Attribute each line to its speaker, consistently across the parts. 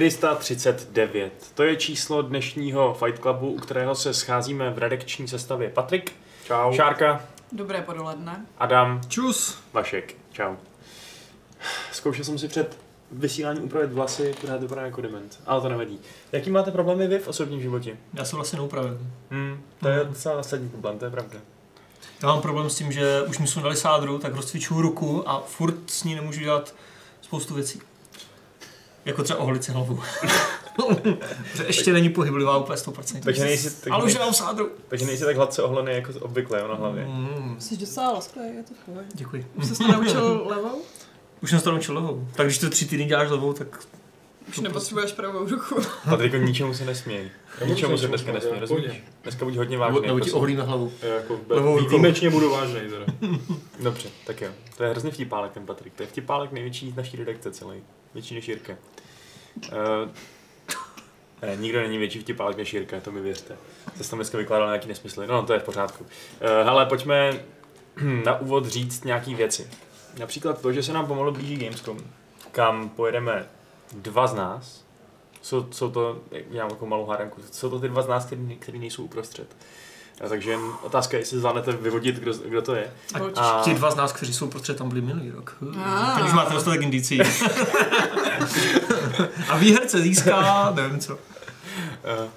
Speaker 1: 439. To je číslo dnešního Fight Clubu, u kterého se scházíme v redakční sestavě Patrik,
Speaker 2: Čau.
Speaker 1: Šárka,
Speaker 3: Dobré podoledne.
Speaker 1: Adam,
Speaker 2: Čus.
Speaker 1: Vašek. Čau. Zkoušel jsem si před vysíláním upravit vlasy, pořád vypadá jako dement, ale to nevadí. Jaký máte problémy vy v osobním životě?
Speaker 4: Já se vlastně neupravil.
Speaker 1: Hmm, to je docela zásadní problém, to je pravda.
Speaker 4: Já mám problém s tím, že už mi sundali sádru, tak rozcvičuju ruku a furt s ní nemůžu dělat spoustu věcí. Jako třeba oholit si hlavu. Že ještě není pohyblivá úplně 100%.
Speaker 1: Takže nejsi- takže
Speaker 4: Ale už
Speaker 1: nejsi-
Speaker 4: já mám sádru.
Speaker 1: Takže nejsi tak hladce ohlený jako obvykle jo, na hlavě.
Speaker 4: Mm,
Speaker 3: Jsi docela laskavý, je to fajn.
Speaker 4: děkuji.
Speaker 3: Už jsi se naučil levou?
Speaker 4: Už jsem se to naučil levou. Tak když to tři týdny děláš levou, tak
Speaker 3: Už nepotřebuješ pravou ruku.
Speaker 1: Patriku, ničemu se nesměj. Ničemu se dneska nesměj, rozumíš? Dneska buď hodně vážný.
Speaker 4: nebo ti
Speaker 1: prosím.
Speaker 4: oholíme hlavu.
Speaker 2: Jako,
Speaker 4: Levou rukou.
Speaker 2: výjimečně budu vážnej teda.
Speaker 1: Dobře, tak jo. To je hrozně vtipálek ten Patrik. To je vtipálek největší z naší redakce celý. Větší než Jirka. Uh, ne, nikdo není větší vtipálek než Jirka, to mi věřte. Zase tam dneska vykládal nějaký nesmysly. No, to je v pořádku. Uh, ale pojďme na úvod říct nějaký věci. Například to, že se nám pomalu blíží Gamescom, kam pojedeme dva z nás. Jsou, jsou to, jak dělám jako malou hádanku, jsou to ty dva z nás, kteří nejsou uprostřed. A takže jen otázka je, jestli zvládnete vyvodit, kdo, kdo to je.
Speaker 4: A ti dva z nás, kteří jsou prostě tam byli minulý rok.
Speaker 3: A.
Speaker 4: Ten už máte dostatek indicí. a výherce získá, nevím co.
Speaker 1: Eh,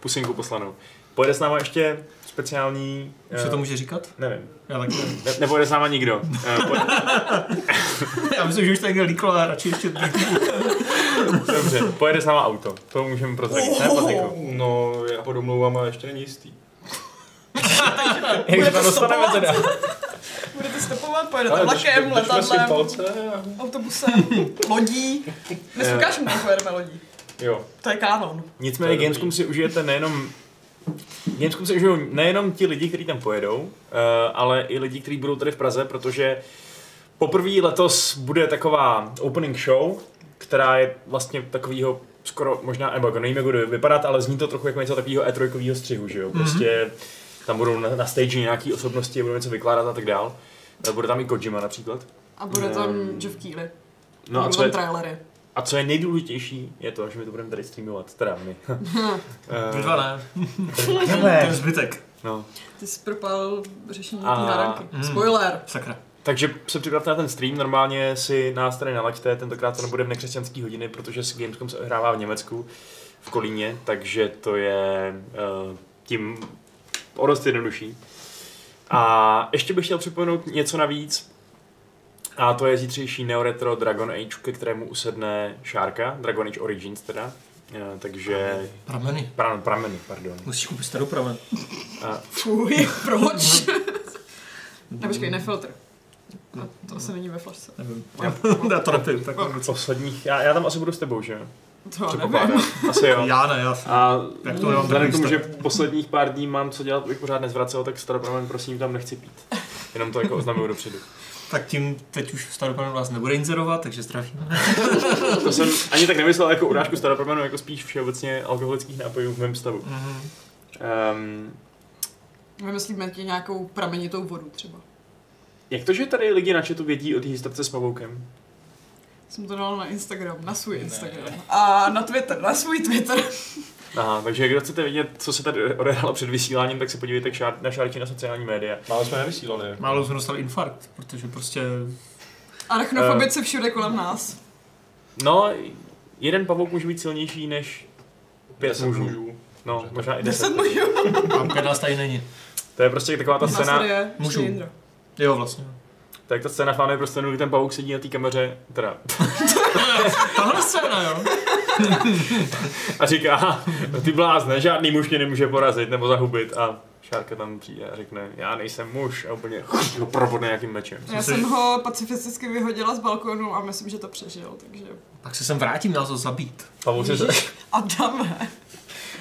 Speaker 1: pusinku poslanou. Pojede s náma ještě speciální...
Speaker 4: Už
Speaker 1: eh,
Speaker 4: se to může říkat?
Speaker 1: Nevím.
Speaker 4: Já taky nevím.
Speaker 1: Ne, nepojede s náma nikdo. Eh, pojede,
Speaker 4: Já myslím, že už to někde líklo, ale radši ještě
Speaker 1: dobře, pojede s náma auto. To můžeme prozradit. Ne, Patriku.
Speaker 2: No, já ho domlouvám, ale ještě není jistý.
Speaker 1: Jak se tam dostaneme teda?
Speaker 3: Budete stopovat, pojedete vlakem,
Speaker 2: si
Speaker 3: letadlem,
Speaker 2: palce a...
Speaker 3: autobusem, lodí. My s
Speaker 1: Eh.
Speaker 3: Lukášem taky pojedeme lodí.
Speaker 1: Jo.
Speaker 3: To je kánon.
Speaker 1: Nicméně
Speaker 2: To je
Speaker 1: Gamescom si užijete nejenom Gamescom si užijou nejenom ti lidi, kteří tam pojedou, uh, ale i lidi, kteří budou tady v Praze, protože poprvé letos bude taková opening show, která je vlastně takovýho skoro možná, nebo jako nevím, jak bude vypadat, ale zní to trochu jako něco takového e střihu, že jo? Prostě tam budou na, na stage nějaký osobnosti, budou něco vykládat a tak dál. Eh, Bude tam i Kojima například.
Speaker 3: A bude
Speaker 1: Ehm.
Speaker 3: tam Jeff Keely.
Speaker 1: No a
Speaker 3: budou
Speaker 1: co je,
Speaker 3: tam trailery.
Speaker 1: a co je nejdůležitější, je to, že my to budeme tady streamovat, teda my. Eh,
Speaker 4: Dva ne. Ten zbytek.
Speaker 1: no.
Speaker 3: Ty jsi propálil řešení té
Speaker 1: A- hm.
Speaker 4: Mm.
Speaker 3: hádanky. Spoiler.
Speaker 4: Sakra.
Speaker 1: Takže se připravte na ten stream, normálně si nás tady nalaďte, tentokrát to nebude v nekřesťanský hodiny, protože se Gamescom se odehrává v Německu, v Kolíně, takže to je uh, tím o dost jednodušší. A ještě bych chtěl připomenout něco navíc, a to je zítřejší Neo Retro Dragon Age, ke kterému usedne Šárka, Dragon Age Origins teda, Eh, takže...
Speaker 4: Prameny.
Speaker 1: Pardon, prameny, pardon.
Speaker 4: Musíš koupit starou pramen.
Speaker 3: Fuj, proč? Ne, počkej, nefiltr. A to asi není ve flašce.
Speaker 4: Nevím. Já to nepiju. Tak nevím.
Speaker 1: Posledních, já, já tam asi budu s tebou, že? jo?
Speaker 3: To nevím.
Speaker 1: Předpokládám. Asi jo.
Speaker 4: Já ne, já.
Speaker 1: A
Speaker 4: Jak to nemám
Speaker 1: vzhledem k tomu,
Speaker 4: takový
Speaker 1: že posledních pár dní mám co dělat, bych pořád nezvracel, tak staropramen prosím tam nechci pít. Jenom to jako oznamuju dopředu.
Speaker 4: Tak tím teď už starou pramen vás nebude inzerovat, takže zdravím.
Speaker 1: To jsem ani tak nemyslel jako urážku staropramenu, jako spíš všeobecně alkoholických nápojů v mém stavu. Um,
Speaker 3: Vymyslíme ti nějakou pramenitou vodu třeba.
Speaker 1: jak to, že tady lidi na chatu vědí o té historce s pavoukem?
Speaker 3: Jsem to dala na Instagram, na svůj Instagram. A na Twitter, na svůj Twitter.
Speaker 1: Aha, takže kdo chcete vědět, co se tady odehrálo před vysíláním, tak se podívejte k šár, na šárči na sociální média.
Speaker 2: Málo jsme nevysílali.
Speaker 4: Málo jsem dostal infarkt, protože prostě... Eh.
Speaker 3: Arachnofobici všude kolem nás.
Speaker 1: No, jeden pavouk může být silnější než pět
Speaker 2: Deset
Speaker 1: mužů.
Speaker 2: mužů.
Speaker 1: No, možná i deset.
Speaker 3: Deset mužů.
Speaker 4: A pět nás tady není.
Speaker 1: To je prostě taková ta
Speaker 3: Nás
Speaker 1: scéna,
Speaker 3: tady je
Speaker 4: mužů.
Speaker 3: ještě Jindra.
Speaker 4: Jo, vlastně.
Speaker 1: Tak ta scéna fánuje prostě kdy ten pavouk sedí na té kameře teda,
Speaker 4: Tahle scéna, jo.
Speaker 1: a říká, "Aha, ty blázne, žádný muž mě nemůže porazit nebo zahubit a Šárka tam přijde a řekne, já nejsem muž a úplně ho provodne nějakým mečem.
Speaker 3: Já jsem ho pacifisticky vyhodila z balkonu a myslím, že to přežil, takže...
Speaker 4: Pak se sem vrátím, nás ho zabít.
Speaker 1: Pavouk se,
Speaker 3: Adame.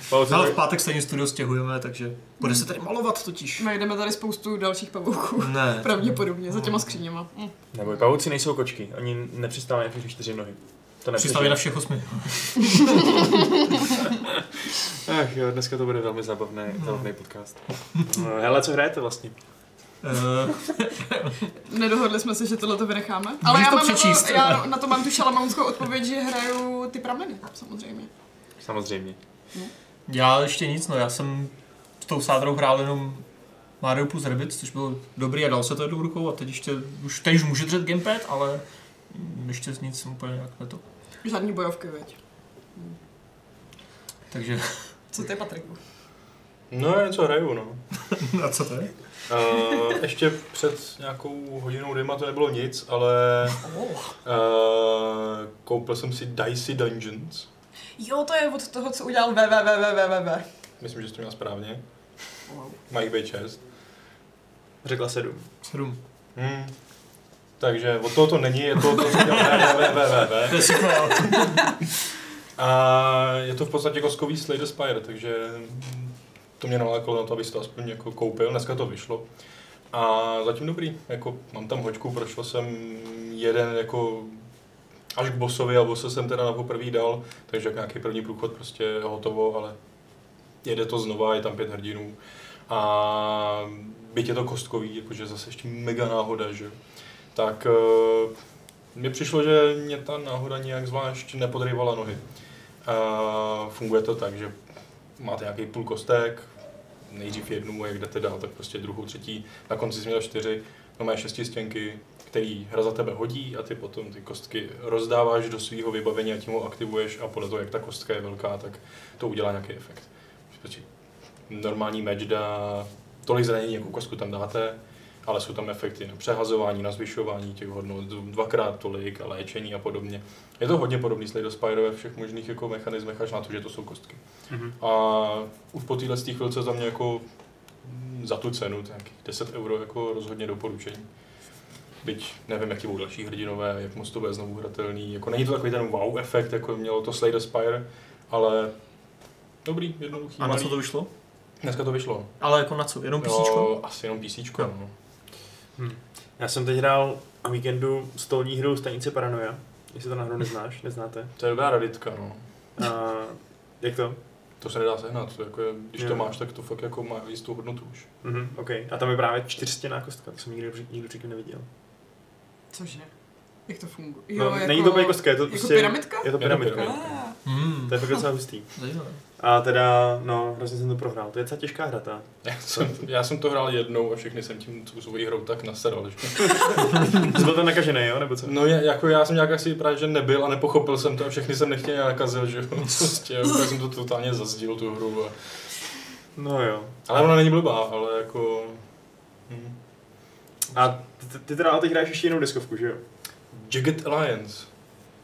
Speaker 1: pavouk se,
Speaker 4: Ale v pátek stejně studio stěhujeme, takže bude se tady malovat totiž.
Speaker 3: Najdeme tady spoustu dalších pavouků.
Speaker 4: Ne.
Speaker 3: Pravděpodobně, za těma skříněma. Mm.
Speaker 1: nebo pavouci nejsou kočky, oni nepřistávají na čtyři nohy. To nepřistaví
Speaker 4: Přistaví na všech osmi.
Speaker 1: Eh, Hmm. Ach jo, dneska to bude velmi zábavné, zábavný podcast. No, hele, co hrajete vlastně?
Speaker 4: Eh,
Speaker 3: Nedohodli jsme se, že tohle to vynecháme. Ale
Speaker 4: Můžeš
Speaker 3: já,
Speaker 4: to
Speaker 3: mám Na
Speaker 4: přečíst.
Speaker 3: to, já na to mám tu šalamounskou odpověď, že hraju ty prameny, samozřejmě.
Speaker 1: Samozřejmě.
Speaker 4: já ještě nic, no já jsem s tou sádrou hrál jenom Mario plus Rabbids, což bylo dobrý a dal se to jednou rukou a teď ještě, už, teď už může držet gamepad, ale mm, ještě z nic jsem úplně nějak to.
Speaker 3: Žádný bojovky, veď.
Speaker 4: Takže,
Speaker 3: Co ty, Patriku?
Speaker 2: No, já něco hraju, no.
Speaker 4: a co to je?
Speaker 2: Uh, ještě před nějakou hodinou, dvěma to nebylo nic, ale
Speaker 3: Oh.
Speaker 2: uh, koupil jsem si Dicey Dungeons.
Speaker 3: Jo, to je od toho, co udělal www.
Speaker 2: Myslím, že jsem to měl správně.
Speaker 3: Wow.
Speaker 2: Mike Bay 6.
Speaker 1: Řekla sedm.
Speaker 4: Sedm.
Speaker 2: Hmm. Takže od toho to není, je to, to co dělá www.
Speaker 4: To je všechno.
Speaker 2: A je to v podstatě koskový Slay the Spire, takže to mě nalákalo na to, abych si to aspoň jako koupil. Dneska to vyšlo. A zatím dobrý, jako mám tam hočku, prošel jsem jeden jako až k bosovi a bose jsem teda na poprvé dal, takže jako nějaký první průchod prostě hotovo, ale jede to znova, je tam pět hrdinů. A byť je to kostkový, jakože zase ještě mega náhoda, že jo. Tak eh, mně přišlo, že mě ta náhoda nějak zvlášť nepodrývala nohy. A funguje to tak, že máte nějaký půl kostek, nejdřív jednu a jak jdete dál, tak prostě druhou, třetí, na konci jsi měl čtyři, no máš šesti stěnky, který hra za tebe hodí a ty potom ty kostky rozdáváš do svého vybavení a tím ho aktivuješ a podle toho, jak ta kostka je velká, tak to udělá nějaký efekt. Prostě normální meč dá tolik zranění, jakou kostku tam dáte, ale jsou tam efekty na přehazování, na zvyšování těch hodnot, dvakrát tolik a léčení a podobně. Je to hodně podobný s Lady Spire ve všech možných jako mechanismech, až na to, že to jsou kostky.
Speaker 1: Mhm.
Speaker 2: A už po téhle té chvilce za mě jako mm, za tu cenu, tak nějakých 10 euro jako rozhodně doporučení. Byť nevím, jaký budou další hrdinové, jak moc to bude znovu hratelný. Jako není to takový ten wow efekt, jako mělo to Slay the Spire, ale dobrý, jednoduchý,
Speaker 4: A na
Speaker 2: malý.
Speaker 4: co to vyšlo?
Speaker 2: Dneska to vyšlo.
Speaker 4: Ale jako na co? Jenom písničko?
Speaker 2: Jo, asi jenom písíčko,
Speaker 4: Jo.
Speaker 2: no.
Speaker 1: Já jsem teď hrál o víkendu stolní hru Stanice Paranoia. Jestli to náhodou neznáš, neznáte.
Speaker 2: To je dobrá raditka, no.
Speaker 1: A, jak to?
Speaker 2: To se nedá sehnat, to jako je, když to
Speaker 1: Jo.
Speaker 2: máš, tak to fakt jako má jistou hodnotu už.
Speaker 1: Mhm, OK. A tam je právě čtyřstěná kostka, to jsem nikdy, nikdy předtím neviděl.
Speaker 3: Cože? Jak to funguje?
Speaker 1: No, není to úplně kostka, je to
Speaker 3: jako
Speaker 1: prostě-
Speaker 3: pyramidka?
Speaker 1: Je to
Speaker 2: Je to
Speaker 1: pyramidka.
Speaker 2: pyramidka.
Speaker 3: Ah,
Speaker 4: Hmm.
Speaker 1: To je fakt docela hustý.
Speaker 4: Zajímavé.
Speaker 1: A teda, no, hrozně jsem to prohrál. To je docela těžká hra ta.
Speaker 2: Já jsem, já jsem to hrál jednou a všechny jsem tím tu svojí hrou tak nasedal. Že?
Speaker 1: Jsi byl tam nakažený, jo, nebo co?
Speaker 2: No je, jako já jsem nějak asi právě že nebyl a nepochopil jsem to a všechny jsem nechtěl nakazil, že jo. prostě, já jsem to totálně zazdil tu hru. A...
Speaker 1: No jo.
Speaker 2: Ale ona není blbá, ale jako... Hm.
Speaker 1: A ty, ty teda ale teď hraješ ještě jinou deskovku, že jo?
Speaker 2: Jagged Alliance.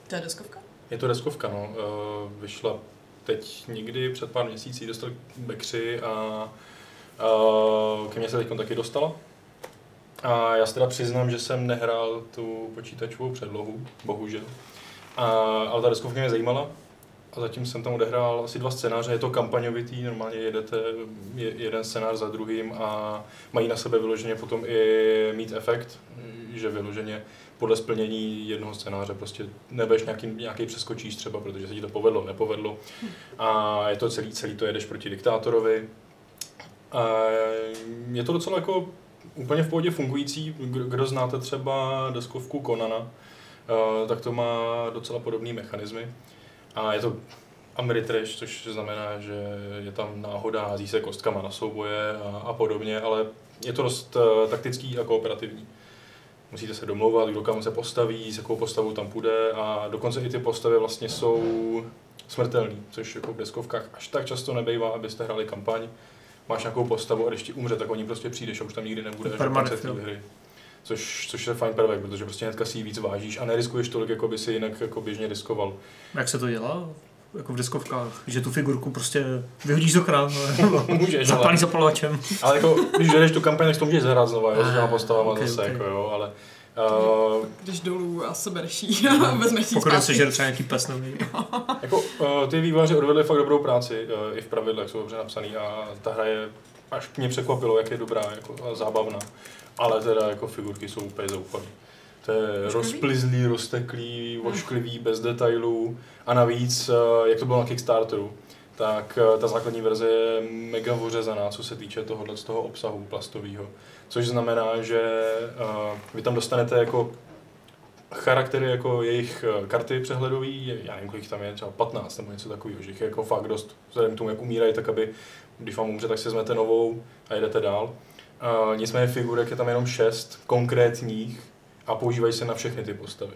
Speaker 3: To je deskovka?
Speaker 2: Je to deskovka, no. Eh, Vyšla teď někdy, před pár měsící, dostal Bekři a, a ke mně se teď taky dostala. A já se teda přiznám, že jsem nehrál tu počítačovou předlohu, bohužel. A, ale ta deskovka mě zajímala. A zatím jsem tam odehrál asi dva scénáře, je to kampaňovitý, normálně jedete je, jeden scénář za druhým a mají na sebe vyloženě potom i mít efekt, že vyloženě podle splnění jednoho scénáře prostě nebudeš nějaký, nějaký přeskočíš třeba, protože se ti to povedlo, nepovedlo. A je to celý, celý to jedeš proti diktátorovi. A je to docela jako úplně v pohodě fungující, kdo, kdo znáte třeba deskovku Konana, eh, tak to má docela podobné mechanismy. A je to Ameritrash, což znamená, že je tam náhoda, hází se kostkama na souboje a, a podobně, ale je to dost eh, taktický a kooperativní. Musíte se domlouvat, kdo kam se postaví, s jakou postavou tam půjde a dokonce i ty postavy vlastně jsou smrtelný, což jako v deskovkách až tak často nebejvá, abyste hráli kampaň. Máš nějakou postavu a když ti umře, tak o ní prostě přijdeš a už tam nikdy nebude až do
Speaker 4: Permanent,
Speaker 2: konce té
Speaker 4: jo.
Speaker 2: hry. Což, což je fajn prvek, protože prostě hnedka si ji víc vážíš a neriskuješ tolik, jako by si jinak jako běžně riskoval.
Speaker 4: Jak se to dělá? Jako v deskovkách, že tu figurku prostě vyhodíš z okna,
Speaker 2: Můžeš, ale-
Speaker 4: zapálíš zapalovačem.
Speaker 2: Ale jako, když jdeš tu kampaň, tak to můžeš zahrát znova, jo, s těma
Speaker 4: Ah,
Speaker 2: postavama
Speaker 4: ok,
Speaker 2: zase,
Speaker 4: ok.
Speaker 2: jako jo, ale... Uh,
Speaker 3: Když dolů a sebereš jí
Speaker 2: Mhm.
Speaker 3: a vezmeš jí
Speaker 4: Pokud se
Speaker 3: zpátky.
Speaker 4: žere třeba nějaký pes nový.
Speaker 2: jako, uh, ty vývojáři odvedli fakt dobrou práci, uh, i v pravidlech jsou dobře napsaný a ta hra je, až mě překvapilo, jak je dobrá, jako a zábavná. Ale teda jako figurky jsou úplně zoufalý. To je rozplizlý, rozteklý, ošklivý, bez detailů a navíc, eh, jak to bylo na Kickstarteru, tak eh, ta základní verze je mega ořezaná, co se týče tohohle z toho obsahu plastového. Což znamená, že eh, vy tam dostanete jako charaktery jako jejich eh, karty přehledový, je- já nevím, kolik tam je, třeba 15 nebo něco takového, že jich je jako fakt dost, vzhledem k tomu, jak umírají, tak aby, když vám umře, tak si vezmete novou a jedete dál. Eh, Nicméně figurek je tam jenom šest konkrétních a používají se na všechny ty postavy.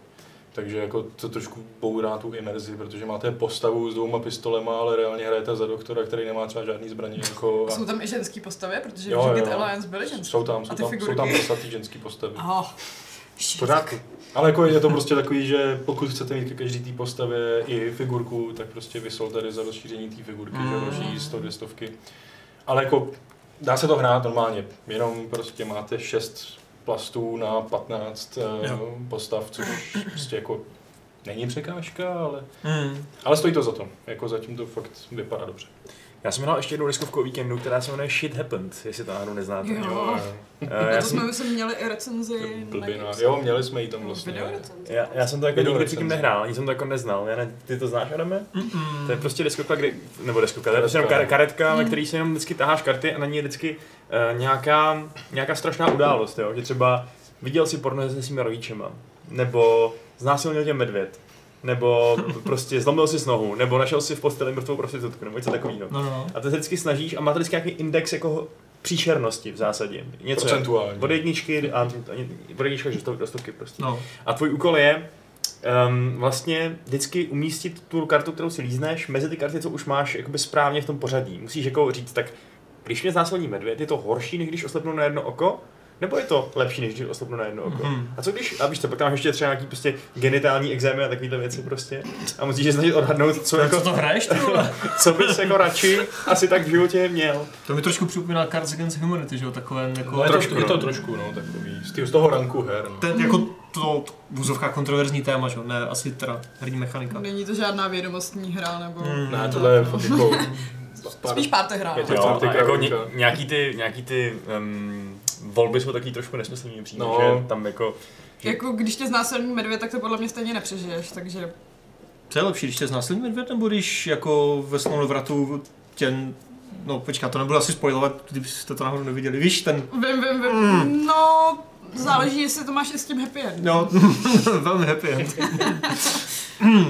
Speaker 2: Takže jako to trošku bourá tu imerzi, protože máte postavu s dvouma pistolema, ale reálně hrajete za doktora, který nemá třeba žádný zbraně. Jako
Speaker 3: Jsou tam i ženský postavy, protože
Speaker 2: Jo,
Speaker 3: v Rocket
Speaker 2: jo.
Speaker 3: Alliance byly ženské.
Speaker 2: jsou tam, jsou
Speaker 3: A ty
Speaker 2: tam, jsou
Speaker 3: figurky?
Speaker 2: tam posatý ženský postavy.
Speaker 3: Oh,
Speaker 1: V pořádku.
Speaker 2: Ale jako je to prostě takový, že pokud chcete mít ke každý té postavě i figurku, tak prostě vysol tady za rozšíření té figurky, mm. že jo, rozšíří 100, 200. Ale jako dá se to hrát normálně, jenom prostě máte 6 plastů na 15
Speaker 4: Jo.
Speaker 2: jo. postav, což prostě jako není překážka, ale,
Speaker 4: Hmm.
Speaker 2: ale stojí to za to. Jako zatím to fakt vypadá dobře.
Speaker 1: Já jsem hrál ještě jednu deskovku o víkendu, která se jmenuje Shit Happened, jestli to náhodou neznáte.
Speaker 3: Jo.
Speaker 1: Eh,
Speaker 3: na
Speaker 1: já,
Speaker 3: to
Speaker 1: jsem,
Speaker 3: jsme myslím měli i recenzi
Speaker 2: Blbina. no. Jo, měli jsme ji tam vlastně.
Speaker 3: Video recenzi.
Speaker 1: já, já jsem to jako
Speaker 2: Video
Speaker 1: nikdy
Speaker 2: recenze.
Speaker 1: předtím nehrál, ani jsem to jako neznal. Já ne, ty to znáš, Adame?
Speaker 4: Mm-mm.
Speaker 1: To je prostě deskovka, kdy, nebo deskovka, to je prostě jenom
Speaker 2: Karetka.
Speaker 1: kare- karetka, ve který si jenom vždycky taháš karty a na ní je vždycky eh, nějaká, nějaká strašná událost, jo? že třeba viděl si porno se svými rodičema, nebo znásilnil tě medvěd, nebo prostě zlomil si nohu, nebo našel si v posteli mrtvou prostitutku, nebo něco takového.
Speaker 4: No, no.
Speaker 1: A ty se vždycky snažíš a máte vždycky nějaký index jako příšernosti v zásadě. Něco jak-
Speaker 2: Procentuálně.
Speaker 1: od jedničky a a- od jedničky až do sto- do stovky prostě.
Speaker 4: no.
Speaker 1: A tvůj úkol je um, vlastně vždycky umístit tu kartu, kterou si lízneš, mezi ty karty, co už máš jakoby správně v tom pořadí. Musíš jako říct, tak když mě znásilní medvěd, je to horší, než když oslepnu na jedno oko? Nebo je to lepší, než když oslepnu na jedno oko?
Speaker 4: Mhm.
Speaker 1: A co když, a víš co, pak tam máš ještě třeba nějaký prostě genitální exémy a takovéhle věci prostě. A musíš je snažit odhadnout, co,
Speaker 4: Jako
Speaker 1: jako,
Speaker 4: to hraješ, ty vole?
Speaker 1: co bys jako radši asi tak v životě měl.
Speaker 4: To mi trošku připomíná Cards Against Humanity, že jo, takové jako...
Speaker 2: No, je,
Speaker 1: Trošku,
Speaker 2: to, je to
Speaker 1: no.
Speaker 2: trošku, no, takový. Z, tý- z toho ranku her. No.
Speaker 4: Ten, jako to vůzovka kontroverzní téma, že jo, ne, asi teda herní mechanika.
Speaker 3: Není to žádná vědomostní hra, nebo...
Speaker 4: Mm.
Speaker 2: Mhm. Ne, tohle je fakt jako...
Speaker 3: Spíš párty hra.
Speaker 2: Je
Speaker 3: no.
Speaker 2: to-
Speaker 1: Jo,
Speaker 2: ty
Speaker 1: a jako ně,
Speaker 2: kravinka.
Speaker 1: nějaký ty, nějaký ty um, volby jsou taky trošku nesmyslný mi přijde,
Speaker 2: No.
Speaker 1: že tam jako
Speaker 3: Jako když tě znásilní medvěd, tak to podle mě stejně nepřežiješ, takže...
Speaker 4: Co je lepší, když tě znásilní medvěd, nebo když jako ve snou vratu tě... No počká, to nebudu asi spoilovat, kdybyste to náhodou neviděli. Víš, ten...
Speaker 3: Vím, vím,
Speaker 2: Hmm.
Speaker 3: vím. No, záleží, jestli to máš i s tím happy end.
Speaker 4: No, velmi happy end.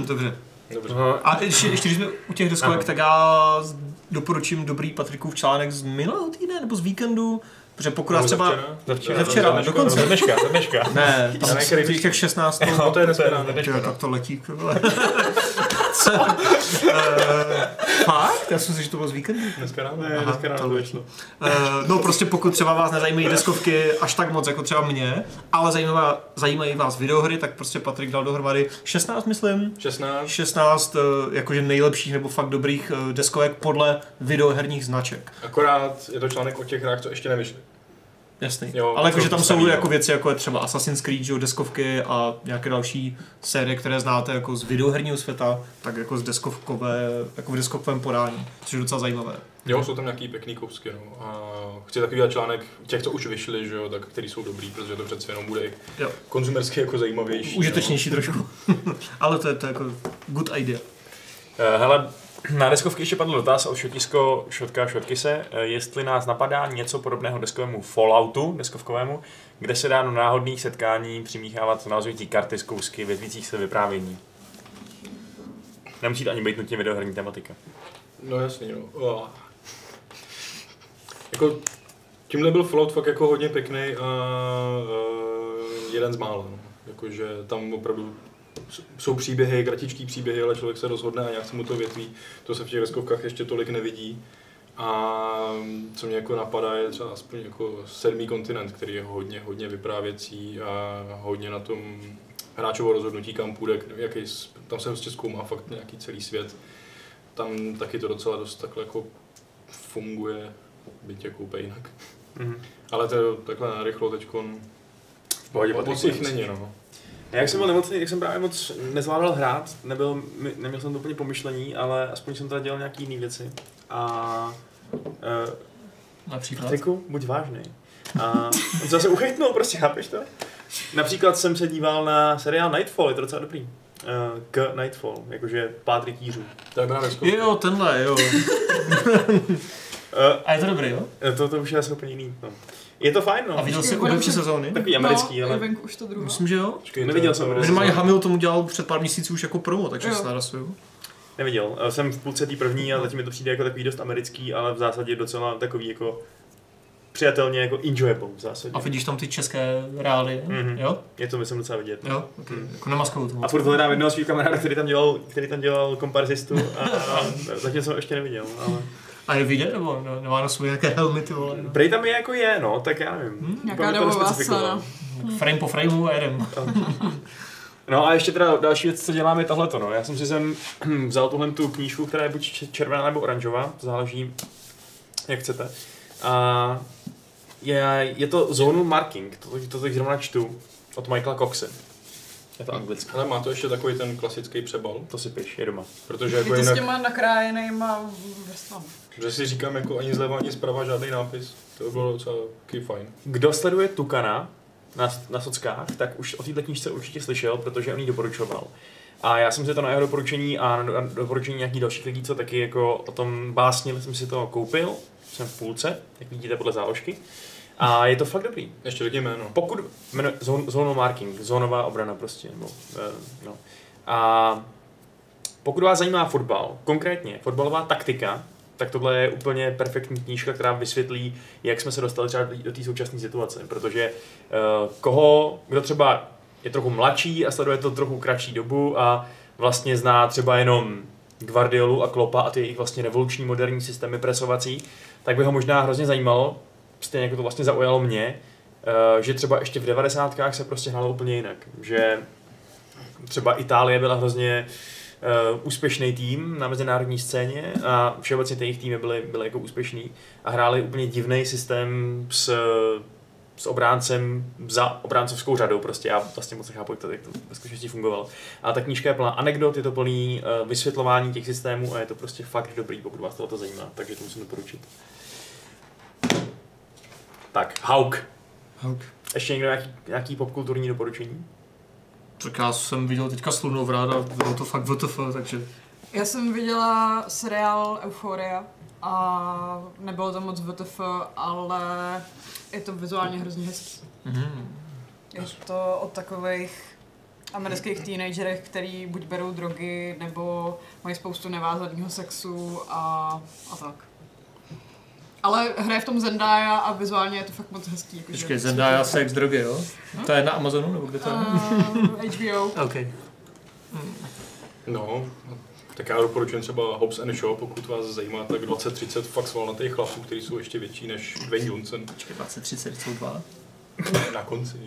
Speaker 4: Dobře.
Speaker 2: Dobře.
Speaker 4: A ještě, ještě když jsme u těch deskovek,
Speaker 1: Ano.
Speaker 4: tak já z- doporučím dobrý Patrikův článek z minulého týdne nebo z víkendu, protože pokud nás třeba...
Speaker 1: Za
Speaker 4: Ze včera, dokonce.
Speaker 1: Za dneška, za dneška.
Speaker 4: Ne,
Speaker 2: Já
Speaker 4: tam
Speaker 2: nekryj.
Speaker 4: těch těch 16 to-
Speaker 2: No to je nesmírná.
Speaker 4: Tyjo, tak to letí, kurva. Co? Eh, Fakt? Já jsem si, že to bylo z víkendu.
Speaker 2: Dneska ráno?
Speaker 4: Aha,
Speaker 2: dneska
Speaker 4: to
Speaker 2: ráno vyšlo.
Speaker 4: Eh, No prostě pokud třeba vás nezajímají deskovky až tak moc jako třeba mě, ale zajímavá, zajímají vás videohry, tak prostě Patrik dal dohromady 16, myslím,
Speaker 2: 16.
Speaker 4: 16 eh, jakože nejlepších nebo fakt dobrých eh, deskovek podle videoherních značek.
Speaker 2: Akorát je to článek o těch hrách, co ještě nevyšly.
Speaker 4: Jasný.
Speaker 2: Jo,
Speaker 4: ale
Speaker 2: jako
Speaker 4: jakože tam jsou
Speaker 2: starý, no.
Speaker 4: jako věci, jako je třeba Assassin's Creed, že jo, deskovky a nějaké další série, které znáte jako z videoherního světa, tak jako z deskovkové, jako v deskovkovém podání, což je docela zajímavé.
Speaker 2: Jo, jsou tam nějaký pěkný kousky, no. A chci takový dělat článek těch, co už vyšly, že jo, tak který jsou dobrý, protože to přece jenom bude i
Speaker 4: Jo.
Speaker 2: konzumersky jako zajímavější.
Speaker 4: Užitečnější trošku. ale to je, to je jako good idea.
Speaker 1: Eh, Hele, na deskovky ještě padl dotaz od Šotisko, Šotka, Šotkise, eh, jestli nás napadá něco podobného deskovému Falloutu, deskovkovému, kde se dá do náhodných setkání přimíchávat navazující karty z kousky, větvících se vyprávění. Nemusí to ani být nutně videoherní tematika.
Speaker 2: No. No jasný, no. Oh. Jako, tímhle byl Fallout fakt jako hodně pěkný a eh, jeden z mála, no. Jakože tam opravdu s- jsou příběhy, kratičký příběhy, ale člověk se rozhodne a nějak se mu to větví. To se v těch deskovkách ještě tolik nevidí. A co mě jako napadá je třeba aspoň jako sedmý kontinent, který je hodně, hodně vyprávěcí a hodně na tom hráčovo rozhodnutí, kam půjde, jaký, s- tam se prostě zkoumá fakt nějaký celý svět. Tam taky to docela dost takhle jako funguje, byť jako úplně jinak.
Speaker 1: Mhm.
Speaker 2: Ale to je takhle narychlo teďkon.
Speaker 1: V pohodě,
Speaker 2: Moc jich není, no.
Speaker 1: Já jak jsem byl nemocný, tak jsem právě moc nezvládal hrát, nebyl, mi- neměl jsem to úplně pomyšlení, ale aspoň jsem teda dělal nějaký jiný věci. A eh,
Speaker 4: Například.
Speaker 1: Patriku, buď vážný. A on zase uchytnul, prostě chápeš to? Například jsem se díval na seriál Nightfall, je to docela dobrý. eh, k Nightfall, jakože pát rytířů.
Speaker 2: To je právě zkouška.
Speaker 4: Jo, tenhle, jo.
Speaker 1: Eh,
Speaker 4: A je to dobrý, jo?
Speaker 1: eh, to, to už je asi úplně jiný. No. Je to fajn,
Speaker 4: A
Speaker 1: no.
Speaker 4: viděl
Speaker 3: Už
Speaker 4: jsi
Speaker 3: budem
Speaker 4: obdobce
Speaker 3: se-
Speaker 4: sezóny?
Speaker 1: Takový americký,
Speaker 3: no,
Speaker 1: ale...
Speaker 3: je venku už to druhá.
Speaker 4: Myslím, že jo.
Speaker 2: Počkej, to-
Speaker 1: Neviděl jsem
Speaker 2: to-
Speaker 1: ho.
Speaker 4: Minimálně Hamilton udělal před pár měsíců už jako promo, takže
Speaker 3: Jo.
Speaker 4: se narasuju.
Speaker 1: Neviděl. Eh, Jsem v půlce té první a zatím mi to přijde jako takový dost americký, ale v zásadě docela takový jako přijatelně jako enjoyable v zásadě.
Speaker 4: A vidíš tam ty české reály,
Speaker 1: Mhm.
Speaker 4: jo?
Speaker 1: Je to myslím docela vidět.
Speaker 4: Jo, okay. jako nemaskuju to
Speaker 1: A
Speaker 4: moc.
Speaker 1: furt hledám jednoho svých kamarádů, který tam dělal, který tam dělal komparzistu a, a zatím jsem ho ještě neviděl, ale...
Speaker 4: A je vidět, nebo ne- nemá na sobě nějaké helmy, ty vole. No.
Speaker 1: Prej tam je jako je, no, tak já nevím.
Speaker 4: Hm?
Speaker 3: Nějaká
Speaker 1: Úplně to
Speaker 3: dobová
Speaker 1: nespecifikoval.
Speaker 3: sana.
Speaker 4: Frame po frameu a jedem.
Speaker 1: No a ještě teda další věc, co dělám, je tohleto. No. Já jsem si sem vzal tuhle tu knížku, která je buď č- červená nebo oranžová, záleží, jak chcete. A je, je to Zonal Marking, to, to teď zrovna čtu, od Michaela Coxe. Je to anglicky.
Speaker 2: Ale má to ještě takový ten klasický přebal,
Speaker 1: To si píš, je doma.
Speaker 2: protože
Speaker 3: Je
Speaker 2: jako
Speaker 3: to s
Speaker 2: jinak,
Speaker 3: těma nakrájenýma vrstvami.
Speaker 2: že si říkám jako ani zleva, ani zprava žádný nápis. To by bylo docela taky fajn.
Speaker 1: Kdo sleduje Tukana na, na sockách, tak už o této knížce určitě slyšel, protože on ji doporučoval. A já jsem si to na jeho doporučení a na na doporučení nějakých dalších lidí, co taky jako o tom básnil, jsem si to koupil. Jsem v půlce, jak vidíte podle záložky. A je to fakt dobrý.
Speaker 2: Ještě no. řekni jméno.
Speaker 1: Pokud, jmenuje, zón, zóno marking, zónová obrana prostě, nebo, eh, no. A pokud vás zajímá fotbal, konkrétně fotbalová taktika, tak tohle je úplně perfektní knížka, která vysvětlí, jak jsme se dostali třeba do- do té současné situace. Protože eh, koho, kdo třeba je trochu mladší a sleduje to trochu kratší dobu a vlastně zná třeba jenom Guardiolu a Klopa a ty jejich vlastně revoluční moderní systémy presovací, tak by ho možná hrozně zajímalo, stejně jako to vlastně zaujalo mě, eh, že třeba ještě v devadesátkách se prostě hrálo úplně jinak. Že třeba Itálie byla hrozně uh, úspěšný tým na mezinárodní scéně a všeobecně ty jejich týmy byly, byly jako úspěšný a hráli úplně divný systém s, s obráncem za obráncovskou řadou prostě. Já vlastně moc nechápu, jak to, jak to ve skutečnosti fungovalo. A ta knížka je plná anekdot, je to plný uh, vysvětlování těch systémů a je to prostě fakt dobrý, pokud vás tohle zajímá, takže to musím doporučit. Tak, Hauk.
Speaker 4: Hauk.
Speaker 1: Ještě někdo nějaký, nějaký popkulturní doporučení?
Speaker 4: Tak já jsem viděl teďka Slunovrád a bylo to fakt VTF, takže
Speaker 3: Já jsem viděla seriál Euphoria a nebylo to moc VTF, ale je to vizuálně hrozně hezký.
Speaker 4: mhm.
Speaker 3: Je to o takových amerických teenagerech, který buď berou drogy, nebo mají spoustu nevázaného sexu a, a tak. Ale hraje v tom Zendaya a vizuálně je to fakt moc hezký. jako Jakože
Speaker 4: Počkej, Zendaya sex drogy, jo?
Speaker 3: Hm?
Speaker 4: To je na Amazonu, nebo kde to je?
Speaker 3: Uh, HBO.
Speaker 4: OK.
Speaker 2: No, tak já doporučuji třeba Hobbs and Shaw, pokud vás zajímá, tak 20-30 fakt svalnatých chlapců, kteří jsou ještě větší než Dwayne Johnson.
Speaker 4: Počkej, 20, 30, jsou dva.
Speaker 2: Ne, na konci.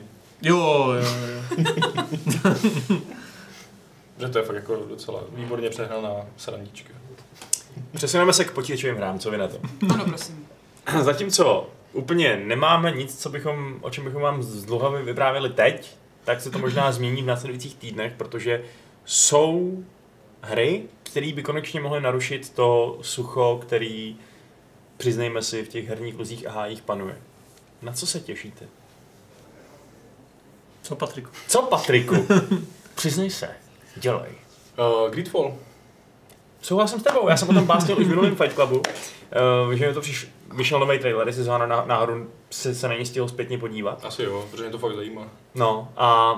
Speaker 4: Jo, jo, jo.
Speaker 2: Že to je fakt jako docela výborně přehnaná srandička.
Speaker 1: Přesuneme se k počítačovým hrám, co vy na to?
Speaker 3: Ano, prosím.
Speaker 1: Zatímco úplně nemáme nic, co bychom, o čem bychom vám zdlouhavě vyprávěli teď, tak se to možná změní v následujících týdnech, protože jsou hry, které by konečně mohly narušit to sucho, který, přiznejme si, v těch herních luzích a hájích panuje. Na co se těšíte?
Speaker 4: Co Patriku?
Speaker 1: Co, Patriku? Přiznej se. Dělej.
Speaker 2: Uh, Greedfall.
Speaker 1: Souhlasím s tebou, já jsem o tom básnil už v minulém Fight Clubu, uh, že mi to přiš... vyšel nový trailer, jestli Zohana ná- náhodou se, se na ně stihl zpětně podívat.
Speaker 2: Asi jo, protože mě to fakt zajímá.
Speaker 1: No a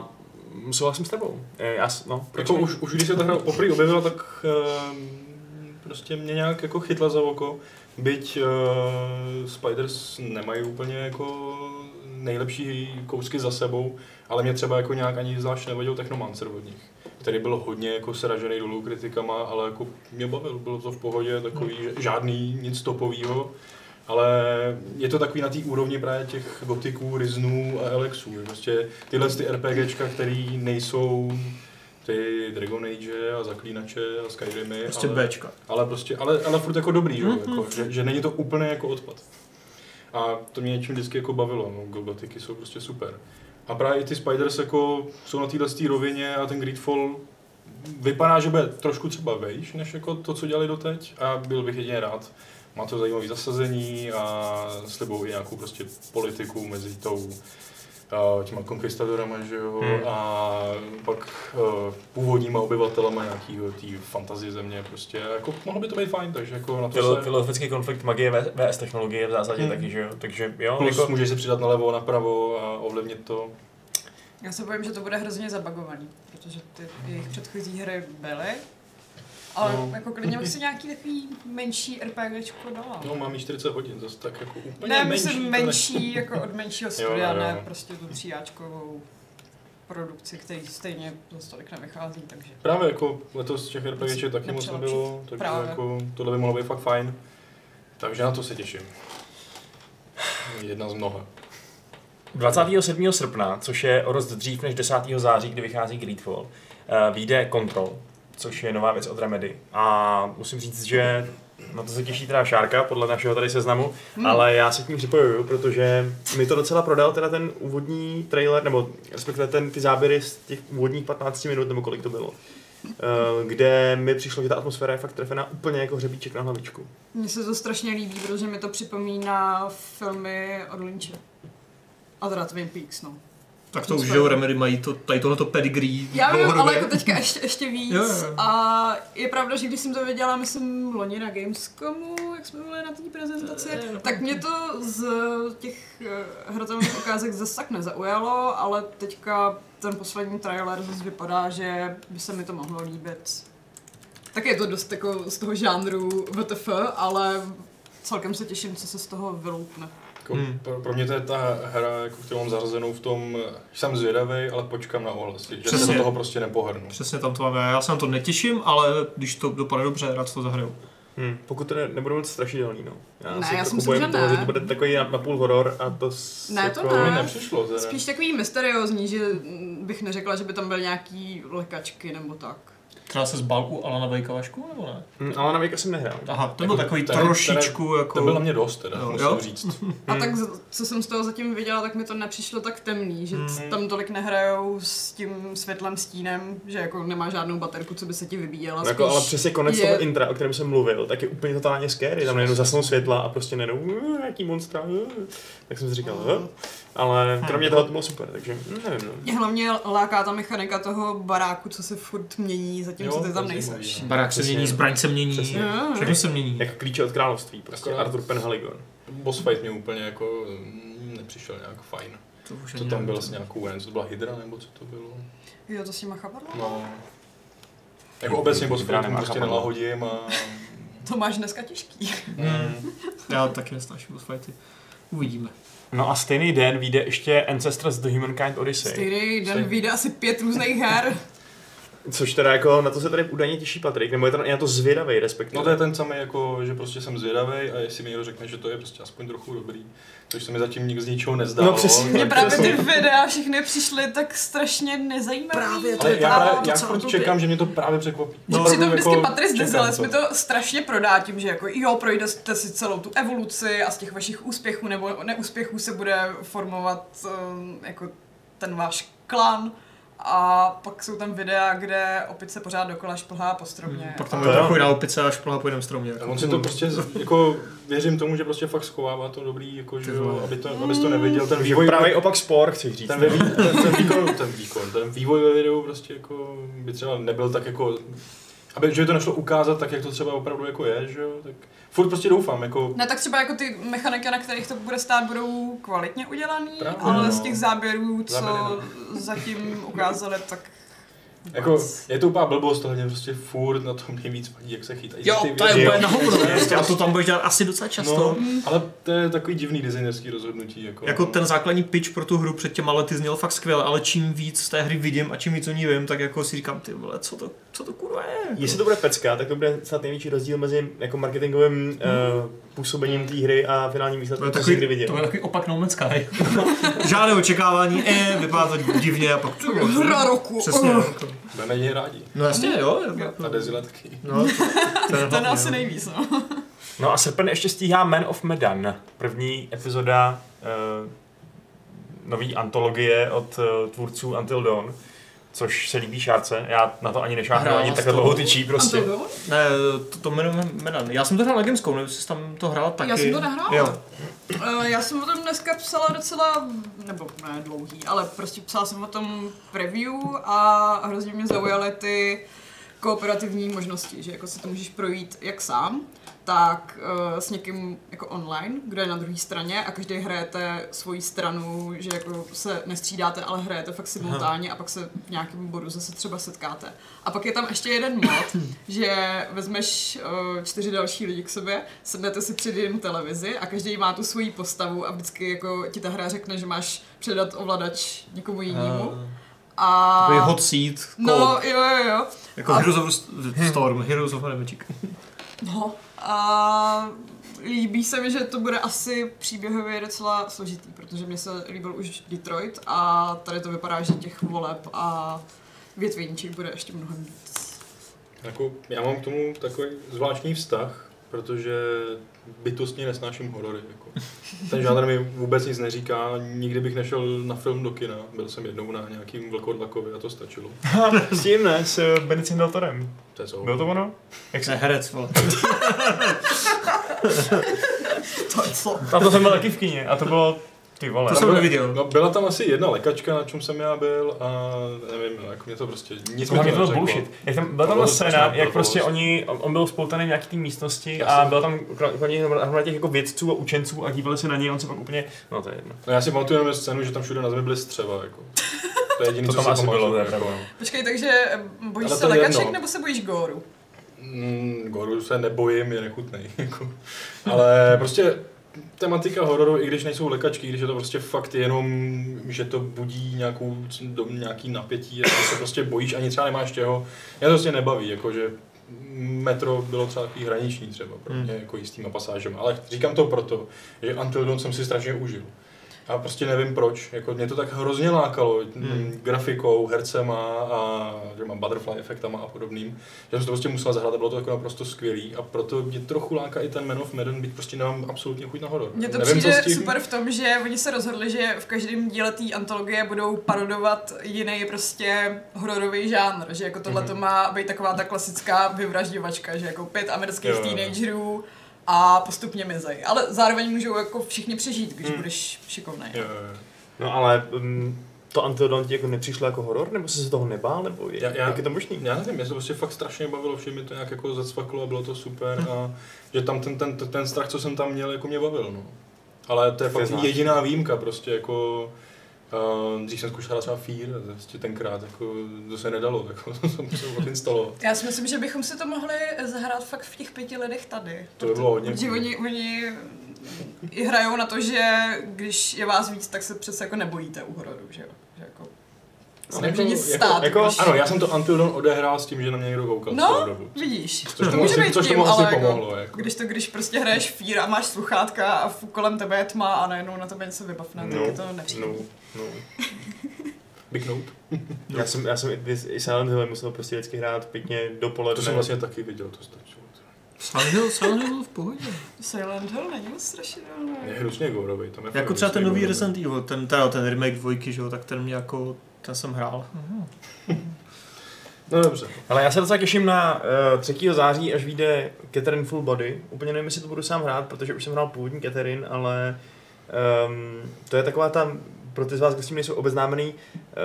Speaker 1: mm, souhlasím s tebou. E, já, s- no,
Speaker 2: Jako už, už když se ta hra poprvé objevila, tak ehm, prostě mě nějak jako chytla za oko. Byť eh, Spiders nemají úplně jako nejlepší kousky za sebou, ale mě třeba jako nějak ani zvlášť nevadil Technomancer od nich, který byl hodně jako sražený dolů kritikama, ale jako mě bavil, bylo to v pohodě, takový že žádný nic topovýho, ale je to takový na té úrovni právě těch gotiků, ryznů a elexů. že Prostě tyhle ty RPGčka, které nejsou ty Dragon Age a Zaklínače a Skyrimy,
Speaker 4: Prostě
Speaker 2: ale,
Speaker 4: Bčka.
Speaker 2: ale, prostě, ale, ale furt jako dobrý, že, jo, jako, že, že, není to úplně jako odpad. A to mě něčím vždycky jako bavilo, no, gotiky jsou prostě super. A právě i ty Spiders jako jsou na téhle stý rovině a ten Greedfall vypadá, že bude trošku třeba vejš, než jako to, co dělali doteď a byl bych jedině rád. Má to zajímavé zasazení a slibou i nějakou prostě politiku mezi tou eh, a těma konkvistadorama, že jo,
Speaker 4: Hmm.
Speaker 2: hmm. a pak eh, původníma obyvatelama nějakýho té fantazie země prostě, a jako mohlo by to být fajn, takže jako na to
Speaker 5: Filo-
Speaker 2: se...
Speaker 5: Filozofický konflikt magie V- vs technologie v zásadě
Speaker 4: Hmm.
Speaker 5: taky, že jo? Takže
Speaker 1: No,
Speaker 5: jo,
Speaker 2: Plus
Speaker 5: jako,
Speaker 2: můžeš se přidat nalevo, napravo a ovlivnit to.
Speaker 3: Já se bojím, že to bude hrozně zabagovaný, protože ty jejich předchozí hry byly. Ale
Speaker 2: No.
Speaker 3: jako klidně bych si nějaký takový menší RPGčko dala.
Speaker 2: No, mám jí 40 hodin, zase tak jako úplně
Speaker 3: ne,
Speaker 2: menší.
Speaker 3: myslím
Speaker 2: to
Speaker 3: menší, jako od menšího studia,
Speaker 2: jo.
Speaker 3: ne prostě tu tříáčkovou produkci, který stejně zase tolik nevychází, takže...
Speaker 2: Právě jako letos těch RPGček taky moc
Speaker 3: Nepřelepšit.
Speaker 2: nebylo, takže
Speaker 3: Právě.
Speaker 2: jako tohle by mohlo být fakt fajn. Takže na to se těším. Jedna z mnoha.
Speaker 5: 27. srpna, což je o dost dřív než 10. září, kdy vychází Greedfall, uh, vyjde Control, což je nová věc od Remedy. A musím říct, že na to se těší teda Šárka, podle našeho tady seznamu, hmm. ale já se k ním připojuju, protože mi to docela prodal teda ten úvodní trailer, nebo respektive ten, ty záběry z těch úvodních 15 minut, nebo kolik to bylo. eh, Kde mi přišlo, že ta atmosféra je fakt trefená úplně jako hřebíček na hlavičku.
Speaker 3: Mně se to strašně líbí, protože mi to připomíná filmy od Lynche. A teda Twin Peaks, no.
Speaker 4: Tak to už, že jo, Remedy mají to, tady tohleto pedigree.
Speaker 3: Já vím,
Speaker 4: dlouhodobě.
Speaker 3: ale jako teďka ještě, ještě víc.
Speaker 4: Jo, jo, jo.
Speaker 3: A je pravda, že když jsem to viděla, myslím, loni na Gamescomu, jak jsme byli na té prezentaci,
Speaker 4: Eh, no,
Speaker 3: tak mě to z těch eh, hratelných ukázek zase tak nezaujalo, ale teďka ten poslední trailer zase vypadá, že by se mi to mohlo líbit. Tak je to dost jako z toho žánru VTF, ale celkem se těším, co se z toho vyloupne.
Speaker 2: Jako
Speaker 4: Hmm.
Speaker 2: hmm. pro, pro, mě to je ta hra, jako, kterou mám zařazenou v tom, eh, jsem zvědavý, ale počkám na ohlas, že se do
Speaker 4: Přesně.
Speaker 2: toho prostě nepohrnu.
Speaker 4: Přesně tam to máme. Já se na to netěším, ale když to dopadne dobře, rád to zahraju.
Speaker 1: Hmm. Pokud to ne, nebudu moc strašidelný, no.
Speaker 3: Ne,
Speaker 1: se
Speaker 3: já
Speaker 1: trochu
Speaker 3: si myslím,
Speaker 1: bojím
Speaker 3: že
Speaker 1: toho,
Speaker 3: ne.
Speaker 1: že to bude takový na, na půl horor a to s,
Speaker 3: Ne, to
Speaker 1: jako...
Speaker 2: To mi
Speaker 3: Ne.
Speaker 2: nepřišlo, teda.
Speaker 3: Spíš takový mysteriózní, že mm, bych neřekla, že by tam byly nějaký lekačky nebo tak.
Speaker 4: Třeba se z balku Alana Vejkavašku, nebo ne?
Speaker 1: Hmm, ale na Vejka jsem nehrál.
Speaker 4: Aha, to byl takový
Speaker 2: tady- tady-
Speaker 4: trošičku jako...
Speaker 2: To bylo na mě dost, teda,
Speaker 4: Jo,
Speaker 2: musím
Speaker 4: jo.
Speaker 2: říct.
Speaker 3: A tak, z- co jsem z toho zatím viděla, tak mi to nepřišlo tak temný, že
Speaker 2: Hmm.
Speaker 3: c- tam tolik nehrajou s tím světlem stínem, že jako nemá žádnou baterku, co by se ti vybíjela.
Speaker 1: No jako, ale
Speaker 3: spíš
Speaker 1: přesně konec
Speaker 3: je-
Speaker 1: toho intra, o kterém jsem mluvil, tak je úplně totálně scary. Tam najednou zasnou světla a prostě najednou, "Uh, jaký monstra, uh." tak jsem si říkal,
Speaker 3: No.
Speaker 1: "Huh." ale kromě toho to bylo super, takže mm, nevím. No.
Speaker 3: Mě hlavně láká ta mechanika toho baráku, co se furt mění, zatímco
Speaker 2: Jo,
Speaker 3: ty tam
Speaker 2: to je
Speaker 3: nejseš.
Speaker 2: zajímavý,
Speaker 4: Barák se
Speaker 1: Přesně.
Speaker 4: mění, zbraň se mění,
Speaker 1: Přesně.
Speaker 3: Jo.
Speaker 4: všechno se mění.
Speaker 1: Jako klíče od království, prostě
Speaker 2: Akorát-
Speaker 1: Arthur Penhaligon.
Speaker 2: no. Boss fight mě úplně jako mm, nepřišel nějak fajn.
Speaker 4: To už
Speaker 2: Co
Speaker 4: ani
Speaker 2: tam
Speaker 4: nevím.
Speaker 2: bylo s nějakou, nevím, co to byla Hydra nebo co to bylo?
Speaker 3: Jo, to s nima chapadlo?
Speaker 2: No. Jako obecně boss
Speaker 1: Hydra
Speaker 2: fight
Speaker 1: nemá
Speaker 2: prostě
Speaker 1: chápadlo.
Speaker 2: nelahodím a...
Speaker 3: To máš dneska těžký.
Speaker 2: Mm.
Speaker 4: Hmm, Já taky nesnáším boss fighty. Uvidíme.
Speaker 5: No a stejný den vyjde ještě Ancestors The Humankind Odyssey.
Speaker 3: Stejný den
Speaker 2: Stejný.
Speaker 3: vyjde asi pět různých her.
Speaker 1: Což teda jako na to se tady údajně těší Patrik, nebo je to, je na to zvědavý respektive.
Speaker 2: No to je ten samý, jako, že prostě jsem zvědavý a jestli mi někdo řekne, že to je prostě aspoň trochu dobrý, což se mi zatím nikdo z ničeho nezdálo.
Speaker 1: No přesně.
Speaker 2: tak
Speaker 3: Mně právě
Speaker 2: přesně.
Speaker 3: ty videa všechny přišly tak strašně nezajímavé. Právě
Speaker 2: Ale já, právě, já furt čekám, že mě to právě překvapí.
Speaker 3: No,
Speaker 2: Opravdu
Speaker 3: Přitom vždycky
Speaker 2: jako
Speaker 3: Patrice
Speaker 2: čekám
Speaker 3: Deseles mi to strašně prodá tím, že jako jo, projdete si celou tu evoluci a z těch vašich úspěchů nebo neúspěchů se bude formovat um, jako ten váš klan. A pak jsou tam videa, kde opice pořád dokola šplhá po
Speaker 2: Hmm,
Speaker 3: stromě.
Speaker 4: Pak tam
Speaker 1: To
Speaker 4: bude
Speaker 1: jo.
Speaker 4: takový na opice a šplhá po jednom stromě.
Speaker 2: A
Speaker 4: jako.
Speaker 2: On si to prostě, z- jako, věřím tomu, že prostě fakt schovává to dobrý, jako, že,
Speaker 4: Ty vole.
Speaker 2: jo, aby to, abys to neviděl, ten
Speaker 1: Vývoj
Speaker 2: vývoj,
Speaker 1: právě opak spor, chci říct.
Speaker 2: ten, ve, vý- ten, ten, výkon, ten výkon, ten vývoj ve videu prostě jako by třeba nebyl tak jako, aby, že by to nešlo ukázat tak, jak to třeba opravdu jako je, že jo, tak furt prostě doufám, jako,
Speaker 3: Ne, tak třeba jako ty mechaniky, na kterých to bude stát, budou kvalitně udělaný,
Speaker 2: Právě,
Speaker 3: ale
Speaker 2: no.
Speaker 3: z těch záběrů, co
Speaker 2: Záběry, no.
Speaker 3: zatím ukázali, tak...
Speaker 2: jako je to úplná blbost, ale mě prostě furt na tom nejvíc vadí, jak se chytají
Speaker 4: Jo,
Speaker 2: ty
Speaker 4: to je
Speaker 2: věci.
Speaker 4: úplně na hovno. prostě,
Speaker 1: Jo.
Speaker 4: A to tam budeš dělat asi docela často.
Speaker 2: No, ale to je takový divný designerský rozhodnutí, jako.
Speaker 4: Jako ten základní pitch pro tu hru před těma lety zněl fakt skvěle, ale čím víc z té hry vidím a čím víc o ní vím, tak jako si říkám, ty vole, co to, co to kurva je?
Speaker 1: Jestli to bude pecka, tak to bude snad největší rozdíl mezi jako marketingovým eh,
Speaker 3: Hmm.
Speaker 1: působením té hry a finálním
Speaker 4: To je
Speaker 1: výsledkem, co jsi kdy
Speaker 4: takový,
Speaker 1: viděl.
Speaker 4: to bude takový opak No Man's Sky. Žádné očekávání, e, vypadá to divně a pak...
Speaker 3: Hra roku!
Speaker 4: Přesně.
Speaker 3: Uh.
Speaker 4: Jako.
Speaker 2: Budeme něj rádi.
Speaker 4: No jasně, jo. jako-
Speaker 2: Na Dezila taky.
Speaker 4: No, to je
Speaker 3: Ten
Speaker 4: hlavně,
Speaker 3: asi
Speaker 4: no.
Speaker 3: nejvíc, no.
Speaker 5: No a srpen ještě stíhá Man of Medan, první epizoda
Speaker 1: eh,
Speaker 5: uh, nové antologie od uh, tvůrců Until Dawn,
Speaker 1: což se líbí šárce. Já na to ani nešáhnu,
Speaker 4: Hrála
Speaker 1: ani
Speaker 4: s
Speaker 1: takhle
Speaker 4: tou-
Speaker 1: dlouho tyčí prostě.
Speaker 3: A to bylo?
Speaker 4: Ne, to, to jmenujeme Medan. Já jsem to hrál legemskou, nevím, jestli jsi tam to hrál taky.
Speaker 3: Já jsem to nahrála.
Speaker 4: Jo.
Speaker 3: Eh, Já jsem o tom dneska psala docela, nebo ne dlouhý, ale prostě psala jsem o tom preview a hrozně mě zaujaly ty kooperativní možnosti, že jako si to můžeš projít jak sám, tak eh, s někým jako online, kdo je na druhé straně a každý hrajete svoji stranu, že jako se nestřídáte, ale hrajete fakt simultánně a pak se v nějakém bodu zase třeba setkáte. A pak je tam ještě jeden mod, že vezmeš eh, čtyři další lidi k sobě, sednete si před jednu televizi a každý má tu svoji postavu a vždycky jako ti ta hra řekne, že máš předat ovladač někomu jinému. A...
Speaker 4: Eh, Takový Ah. hot seat,
Speaker 3: No,
Speaker 4: no,
Speaker 3: jo, jo, jo.
Speaker 4: jako
Speaker 3: a-
Speaker 4: Heroes of St- Storm, Heroes of Nemečic.
Speaker 3: No a líbí se mi, že to bude asi příběhově docela složitý, protože mně se líbil už Detroit a tady to vypadá, že těch voleb a větveníček bude ještě mnohem víc.
Speaker 2: Jako, já mám k tomu takový zvláštní vztah, protože bytostně nesnáším horory. Jako. Ten žánr mi vůbec nic neříká, nikdy bych nešel na film do kina. Byl jsem jednou na nějakým vlkodlakovi a to stačilo.
Speaker 1: S tím ne, s Benicem Deltorem.
Speaker 2: To je co?
Speaker 1: Bylo to ono?
Speaker 4: Jak se herec, vole.
Speaker 3: To je co?
Speaker 1: Tam to jsem byl taky v kině a to bylo, ty vole.
Speaker 4: To jsem neviděl.
Speaker 2: No, byla tam asi jedna lékačka, na čem jsem já byl a nevím, no, jako mě to prostě nic
Speaker 1: To hlavně
Speaker 2: mi
Speaker 1: bylo
Speaker 2: neřeklo.
Speaker 1: bullshit. Jak tam, byla tam
Speaker 2: Bylo
Speaker 1: ta
Speaker 2: to strašná
Speaker 1: scéna, jak prostě
Speaker 2: blbost.
Speaker 1: oni, on on byl spoutaný v nějaký té místnosti a
Speaker 2: Jasně.
Speaker 1: byl tam kromě hromada těch jako vědců a učenců a dívali se na něj, on se pak úplně, no to je jedno.
Speaker 2: No, já si pamatuju jenom scénu, že tam všude na zemi byly střeva. Jako. To je jediné,
Speaker 1: To
Speaker 2: co
Speaker 1: tam
Speaker 2: si
Speaker 1: asi bylo,
Speaker 2: pamatuju,
Speaker 1: to je
Speaker 2: jako.
Speaker 1: pravda.
Speaker 3: Počkej, takže eh, bojíš
Speaker 2: Ale
Speaker 3: se
Speaker 2: to je
Speaker 3: lekaček
Speaker 2: jedno.
Speaker 3: nebo se bojíš góru?
Speaker 2: Mm, Goru se nebojím, je nechutnej. jako. Ale prostě tematika hororu, i když nejsou lekačky, i když je to prostě fakt jenom, že to budí nějakou, dom- nějaký napětí, a ty se prostě bojíš, ani třeba nemáš těho. Mě to prostě nebaví, jakože metro bylo třeba takový hraniční třeba pro mě, jako jistýma pasážem, ale říkám to proto, že Until Dawn jsem si strašně užil. A prostě nevím proč, jako mě to tak hrozně lákalo hmm. grafikou, hercema a těma butterfly efektama a podobným, že jsem to prostě musel zahrát a bylo to jako naprosto skvělý a proto mě trochu láká i ten Man of Medan, byť prostě nemám absolutně chuť na horor.
Speaker 3: Mně to
Speaker 2: nevím, co
Speaker 3: přijde
Speaker 2: s tím-
Speaker 3: super v tom, že oni se rozhodli, že v každém díle té antologie budou parodovat jiný prostě hororový žánr, že jako tohle
Speaker 2: Mhm.
Speaker 3: to má být taková ta klasická vyvražděvačka, že jako pět amerických
Speaker 2: Jo, jo, jo.
Speaker 3: teenagerů a postupně mizej. Ale zároveň můžou jako všichni přežít,
Speaker 2: Mhm.
Speaker 3: když budeš šikovný.
Speaker 2: Jo, jo, jo.
Speaker 1: No ale um, to Antodon ti jako nepřišlo jako horor, nebo jsi se toho nebál, nebo je,
Speaker 2: Já- já-
Speaker 1: jak je to možný?
Speaker 2: Já nevím, mě to prostě fakt strašně bavilo, vše mi to nějak jako zacvaklo a bylo to super a že tam ten, ten, ten strach, co jsem tam měl, jako mě bavil, no. Ale to je
Speaker 1: To je
Speaker 2: fakt
Speaker 1: zvláštní.
Speaker 2: jediná výjimka, prostě jako Uh, dřív jsem zkoušela třeba Fear, a prostě tenkrát jako, to se nedalo, jako, to jsem musel odinstalovat.
Speaker 3: Já si myslím, že bychom si to mohli zahrát fakt v těch pěti lidech tady.
Speaker 2: To by bylo hodně
Speaker 3: Protože
Speaker 2: cool.
Speaker 3: oni, oni i hrajou na to, že když je vás víc, tak se přece jako nebojíte u hororu, že jo? Že jako se nemůže nic
Speaker 2: jako,
Speaker 3: stát.
Speaker 1: jako-
Speaker 3: když-
Speaker 2: Ano, já jsem to Until Dawn odehrál s tím, že na mě někdo koukal celou
Speaker 3: No,
Speaker 2: dobu.
Speaker 3: vidíš,
Speaker 2: Což
Speaker 3: to
Speaker 2: tomu
Speaker 3: může
Speaker 2: asi-
Speaker 3: být
Speaker 2: což
Speaker 3: tím,
Speaker 2: tomu asi
Speaker 3: ale
Speaker 2: pomohlo,
Speaker 3: jako,
Speaker 2: jako.
Speaker 3: když to, když prostě hraješ fír a máš sluchátka a f- kolem tebe je tma a najednou na tebe něco vybavne, tak je to nepříjemné.
Speaker 2: no, no. Big Nope.
Speaker 1: Já jsem, já jsem i, i Silent Hill musel prostě vždycky hrát pěkně dopoledne.
Speaker 2: To jsem vlastně taky viděl, to stačilo.
Speaker 4: Silent Hill, Silent Hill byl v pohodě.
Speaker 3: Silent Hill není moc strašidelný.
Speaker 2: Je hrozně gorovej, tam je fakt
Speaker 4: Jako třeba ten
Speaker 2: hrozně
Speaker 4: nový
Speaker 2: gorovej.
Speaker 4: Resident Evil, ten, teda ten remake dvojky, že jo, tak ten mě jako, ten jsem hrál.
Speaker 2: No dobře.
Speaker 1: Ale já se docela těším na uh, 3. září, až vyjde Catherine Full Body. Úplně nevím, jestli to budu sám hrát, protože už jsem hrál původní Catherine, ale um, to je taková ta, pro ty z vás, kdo s tím nejsou obeznámený,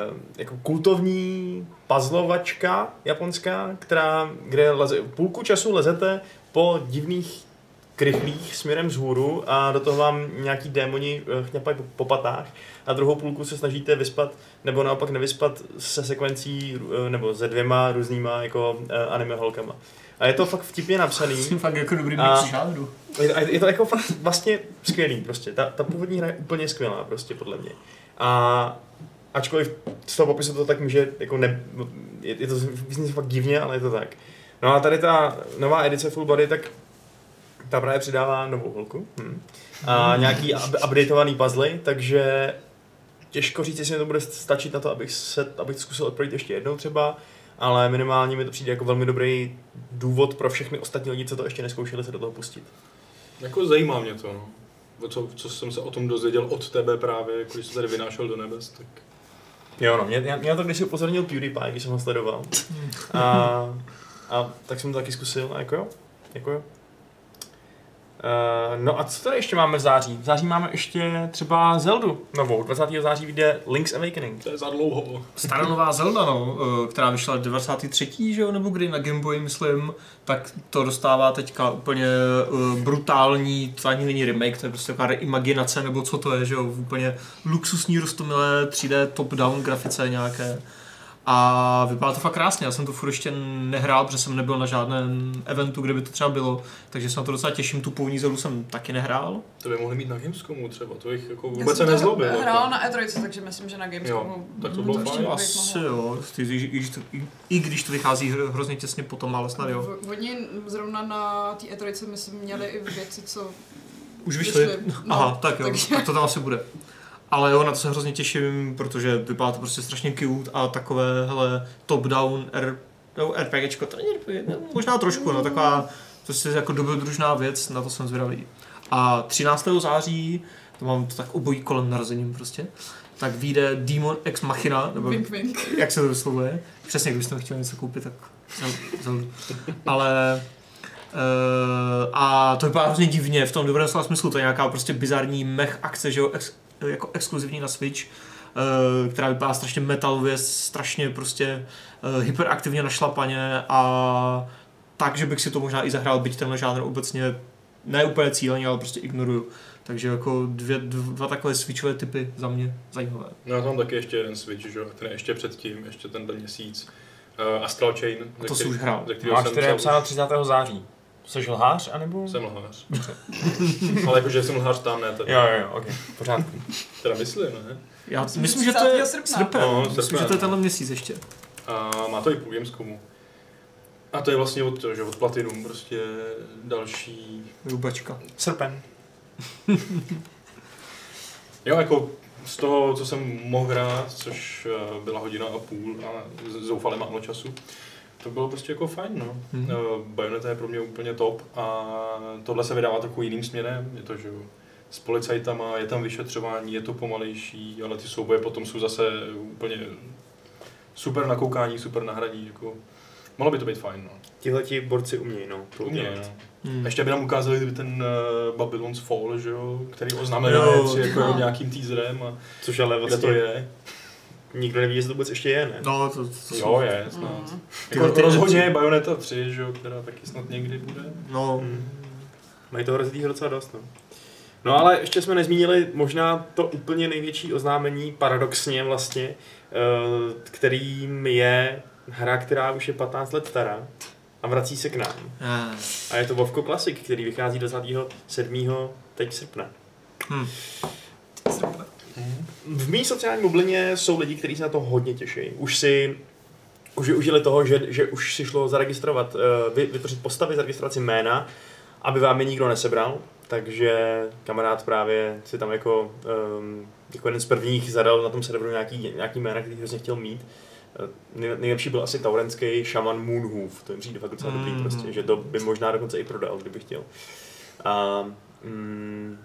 Speaker 1: um, jako kultovní puzzlovačka japonská, která, kde leze, půlku času lezete po divných krychlích směrem vzhůru a do toho vám nějaký démoni eh, chňapají po, po patách a druhou půlku se snažíte vyspat nebo naopak nevyspat se sekvencí eh, nebo se dvěma různýma jako eh, anime holkama. A je to fakt vtipně napsaný.
Speaker 4: Jsem fakt jako dobrý
Speaker 1: A-
Speaker 4: mix žánru.
Speaker 1: Je- A je to jako fakt vlastně skvělý prostě. Ta, ta původní hra je úplně skvělá prostě podle mě. A ačkoliv z toho popisu to tak může, jako ne, je, je to vyzní fakt divně, ale je to tak. No a tady ta nová edice Full Body, tak ta právě přidává novou holku hm. a nějaký up- updateovaný puzzle, takže těžko říct, jestli mi to bude stačit na to, abych, se, abych zkusil odprojít ještě jednou třeba, ale minimálně mi to přijde jako velmi dobrý důvod pro všechny ostatní lidi, co to ještě neskoušeli, se do toho pustit.
Speaker 2: Jako zajímá mě to, no. jako Co, co jsem se o tom dozvěděl od tebe právě, když jsi tady vynášel do nebes, tak
Speaker 5: Jo, no, mě, já, mě na to když si upozornil PewDiePie, když jsem ho sledoval. A, a tak jsem to taky zkusil, a jako jo, jako jo. Uh, no a co tady ještě máme v září? V září máme ještě třeba Zeldu novou. 20. září vyjde Link's Awakening.
Speaker 2: To je za dlouho.
Speaker 4: Stará nová Zelda, no, eh, která vyšla 93. že jo, nebo kdy na Game Boy, myslím, tak to dostává teďka úplně eh, brutální, to ani není remake, to je prostě taková reimaginace, nebo co to je, že jo, v úplně luxusní rostomilé 3D top-down grafice nějaké. A vypadá to fakt krásně, já jsem to furt ještě nehrál, protože jsem nebyl na žádném eventu, kde by to třeba bylo, takže se na to docela těším, tu původní zelu jsem taky nehrál.
Speaker 2: To by mohli mít na Gamescomu třeba, to jich jako
Speaker 3: Já
Speaker 2: vůbec se
Speaker 3: jsem to
Speaker 2: nezlobí.
Speaker 3: Hrál na E3, takže myslím, že na Gamescomu.
Speaker 2: Jo, tak to
Speaker 3: hm,
Speaker 2: bylo fajn.
Speaker 3: určitě bych
Speaker 4: Asi
Speaker 3: mohla.
Speaker 4: jo, i, i, i, i když to vychází hro- hrozně těsně potom, ale snad jo.
Speaker 3: V- Oni zrovna na té E3, myslím, měli i věci, co...
Speaker 4: Už vyšly?
Speaker 3: No,
Speaker 4: Aha, tak jo,
Speaker 3: takže-
Speaker 4: tak to tam asi bude. Ale jo, na to se hrozně těším, protože vypadá to prostě strašně cute a takové, hele, top-down R, no, RPGčko, to není RPG, no, možná trošku, no, taková prostě jako dobrodružná věc, na to jsem zvědavý. A 13. září, to mám to tak obojí kolem narozením prostě, tak vyjde Demon Ex Machina, nebo
Speaker 3: Wink, wink.
Speaker 4: jak se to vyslovuje. Přesně, když jsem chtěl něco koupit, tak zel- zeldu. Ale Uh, a to vypadá hrozně divně, v tom dobrém slova smyslu, to je nějaká prostě bizarní mech akce, že jo, ex, jako exkluzivní na Switch, uh, která vypadá strašně metalově, strašně prostě uh, hyperaktivně našlapaně a tak, že bych si to možná i zahrál, byť tenhle žánr obecně ne úplně cíleně, ale prostě ignoruju. Takže jako dvě, dva takové switchové typy za mě zajímavé.
Speaker 2: No já tam taky ještě jeden Switch, že jo, a ten je ještě předtím, ještě tenhle měsíc. Uh, Astral Chain, ze
Speaker 4: To jsi
Speaker 2: který-
Speaker 4: už hrál.
Speaker 2: ze
Speaker 5: No
Speaker 2: kterého
Speaker 5: a
Speaker 2: jsem,
Speaker 5: které je
Speaker 2: psal,
Speaker 5: psáno 30. září. Jsi lhář, anebo?
Speaker 2: jsem lhář. Ale jakože jsem lhář tam, ne tady.
Speaker 5: Jo, jo, jo, ok, pořád.
Speaker 2: Teda myslím, ne?
Speaker 4: Já
Speaker 3: Myslím,
Speaker 4: myslím, myslím
Speaker 3: že
Speaker 4: že to je
Speaker 3: 30. srpna.
Speaker 4: srpen.
Speaker 2: No,
Speaker 4: myslím,
Speaker 2: srpen,
Speaker 4: že to je
Speaker 2: no.
Speaker 4: tenhle měsíc ještě.
Speaker 2: A má to i půl Gamescomu. A to je vlastně od, toho, že od Platinum, prostě další
Speaker 4: Rubačka.
Speaker 5: Srpen.
Speaker 2: Jo, jako z toho, co jsem mohl hrát, což eh, byla hodina a půl a z- zoufale málo času, to bylo prostě jako fajn, no.
Speaker 4: Mhm.
Speaker 2: Mm. Bayonetta je pro mě úplně top a tohle se vydává trochu jiným směrem, je to, že jo, s policajtama, je tam vyšetřování, je to pomalejší, ale ty souboje potom jsou zase úplně super na koukání, super na hraní, jako mohlo by to být fajn, no.
Speaker 1: Tihleti borci umějí, no. to
Speaker 2: U mě,
Speaker 1: udělat.
Speaker 2: no.
Speaker 4: Hmm.
Speaker 2: Ještě by nám ukázali ten eh, Babylon's Fall, že jo, který
Speaker 4: Jo.
Speaker 2: oznamenal jako
Speaker 3: No.
Speaker 2: nějakým teaserem a
Speaker 1: Což ale
Speaker 2: kde
Speaker 1: vlastně
Speaker 2: to je.
Speaker 1: nikdo neví, jestli to vůbec ještě je, ne?
Speaker 4: No, to, to jsou...
Speaker 2: Jo, je, snad.
Speaker 3: Mm.
Speaker 4: Ty-
Speaker 2: Jako
Speaker 4: ty-
Speaker 2: rozhodně je Bayonetta 3, že jo, která taky snad někdy bude.
Speaker 4: No,
Speaker 2: Mhm.
Speaker 1: Hmm. Mají toho rozjetýho docela dost, no. No ale ještě jsme nezmínili možná to úplně největší oznámení, paradoxně vlastně, eh, kterým je hra, která už je 15 let stará a vrací se k nám.
Speaker 4: eh,
Speaker 1: A je to Vovko Classic, který vychází 27. teď srpna.
Speaker 4: hm.
Speaker 1: V mý sociální bublině jsou lidi, kteří se na to hodně těší. Už si už využili toho, že, že už si šlo zaregistrovat, eh, vy- vytvořit postavy, zaregistrovat si jména, aby vám je nikdo nesebral. Takže kamarád právě si tam jako, um, jako jeden z prvních zadal na tom serveru nějaký, nějaký jména, který hrozně chtěl mít. Eh, nej- Nejlepší byl asi taurenský šaman Moonhoof, to je přijde fakt docela dobrý
Speaker 4: Mm.
Speaker 1: prostě, že to by možná dokonce i prodal, kdyby chtěl. A, mm,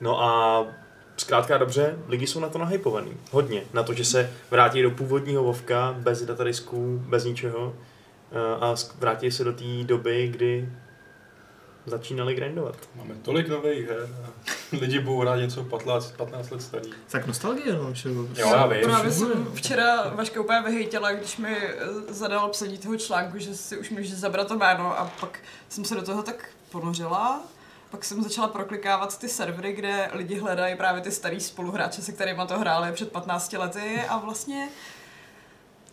Speaker 1: no a zkrátka a dobře, lidi jsou na to nahypovaný. Hodně. Na to, že se vrátí do původního Vovka, bez datadisků, bez ničeho. eh, A sk- vrátí se do té doby, kdy začínali grindovat.
Speaker 2: Máme tolik nových her a lidi budou rádi něco 15, 15 let starý.
Speaker 4: Tak nostalgie, no, že jo.
Speaker 2: Jo, já vím.
Speaker 3: Právě jsem včera Vaška úplně vyhejtila, když mi eh, zadal psaní toho článku, že si už může zabrat to jméno a pak jsem se do toho tak ponořila. Pak jsem začala proklikávat ty servery, kde lidi hledají právě ty starý spoluhráče, se kterými to hráli před 15 lety a vlastně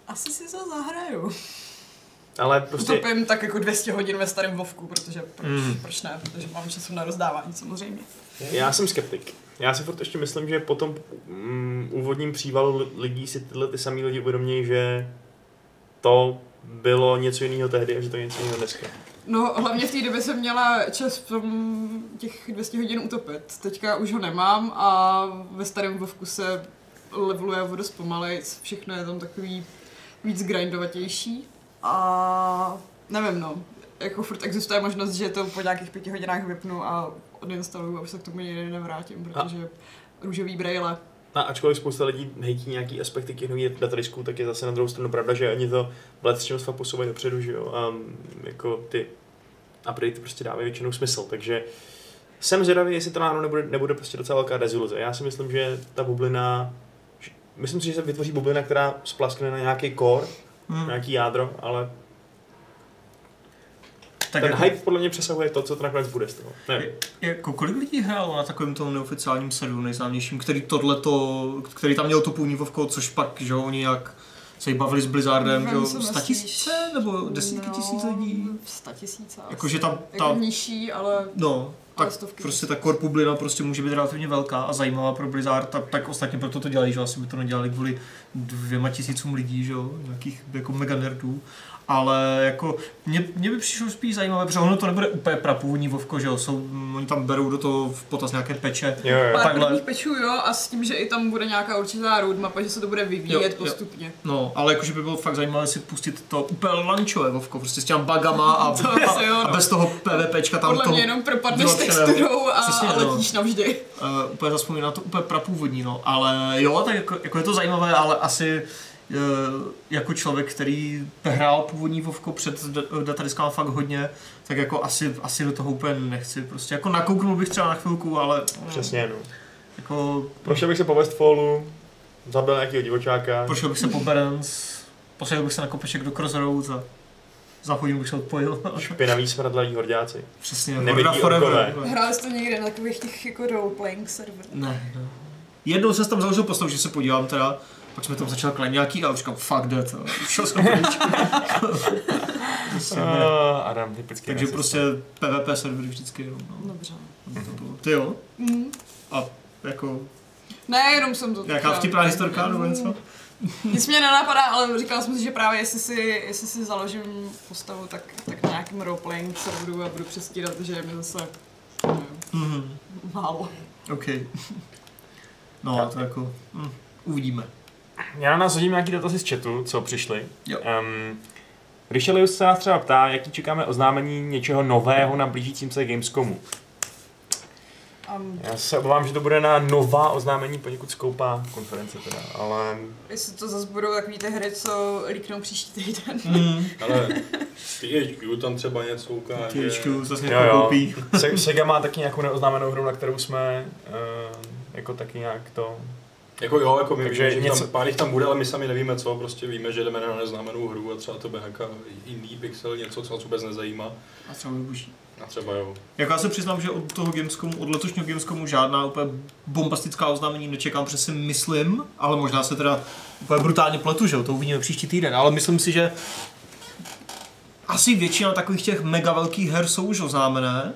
Speaker 3: asi si to zahraju.
Speaker 1: Ale prostě
Speaker 3: Utopím tak jako 200 hodin ve starém Vovku, protože proč,
Speaker 4: Mm.
Speaker 3: proč ne? Protože mám času na rozdávání samozřejmě.
Speaker 1: já jsem skeptik. Já si furt ještě myslím, že po tom mm, úvodním přívalu li- lidí si tyhle ty samý lidi uvědomí, že to bylo něco jiného tehdy a že to je něco jiného dneska.
Speaker 3: No, hlavně v té době jsem měla čas v tom těch 200 hodin utopit. Teďka už ho nemám a ve starém Vovku se leveluje voda zpomalej, všechno je tam takový víc grindovatější. A nevím, no, jako furt existuje možnost, že to po nějakých pěti hodinách vypnu a odinstaluju a už se k tomu nikdy nevrátím, protože růžový brejle.
Speaker 1: A ačkoliv spousta lidí hejtí nějaký aspekty knihový datadisků, tak je zase na druhou stranu pravda, že oni to let s čím fakt posouvají dopředu, že jo. A mm, jako ty updatey prostě dávají většinou smysl, takže jsem zvědavý, jestli to náhodou nebude, nebude prostě docela velká deziluze. Já si myslím, že ta bublina, že- myslím si, že se vytvoří bublina, která splaskne na nějaký core,
Speaker 4: Hmm.
Speaker 1: nějaký jádro, ale
Speaker 4: Tak
Speaker 1: ten
Speaker 4: jako,
Speaker 1: hype podle mě přesahuje to, co to nakonec bude z toho. Ne.
Speaker 4: jako, kolik lidí hrálo na takovém tom neoficiálním sedu nejznámějším, který tohleto, který tam měl to půlnívovko, což pak, že jo, oni jak se jí bavili s Blizzardem, že jo,
Speaker 3: Myslím,
Speaker 4: statisíce
Speaker 3: myslíš-
Speaker 4: nebo desítky tisíc lidí.
Speaker 3: Statisíce.
Speaker 4: Jakože tam
Speaker 3: Jako
Speaker 4: ta,
Speaker 3: nižší, ale
Speaker 4: no, tak
Speaker 3: ale stovky
Speaker 4: prostě
Speaker 3: tisíc.
Speaker 4: ta core publina prostě může být relativně velká a zajímavá pro Blizzard, tak, tak ostatně proto to dělají, že jo, asi by to nedělali kvůli dvěma tisícům lidí, že jo, nějakých jako mega nerdů. Ale jako, mě, mě by přišlo spíš zajímavé, protože ono to nebude úplně prapůvodní vovko, že jo, jsou, mm, oni tam berou do toho v potaz nějaké peče.
Speaker 1: Jo, jo.
Speaker 3: pár
Speaker 4: takhle.
Speaker 3: prvních pečů, jo, a s tím, že i tam bude nějaká určitá roadmapa, že se to bude vyvíjet
Speaker 4: Jo, jo.
Speaker 3: postupně.
Speaker 4: No, ale jakože by bylo fakt zajímavé si pustit to úplně lančové vovko, prostě s těma bagama a,
Speaker 3: To
Speaker 4: a,
Speaker 3: asi jo,
Speaker 4: a
Speaker 3: no.
Speaker 4: bez toho PVPčka tam
Speaker 3: Podle
Speaker 4: toho
Speaker 3: mě jenom propadneš
Speaker 4: Bylo třeba-
Speaker 3: texturou a,
Speaker 4: Přesně,
Speaker 3: a
Speaker 4: no.
Speaker 3: letíš navždy.
Speaker 4: Uh, úplně zapomíná to úplně prapůvodní, no. Ale jo, tak jako, jako je to zajímavé, ale asi uh, jako člověk, který hrál původní Vovko před da- datadiskama fakt hodně, tak jako asi, asi do toho úplně nechci. Prostě jako nakouknul bych třeba na chvilku, ale eh,
Speaker 1: Přesně, no.
Speaker 4: jako
Speaker 1: Prošel bych se po Westfallu, zabil nějakého divočáka.
Speaker 4: prošel bych se po Berens, posadil bych se na kopeček do Crossroads a za hodinu bych se odpojil.
Speaker 1: Špinaví smradlaví hordáci.
Speaker 4: Přesně,
Speaker 1: Nevidí
Speaker 4: Horda forever.
Speaker 1: okové.
Speaker 3: Hráli jste někde na takových těch jako roleplaying server.
Speaker 4: Ne, no. Jednou jsem si tam založil postavu, že se podívám teda, pak jsme tam začali klenit nějaký a už říkám, fuck that, a šel jsem pryč. Prostě ne.
Speaker 5: Uh, Adam, typický
Speaker 4: Takže
Speaker 5: rasista.
Speaker 4: prostě PvP servery vždycky jenom. No.
Speaker 3: Dobře.
Speaker 4: To bylo- Ty jo,
Speaker 3: Mm.
Speaker 4: jako
Speaker 3: Ne, jenom jsem to
Speaker 4: nějaká
Speaker 3: tak-
Speaker 4: vtipná historka nebo něco.
Speaker 3: Nic mě nenapadá, ale říkal jsem si, že právě jestli si, jestli si založím postavu, tak, tak na nějakým roleplaying serveru a budu přestírat, že je mi zase nevím,
Speaker 4: Mhm,
Speaker 3: málo.
Speaker 4: OK. No, to jako, mm, uvidíme.
Speaker 5: Já na nás hodím nějaký dotazy z chatu, co přišly.
Speaker 4: Jo.
Speaker 5: Um, Richelius se nás třeba ptá, jaký čekáme oznámení něčeho nového na blížícím se Gamescomu.
Speaker 3: Um,
Speaker 5: Já se obávám, že to bude na nová oznámení poněkud skoupá konference teda, ale
Speaker 3: jestli to zase budou takový ty hry, co líknou příští týden.
Speaker 4: Mm,
Speaker 2: Ale THQ tam třeba něco ukáže.
Speaker 4: THQ zase
Speaker 5: Jo, jo.
Speaker 4: něco koupí.
Speaker 5: Se- Sega má taky nějakou neoznámenou hru, na kterou jsme uh, jako taky nějak to...
Speaker 2: Jako jo, jako my
Speaker 5: Takže
Speaker 2: Takže víme, něco...
Speaker 5: něco-
Speaker 2: tam, pár jich tam bude, ale my sami nevíme co, prostě víme, že jdeme na neznámenou hru a třeba to bude nějaká indie pixel, něco, co nás vůbec nezajímá.
Speaker 4: A třeba vybuší.
Speaker 2: A třeba jo.
Speaker 4: Jako já se přiznám, že od toho Gamescomu, od letošního Gamescomu žádná úplně bombastická oznámení nečekám, protože si myslím, ale možná se teda úplně brutálně pletu, že jo, to uvidíme příští týden, ale myslím si, že asi většina takových těch mega velkých her jsou už oznámené,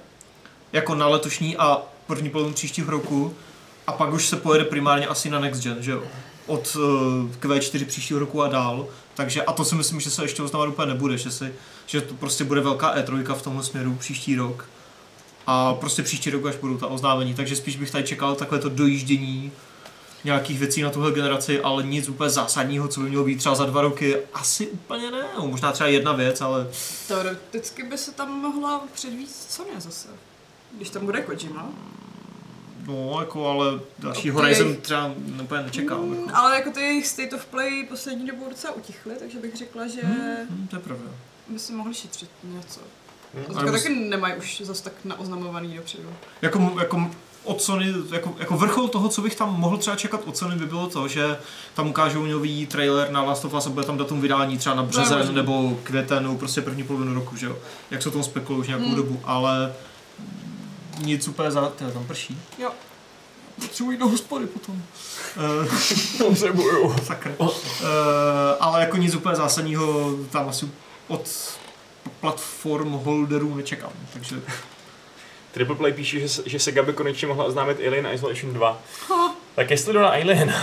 Speaker 4: jako na letošní a první polovinu příštího roku, a pak už se pojede primárně asi na next gen, že jo? Od uh, Q4 příštího roku a dál. Takže a to si myslím, že se ještě oznamovat úplně nebude, že, si, že to prostě bude velká E3 v tomhle směru příští rok. A prostě příští rok až budou ta oznámení, takže spíš bych tady čekal takové to dojíždění nějakých věcí na tuhle generaci, ale nic úplně zásadního, co by mělo být třeba za dva roky, asi úplně ne, no, možná třeba jedna věc, ale
Speaker 3: Teoreticky by se tam mohla předvíct Sony zase. Když tam bude Kojima.
Speaker 4: no jako, ale další
Speaker 3: Ok.
Speaker 4: Horizon třeba úplně nečekám. Jako.
Speaker 3: Mm, ale jako ty jejich state of play poslední dobou docela utichly, takže bych řekla, že
Speaker 4: Hm, to je pravda.
Speaker 3: by si mohli šetřit něco.
Speaker 1: Hmm,
Speaker 3: Hmm,
Speaker 4: ale
Speaker 3: taky nemají už zase tak naoznamovaný dopředu.
Speaker 4: Jako, jako od Sony, jako, jako vrchol toho, co bych tam mohl třeba čekat od Sony, by bylo to, že tam ukážou nový trailer na Last of Us a bude tam datum vydání třeba na
Speaker 3: To je
Speaker 4: březen
Speaker 3: možný.
Speaker 4: nebo květen, prostě první polovinu roku, že jo? Jak se o tom spekuluje už nějakou
Speaker 3: Hmm.
Speaker 4: dobu, ale nic úplně za... Tyhle, tam prší.
Speaker 3: Jo.
Speaker 4: Potřebuji do hospody potom. Eh,
Speaker 5: Potřebuju.
Speaker 4: Sakra. Uh, ale jako nic úplně zásadního tam asi od platform holderů nečekám, takže
Speaker 1: Triple Play píše, že, se- že Sega by konečně mohla oznámit Alien Isolation 2.
Speaker 5: Tak jestli jdu na Alien,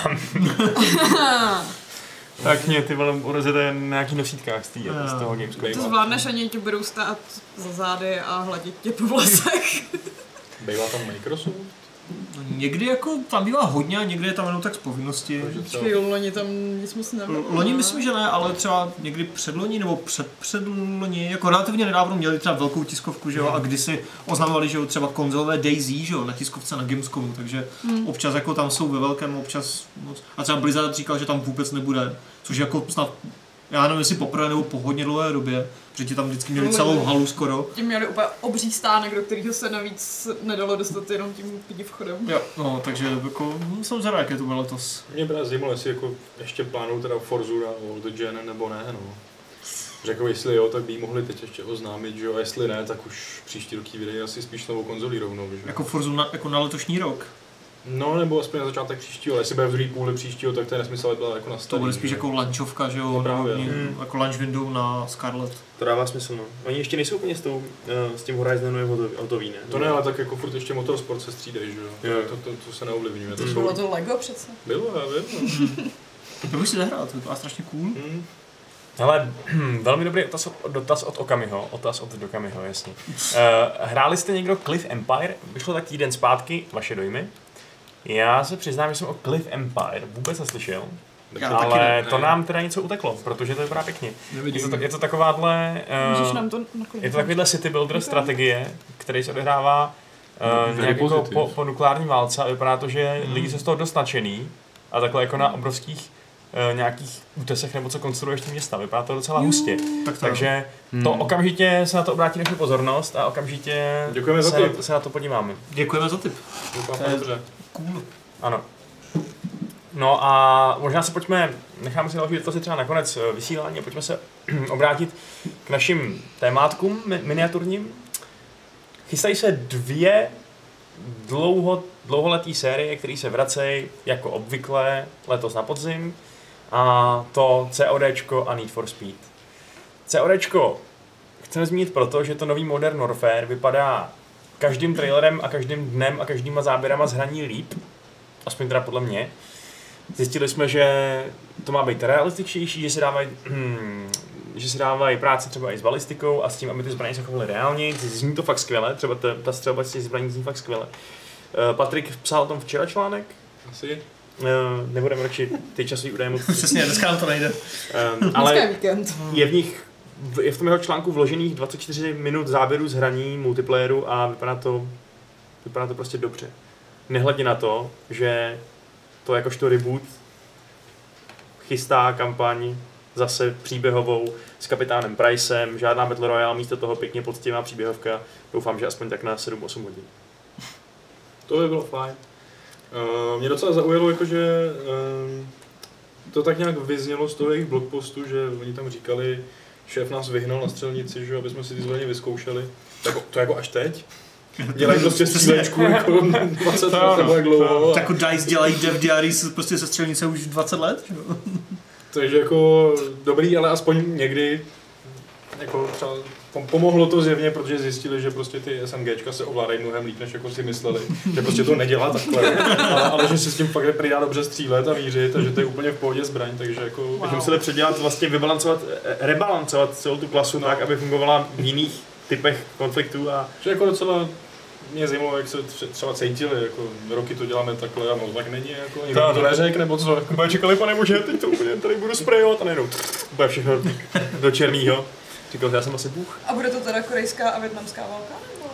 Speaker 1: Tak mě ty vole urozete na nějakých nosítkách z, tý,
Speaker 4: Jo.
Speaker 1: z toho Gamescomu.
Speaker 3: To zvládneš, ani ti budou stát za zády a hladit tě po vlasech.
Speaker 2: Bývá tam Microsoft?
Speaker 4: Někdy jako tam bývá hodně a někdy je tam jenom tak z povinnosti.
Speaker 2: Takže třeba
Speaker 3: Počkej, loni tam nic moc nebylo. No.
Speaker 4: L- Loni myslím, že ne, ale třeba někdy předloni nebo předpředloni, jako relativně nedávno měli třeba velkou tiskovku, že jo, a kdysi oznamovali, že jo, třeba konzolové Daisy, že jo, na tiskovce na Gamescomu, takže občas jako tam jsou ve velkém, občas moc. A třeba Blizzard říkal, že tam vůbec nebude, což jako snad, já nevím, jestli poprvé nebo po hodně dlouhé době, protože ti tam vždycky měli
Speaker 3: No,
Speaker 4: celou
Speaker 3: nevím.
Speaker 4: halu skoro.
Speaker 3: Tím měli úplně obří stánek, do kterého se navíc nedalo dostat jenom tím pidi vchodem.
Speaker 4: Jo, no, takže jako hm, jsem zvědavý, jak je to bylo letos.
Speaker 2: Mě právě zajímalo, jestli jako ještě plánují teda Forzura o The Gen nebo ne, no. Řekl, jestli jo, tak by jí mohli teď ještě oznámit, že jo, a jestli ne, tak už příští rok jí vydají asi spíš novou konzoli rovnou, že jo.
Speaker 4: Jako Forzu na, jako na letošní rok.
Speaker 2: No, nebo aspoň na začátek příštího, ale jestli bude v druhý půli příštího, tak to je nesmysl, aby byla jako na
Speaker 4: To
Speaker 2: starý,
Speaker 4: bude
Speaker 2: že
Speaker 4: spíš
Speaker 2: jo.
Speaker 4: jako lančovka, že jo,
Speaker 2: No právě,
Speaker 4: nebo
Speaker 2: no.
Speaker 4: ně- jako launch window na Scarlet.
Speaker 6: To dává smysl, no. Oni ještě nejsou úplně s, tou, eh, s tím Horizonem hotový, hotový, ne?
Speaker 2: To ne, ale tak jako furt ještě motorsport se střídají, že jo.
Speaker 6: Jo.
Speaker 2: To, to, to, se neovlivňuje,
Speaker 4: Mhm.
Speaker 2: to
Speaker 3: Bylo
Speaker 2: jsou...
Speaker 3: to Lego přece.
Speaker 2: Bylo, já vím, no.
Speaker 4: To bych si zahrál, to bylo strašně cool.
Speaker 2: Hm.
Speaker 1: Hele, velmi dobrý dotaz, dotaz od Okamiho, otaz od Dokamiho, jasně. Uh, hráli jste někdo Cliff Empire? Vyšlo tak týden zpátky, vaše dojmy. Já se přiznám, že jsem o Cliff Empire vůbec neslyšel,
Speaker 4: Já
Speaker 1: ale
Speaker 4: taky ne.
Speaker 1: to nám teda něco uteklo, protože to vypadá pěkně. Je to,
Speaker 3: Nevidím.
Speaker 1: tak- je to takováhle...
Speaker 3: Můžeš
Speaker 1: Uh,
Speaker 3: nám to nakonec.
Speaker 1: je to takovýhle city builder strategie, který se odehrává uh,
Speaker 2: Very
Speaker 1: nějak jako
Speaker 2: positive. Hmm.
Speaker 1: po, po nukleární válce a vypadá to, že lidi jsou z toho dost nadšený a takhle jako na obrovských eh, nějakých útesech nebo co konstruuješ ty města. Vypadá to docela hustě.
Speaker 4: Tak to
Speaker 1: Takže to
Speaker 2: Hmm.
Speaker 1: okamžitě se na to obrátí naše pozornost a okamžitě
Speaker 2: Děkujeme za
Speaker 1: se, na
Speaker 2: tip.
Speaker 1: to, se na to podíváme.
Speaker 4: Děkujeme za tip.
Speaker 2: Doufám,
Speaker 4: To je-
Speaker 2: že-
Speaker 4: Cool.
Speaker 1: Ano. No a možná se pojďme, necháme si další dotazy třeba na konec eh, vysílání a pojďme se obrátit k našim témátkům mi- miniaturním. Chystají se dvě dlouho, dlouholetý série, které se vracejí jako obvykle letos na podzim. A to CODčko a Need for Speed. CODčko chceme zmínit proto, že to nový Modern Warfare vypadá každým trailerem a každým dnem a každýma záběrama z hraní líp. Aspoň teda podle mě. Zjistili jsme, že to má být realističtější, že se dávají, hm, že se dávají práce třeba i s balistikou a s tím, aby ty zbraně se chovaly reálně. Zní to fakt skvěle, třeba ta, ta střelba z těch zbraní zní fakt skvěle. Eh, Patrik psal o tom včera článek,
Speaker 2: Asi.
Speaker 1: Eh, nebudeme radši ty časové údaje moc.
Speaker 4: Přesně, dneska nám to nejde.
Speaker 1: Ehm,
Speaker 3: Dneska je
Speaker 1: ale
Speaker 3: víkend.
Speaker 1: je v nich v- je v tom jeho článku vložených 24 minut záběru z hraní multiplayeru a vypadá to, vypadá to prostě dobře. Nehledě na to, že to jakožto reboot chystá kampaň zase příběhovou s kapitánem Pricem, žádná Battle Royale, místo toho pěkně poctivá příběhovka. Doufám, že aspoň tak na 7-8 hodin.
Speaker 2: To by bylo fajn. Uh, mě docela zaujalo, jakože um, to tak nějak vyznělo z toho jejich blogpostu, že oni tam říkali, šéf nás vyhnal na střelnici, že jo, aby jsme si ty zbraně vyzkoušeli. Tak to jako až teď. Dělají prostě střílečku jako 20
Speaker 1: To ano,
Speaker 2: let nebo jak dlouho.
Speaker 4: Tak jako DICE dělají Dev Diaries prostě se střelnice už 20 let. že jo?
Speaker 2: Takže jako dobrý, ale aspoň někdy jako třeba pom- pomohlo to zjevně, protože zjistili, že prostě ty SMGčka se ovládají mnohem líp, než jako si mysleli. Že prostě to nedělá takhle, ale, ale že si s tím fakt prý dá dobře střílet a mířit a že to je úplně v pohodě zbraň, takže jako...
Speaker 1: Wow. Museli předělat, vlastně vybalancovat, eh, rebalancovat celou tu klasu tak, aby fungovala v jiných typech konfliktů a
Speaker 2: Že jako docela mě zajímalo, jak se tře- třeba cítili, jako roky to děláme takhle a no tak není, jako nikdo
Speaker 1: Tak.
Speaker 2: to neřek, nebo co. Jako.
Speaker 1: Úplně čekali, pane bože, teď to úplně tady budu sprejovat a najednou bude všechno do černýho. Říkal, já jsem asi bůh.
Speaker 3: A bude to teda korejská a větnamská válka? nebo-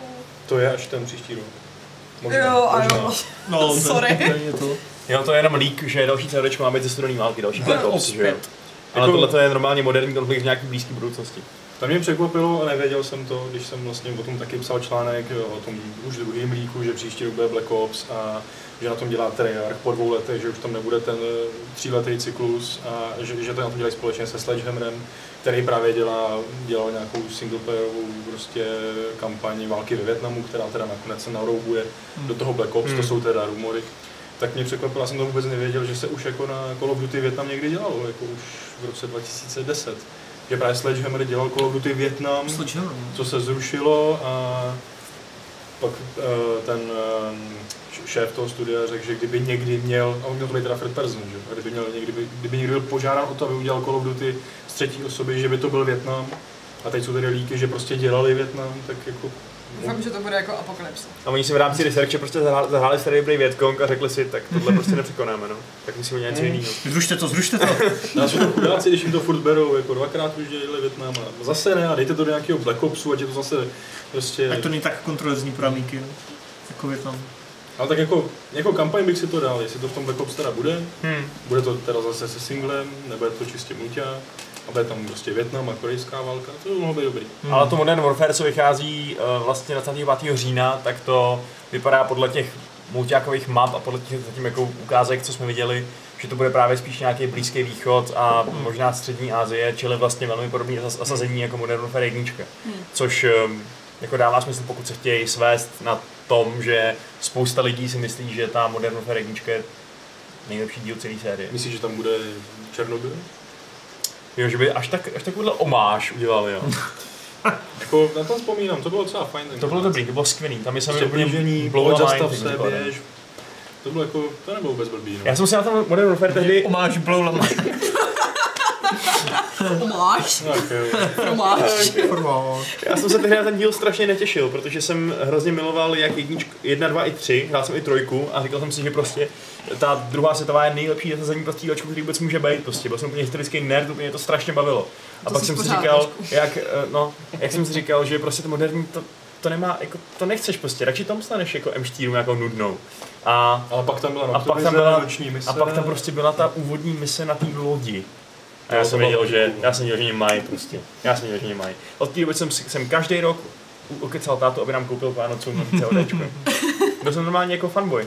Speaker 2: To je až ten příští rok.
Speaker 3: Jo, a jo.
Speaker 4: No,
Speaker 3: Sorry.
Speaker 4: To, to je to.
Speaker 1: Jo, to je jenom lík, že další CDčko má být ze studený války, další Black Ops, že jo. Ale
Speaker 2: Jako-
Speaker 1: tohle to je normálně moderní konflikt v nějaký blízké budoucnosti.
Speaker 2: Tam mě překvapilo a nevěděl jsem to, když jsem vlastně o tom taky psal článek jo, o tom už druhém líku, že příští rok bude Black Ops a že na tom dělá Treyarch po dvou letech, že už tam nebude ten eh, tříletý cyklus a že, že to na tom dělají společně se Sledgehammerem, který právě dělá, dělal nějakou singleplayerovou prostě kampaň války ve Větnamu, která teda nakonec se naroubuje do toho Black Ops, to jsou teda rumory. Tak mě překvapilo, já jsem to vůbec nevěděl, že se už jako na Call of Duty Větnam někdy dělalo, jako už v roce 2010. Že právě Sledgehammer dělal Call of Duty Větnam,
Speaker 4: Sledgehammer, no.
Speaker 2: co se zrušilo a pak eh, ten eh, šéf toho studia řekl, že kdyby někdy měl, a on měl to být teda third person, že? A kdyby, měl, někdy, kdyby někdy byl požádán o to, aby udělal Call of Duty z třetí osoby, že by to byl Větnam, a teď jsou tady líky, že prostě dělali Větnam, tak jako
Speaker 7: Doufám, že to bude jako apokalypsa.
Speaker 8: A oni si v rámci researche prostě zahráli, zahráli starý Brave Vietcong a řekli si, tak tohle prostě nepřekonáme, no. Tak musíme dělat
Speaker 1: Hmm.
Speaker 8: něco jiného.
Speaker 4: Zrušte to, zrušte to.
Speaker 2: Já jsou to chudáci, když jim to furt berou, jako dvakrát už dělali Větnam a zase ne, a dejte to do nějakého Black Opsu, ať je to zase prostě...
Speaker 4: tak to není tak kontroverzní pro amíky, no. Jako Větnam.
Speaker 2: Ale tak jako, jako kampaň bych si to dal, jestli to v tom Black Ops teda bude,
Speaker 1: Hmm.
Speaker 2: bude to teda zase se singlem, nebo je to čistě muťa, a bude tam prostě Větnam a korejská válka, to by mohlo být dobrý.
Speaker 1: Hmm. Ale to Modern Warfare, co vychází eh, vlastně 25. října, tak to vypadá podle těch multiákových map a podle těch zatím jako ukázek, co jsme viděli, že to bude právě spíš nějaký Blízký východ a možná Střední Asie, čili vlastně velmi podobné zas- zasazení jako Modern Warfare 1. Což ehm, jako dává smysl, pokud se chtějí svést na tom, že spousta lidí si myslí, že ta Modern Warfare 1 je nejlepší díl celé série.
Speaker 2: Myslíš, že tam bude Černobyl?
Speaker 1: Jo, že by až, tak, až takovýhle omáž udělali, jo.
Speaker 2: Jako, na to vzpomínám, to bylo docela fajn. Prostě
Speaker 1: To bylo dobrý, to bylo skvělý, tam jsem
Speaker 2: Ještě blížení, plout zastav se,
Speaker 1: běž.
Speaker 2: běž. To bylo jako, to nebylo vůbec blbý, no.
Speaker 1: Já jsem si na tom Modern Warfare tehdy,
Speaker 4: Omáš bloulama.
Speaker 7: To máš,
Speaker 2: No, Tak, jo.
Speaker 7: to máš.
Speaker 8: Já jsem se tehdy na ten díl strašně netěšil, protože jsem hrozně miloval jak jedničku, jedna, dva i tři, hrál jsem i trojku a říkal jsem si, že prostě
Speaker 1: ta druhá světová je nejlepší zasazení pro střílečku, který vůbec může být, prostě byl jsem úplně historický nerd, úplně mě to strašně bavilo. A
Speaker 7: To
Speaker 1: pak
Speaker 7: jsi
Speaker 1: jsem si
Speaker 7: pořád
Speaker 1: říkal, jak, eh, no, jak jsem si říkal, že prostě to moderní, to, to nemá, jako, to nechceš prostě, radši tam staneš jako M4 nějakou nudnou. A,
Speaker 2: Ale pak tam byla
Speaker 1: a pak
Speaker 2: nocturize,
Speaker 1: tam byla,
Speaker 2: noční mise.
Speaker 1: a pak tam prostě byla ta úvodní mise na té lodi. A já
Speaker 2: To
Speaker 1: jsem
Speaker 2: bylo
Speaker 1: věděl, že,
Speaker 2: cool.
Speaker 1: já jsem věděl, že mě mají prostě. Já jsem věděl, že mě mají. Od té doby jsem, si- jsem každý rok u- okecal tátu, aby nám koupil k Vánocům CODčko. Byl jsem normálně jako fanboy.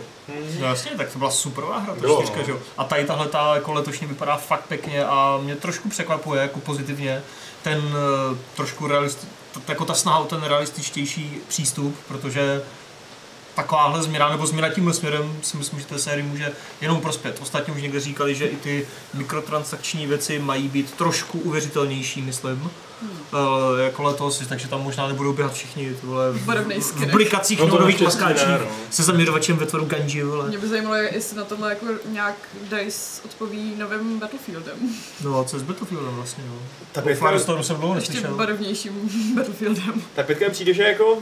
Speaker 4: No jasně, tak to byla superová hra, ta
Speaker 2: Bylo,
Speaker 4: čtyřka,
Speaker 2: no.
Speaker 4: že jo. A tady tahle ta jako letošní vypadá fakt pěkně a mě trošku překvapuje jako pozitivně ten eh, trošku realist, t- jako ta snaha o ten realističtější přístup, protože takováhle změna nebo změna tímhle směrem si myslím, že té sérii může jenom prospět. Ostatně už někde říkali, že i ty mikrotransakční věci mají být trošku uvěřitelnější, myslím, eh, jako letos, takže tam možná nebudou běhat všichni tyhle v
Speaker 3: Barevnej
Speaker 4: v
Speaker 3: skin.
Speaker 4: blikacích
Speaker 2: No to
Speaker 4: nových
Speaker 2: naštěstí ne,
Speaker 4: maskáčích
Speaker 2: no.
Speaker 4: se zaměrovačem ve tvaru ganji, vole.
Speaker 3: Mě by zajímalo, jestli na tomhle jako nějak DICE odpoví novým Battlefieldem.
Speaker 4: No, co s Battlefieldem vlastně, no.
Speaker 8: ta
Speaker 4: O
Speaker 8: pětka,
Speaker 4: Firestorm jsem dlouho
Speaker 3: Ještě
Speaker 4: neslyšel.
Speaker 3: barevnějším Battlefieldem.
Speaker 8: ta pětka mi přijde, že jako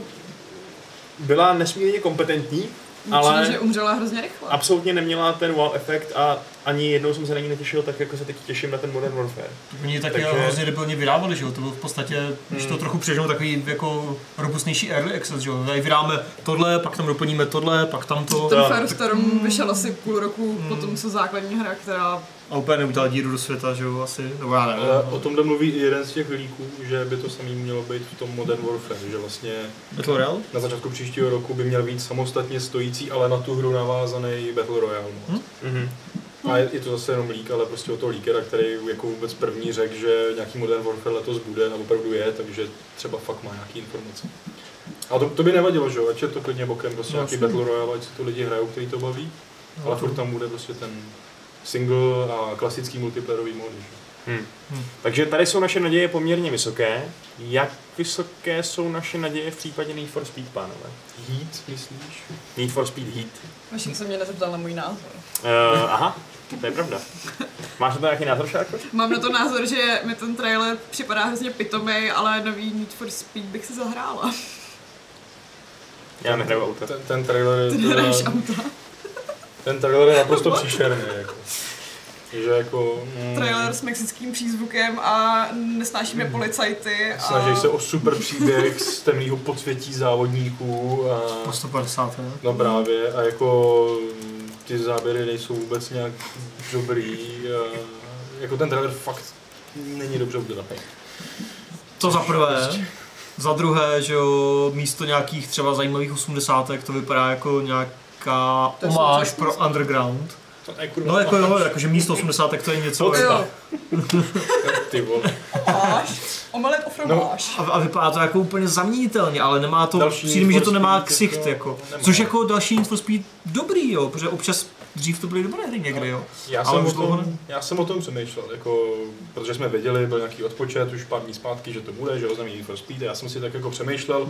Speaker 8: byla nesmírně kompetentní,
Speaker 3: Ale...
Speaker 8: ale
Speaker 3: Přijde, že umřela hrozně rychle. A...
Speaker 8: absolutně neměla ten wow efekt a ani jednou jsem se na ní netěšil tak, jako se teď těším na ten Modern Warfare.
Speaker 4: Oni taky
Speaker 8: Takže-
Speaker 4: Takže... hrozně debilně vydávali, že jo, to byl v podstatě, když to trochu přežnou, takový jako robustnější early access, že jo. Tady vydáme tohle, pak tam doplníme tohle, pak tamto.
Speaker 3: Ten
Speaker 8: Tak.
Speaker 3: Firestorm vyšel asi půl roku
Speaker 1: Hmm.
Speaker 3: po tom, co základní hra, která...
Speaker 4: A úplně neudělal díru do světa, že jo, asi. Nebo já nevím.
Speaker 2: Ale Eh, o tomhle mluví i jeden z těch líků, že by to samý mělo být v tom Modern Warfare, že vlastně
Speaker 4: Battle Royale?
Speaker 2: na začátku příštího roku by měl být samostatně stojící, ale na tu hru navázaný Battle Royale. mod.
Speaker 8: Mhm.
Speaker 2: A je, je to zase jenom lík, ale prostě o toho líkera, který jako vůbec první řekl, že nějaký Modern Warfare letos bude a opravdu je, takže třeba fakt má nějaký informace. A to, to by nevadilo, že jo, ať je to klidně bokem prostě nějaký Battle Royale, ať si to lidi hrajou, který to baví, ale furt tam bude prostě ten single a klasický multiplayerový mody. Že?
Speaker 9: Takže tady jsou naše naděje poměrně vysoké. Jak vysoké jsou naše naděje v případě Need for Speed, pánové?
Speaker 2: Heat, myslíš?
Speaker 9: Need for Speed Heat.
Speaker 3: Vašek se mě nezeptal na můj názor.
Speaker 9: Uh, aha, to je pravda. Máš na to nějaký názor, Šárko?
Speaker 3: Mám na to názor, že mi ten trailer připadá hrozně pitomý, ale nový Need for Speed bych si zahrála.
Speaker 9: Já nehraju auta.
Speaker 2: Ten, ten trailer je
Speaker 3: Ty
Speaker 2: teda-
Speaker 3: hraješ auta.
Speaker 2: ten trailer je naprosto příšerný. Jako. Že jako... Mm,
Speaker 3: Trailer s mexickým přízvukem a nesnášíme policajty. A...
Speaker 2: Snaží Hmm. se o super příběh z temného podsvětí závodníků. A,
Speaker 4: Po 150, ne?
Speaker 2: no právě. A jako mm, ty záběry nejsou vůbec nějak dobrý. A, jako ten trailer fakt není dobře udělaný.
Speaker 4: To za prvé. Za druhé, že jo, místo nějakých třeba zajímavých osmdesátek to vypadá jako nějaká
Speaker 3: To je
Speaker 4: omáž
Speaker 3: současnost.
Speaker 4: pro underground.
Speaker 2: To je kurva.
Speaker 4: No jako jo, jakože místo osmdesátek to je něco. jako-
Speaker 3: Jo,
Speaker 2: Ty vole.
Speaker 3: máš.
Speaker 2: No.
Speaker 3: Omelet ofromáš.
Speaker 4: A, a vypadá to jako úplně zaměnitelně, ale nemá to,
Speaker 2: Další
Speaker 4: další přijde mi, že
Speaker 2: Need
Speaker 4: to
Speaker 2: for
Speaker 4: nemá
Speaker 2: Speed
Speaker 4: ksicht
Speaker 2: jako-
Speaker 4: jako.
Speaker 2: nemá.
Speaker 4: Což jako další Need for Speed dobrý jo, protože občas dřív to byly dobré hry někdy jo.
Speaker 2: Já
Speaker 4: Ale
Speaker 2: jsem, o
Speaker 4: už dlouho
Speaker 2: tom,
Speaker 4: ne.
Speaker 2: já jsem o tom přemýšlel, jako, protože jsme věděli, byl nějaký odpočet už pár dní zpátky, že to bude, že oznámí Need for Speed a já jsem si tak jako přemýšlel,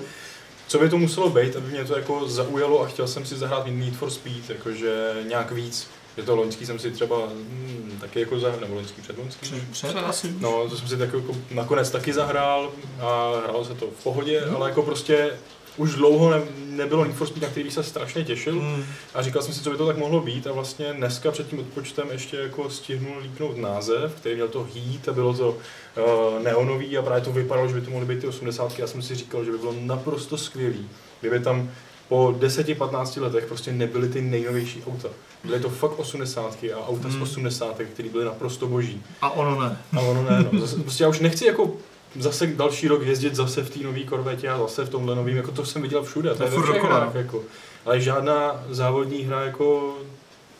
Speaker 2: co by to muselo být, aby mě to jako zaujalo a chtěl jsem si zahrát Need for Speed, jakože nějak víc. Že to loňský jsem si třeba hmm, taky jako zahrál, nebo loňský předloňský.
Speaker 4: Před, před asi.
Speaker 2: Mhm. No, to jsem si tak jako nakonec taky zahrál a hrálo se to v pohodě, ale jako prostě už dlouho ne, nebylo Need for Speed, na který bych se strašně těšil.
Speaker 4: Hmm.
Speaker 2: A říkal jsem si, co by to tak mohlo být a vlastně dneska před tím odpočtem ještě jako stihnul líknout název, který měl to Heat a bylo to uh, neonový a právě to vypadalo, že by to mohly být ty 80. Já jsem si říkal, že by bylo naprosto skvělý, kdyby tam po 10-15 letech prostě nebyly ty nejnovější auta. Byly to fakt 80. a auta z 80. které byly naprosto boží.
Speaker 4: A ono ne.
Speaker 2: A ono ne, no. Zase, prostě já už nechci jako zase další rok jezdit zase v té nové korvetě a zase v tomhle novém, jako to jsem viděl všude, to
Speaker 4: To
Speaker 2: je
Speaker 4: je
Speaker 2: ve
Speaker 4: furt
Speaker 2: všech
Speaker 4: dokola.
Speaker 2: hrách, jako. Ale žádná závodní hra jako,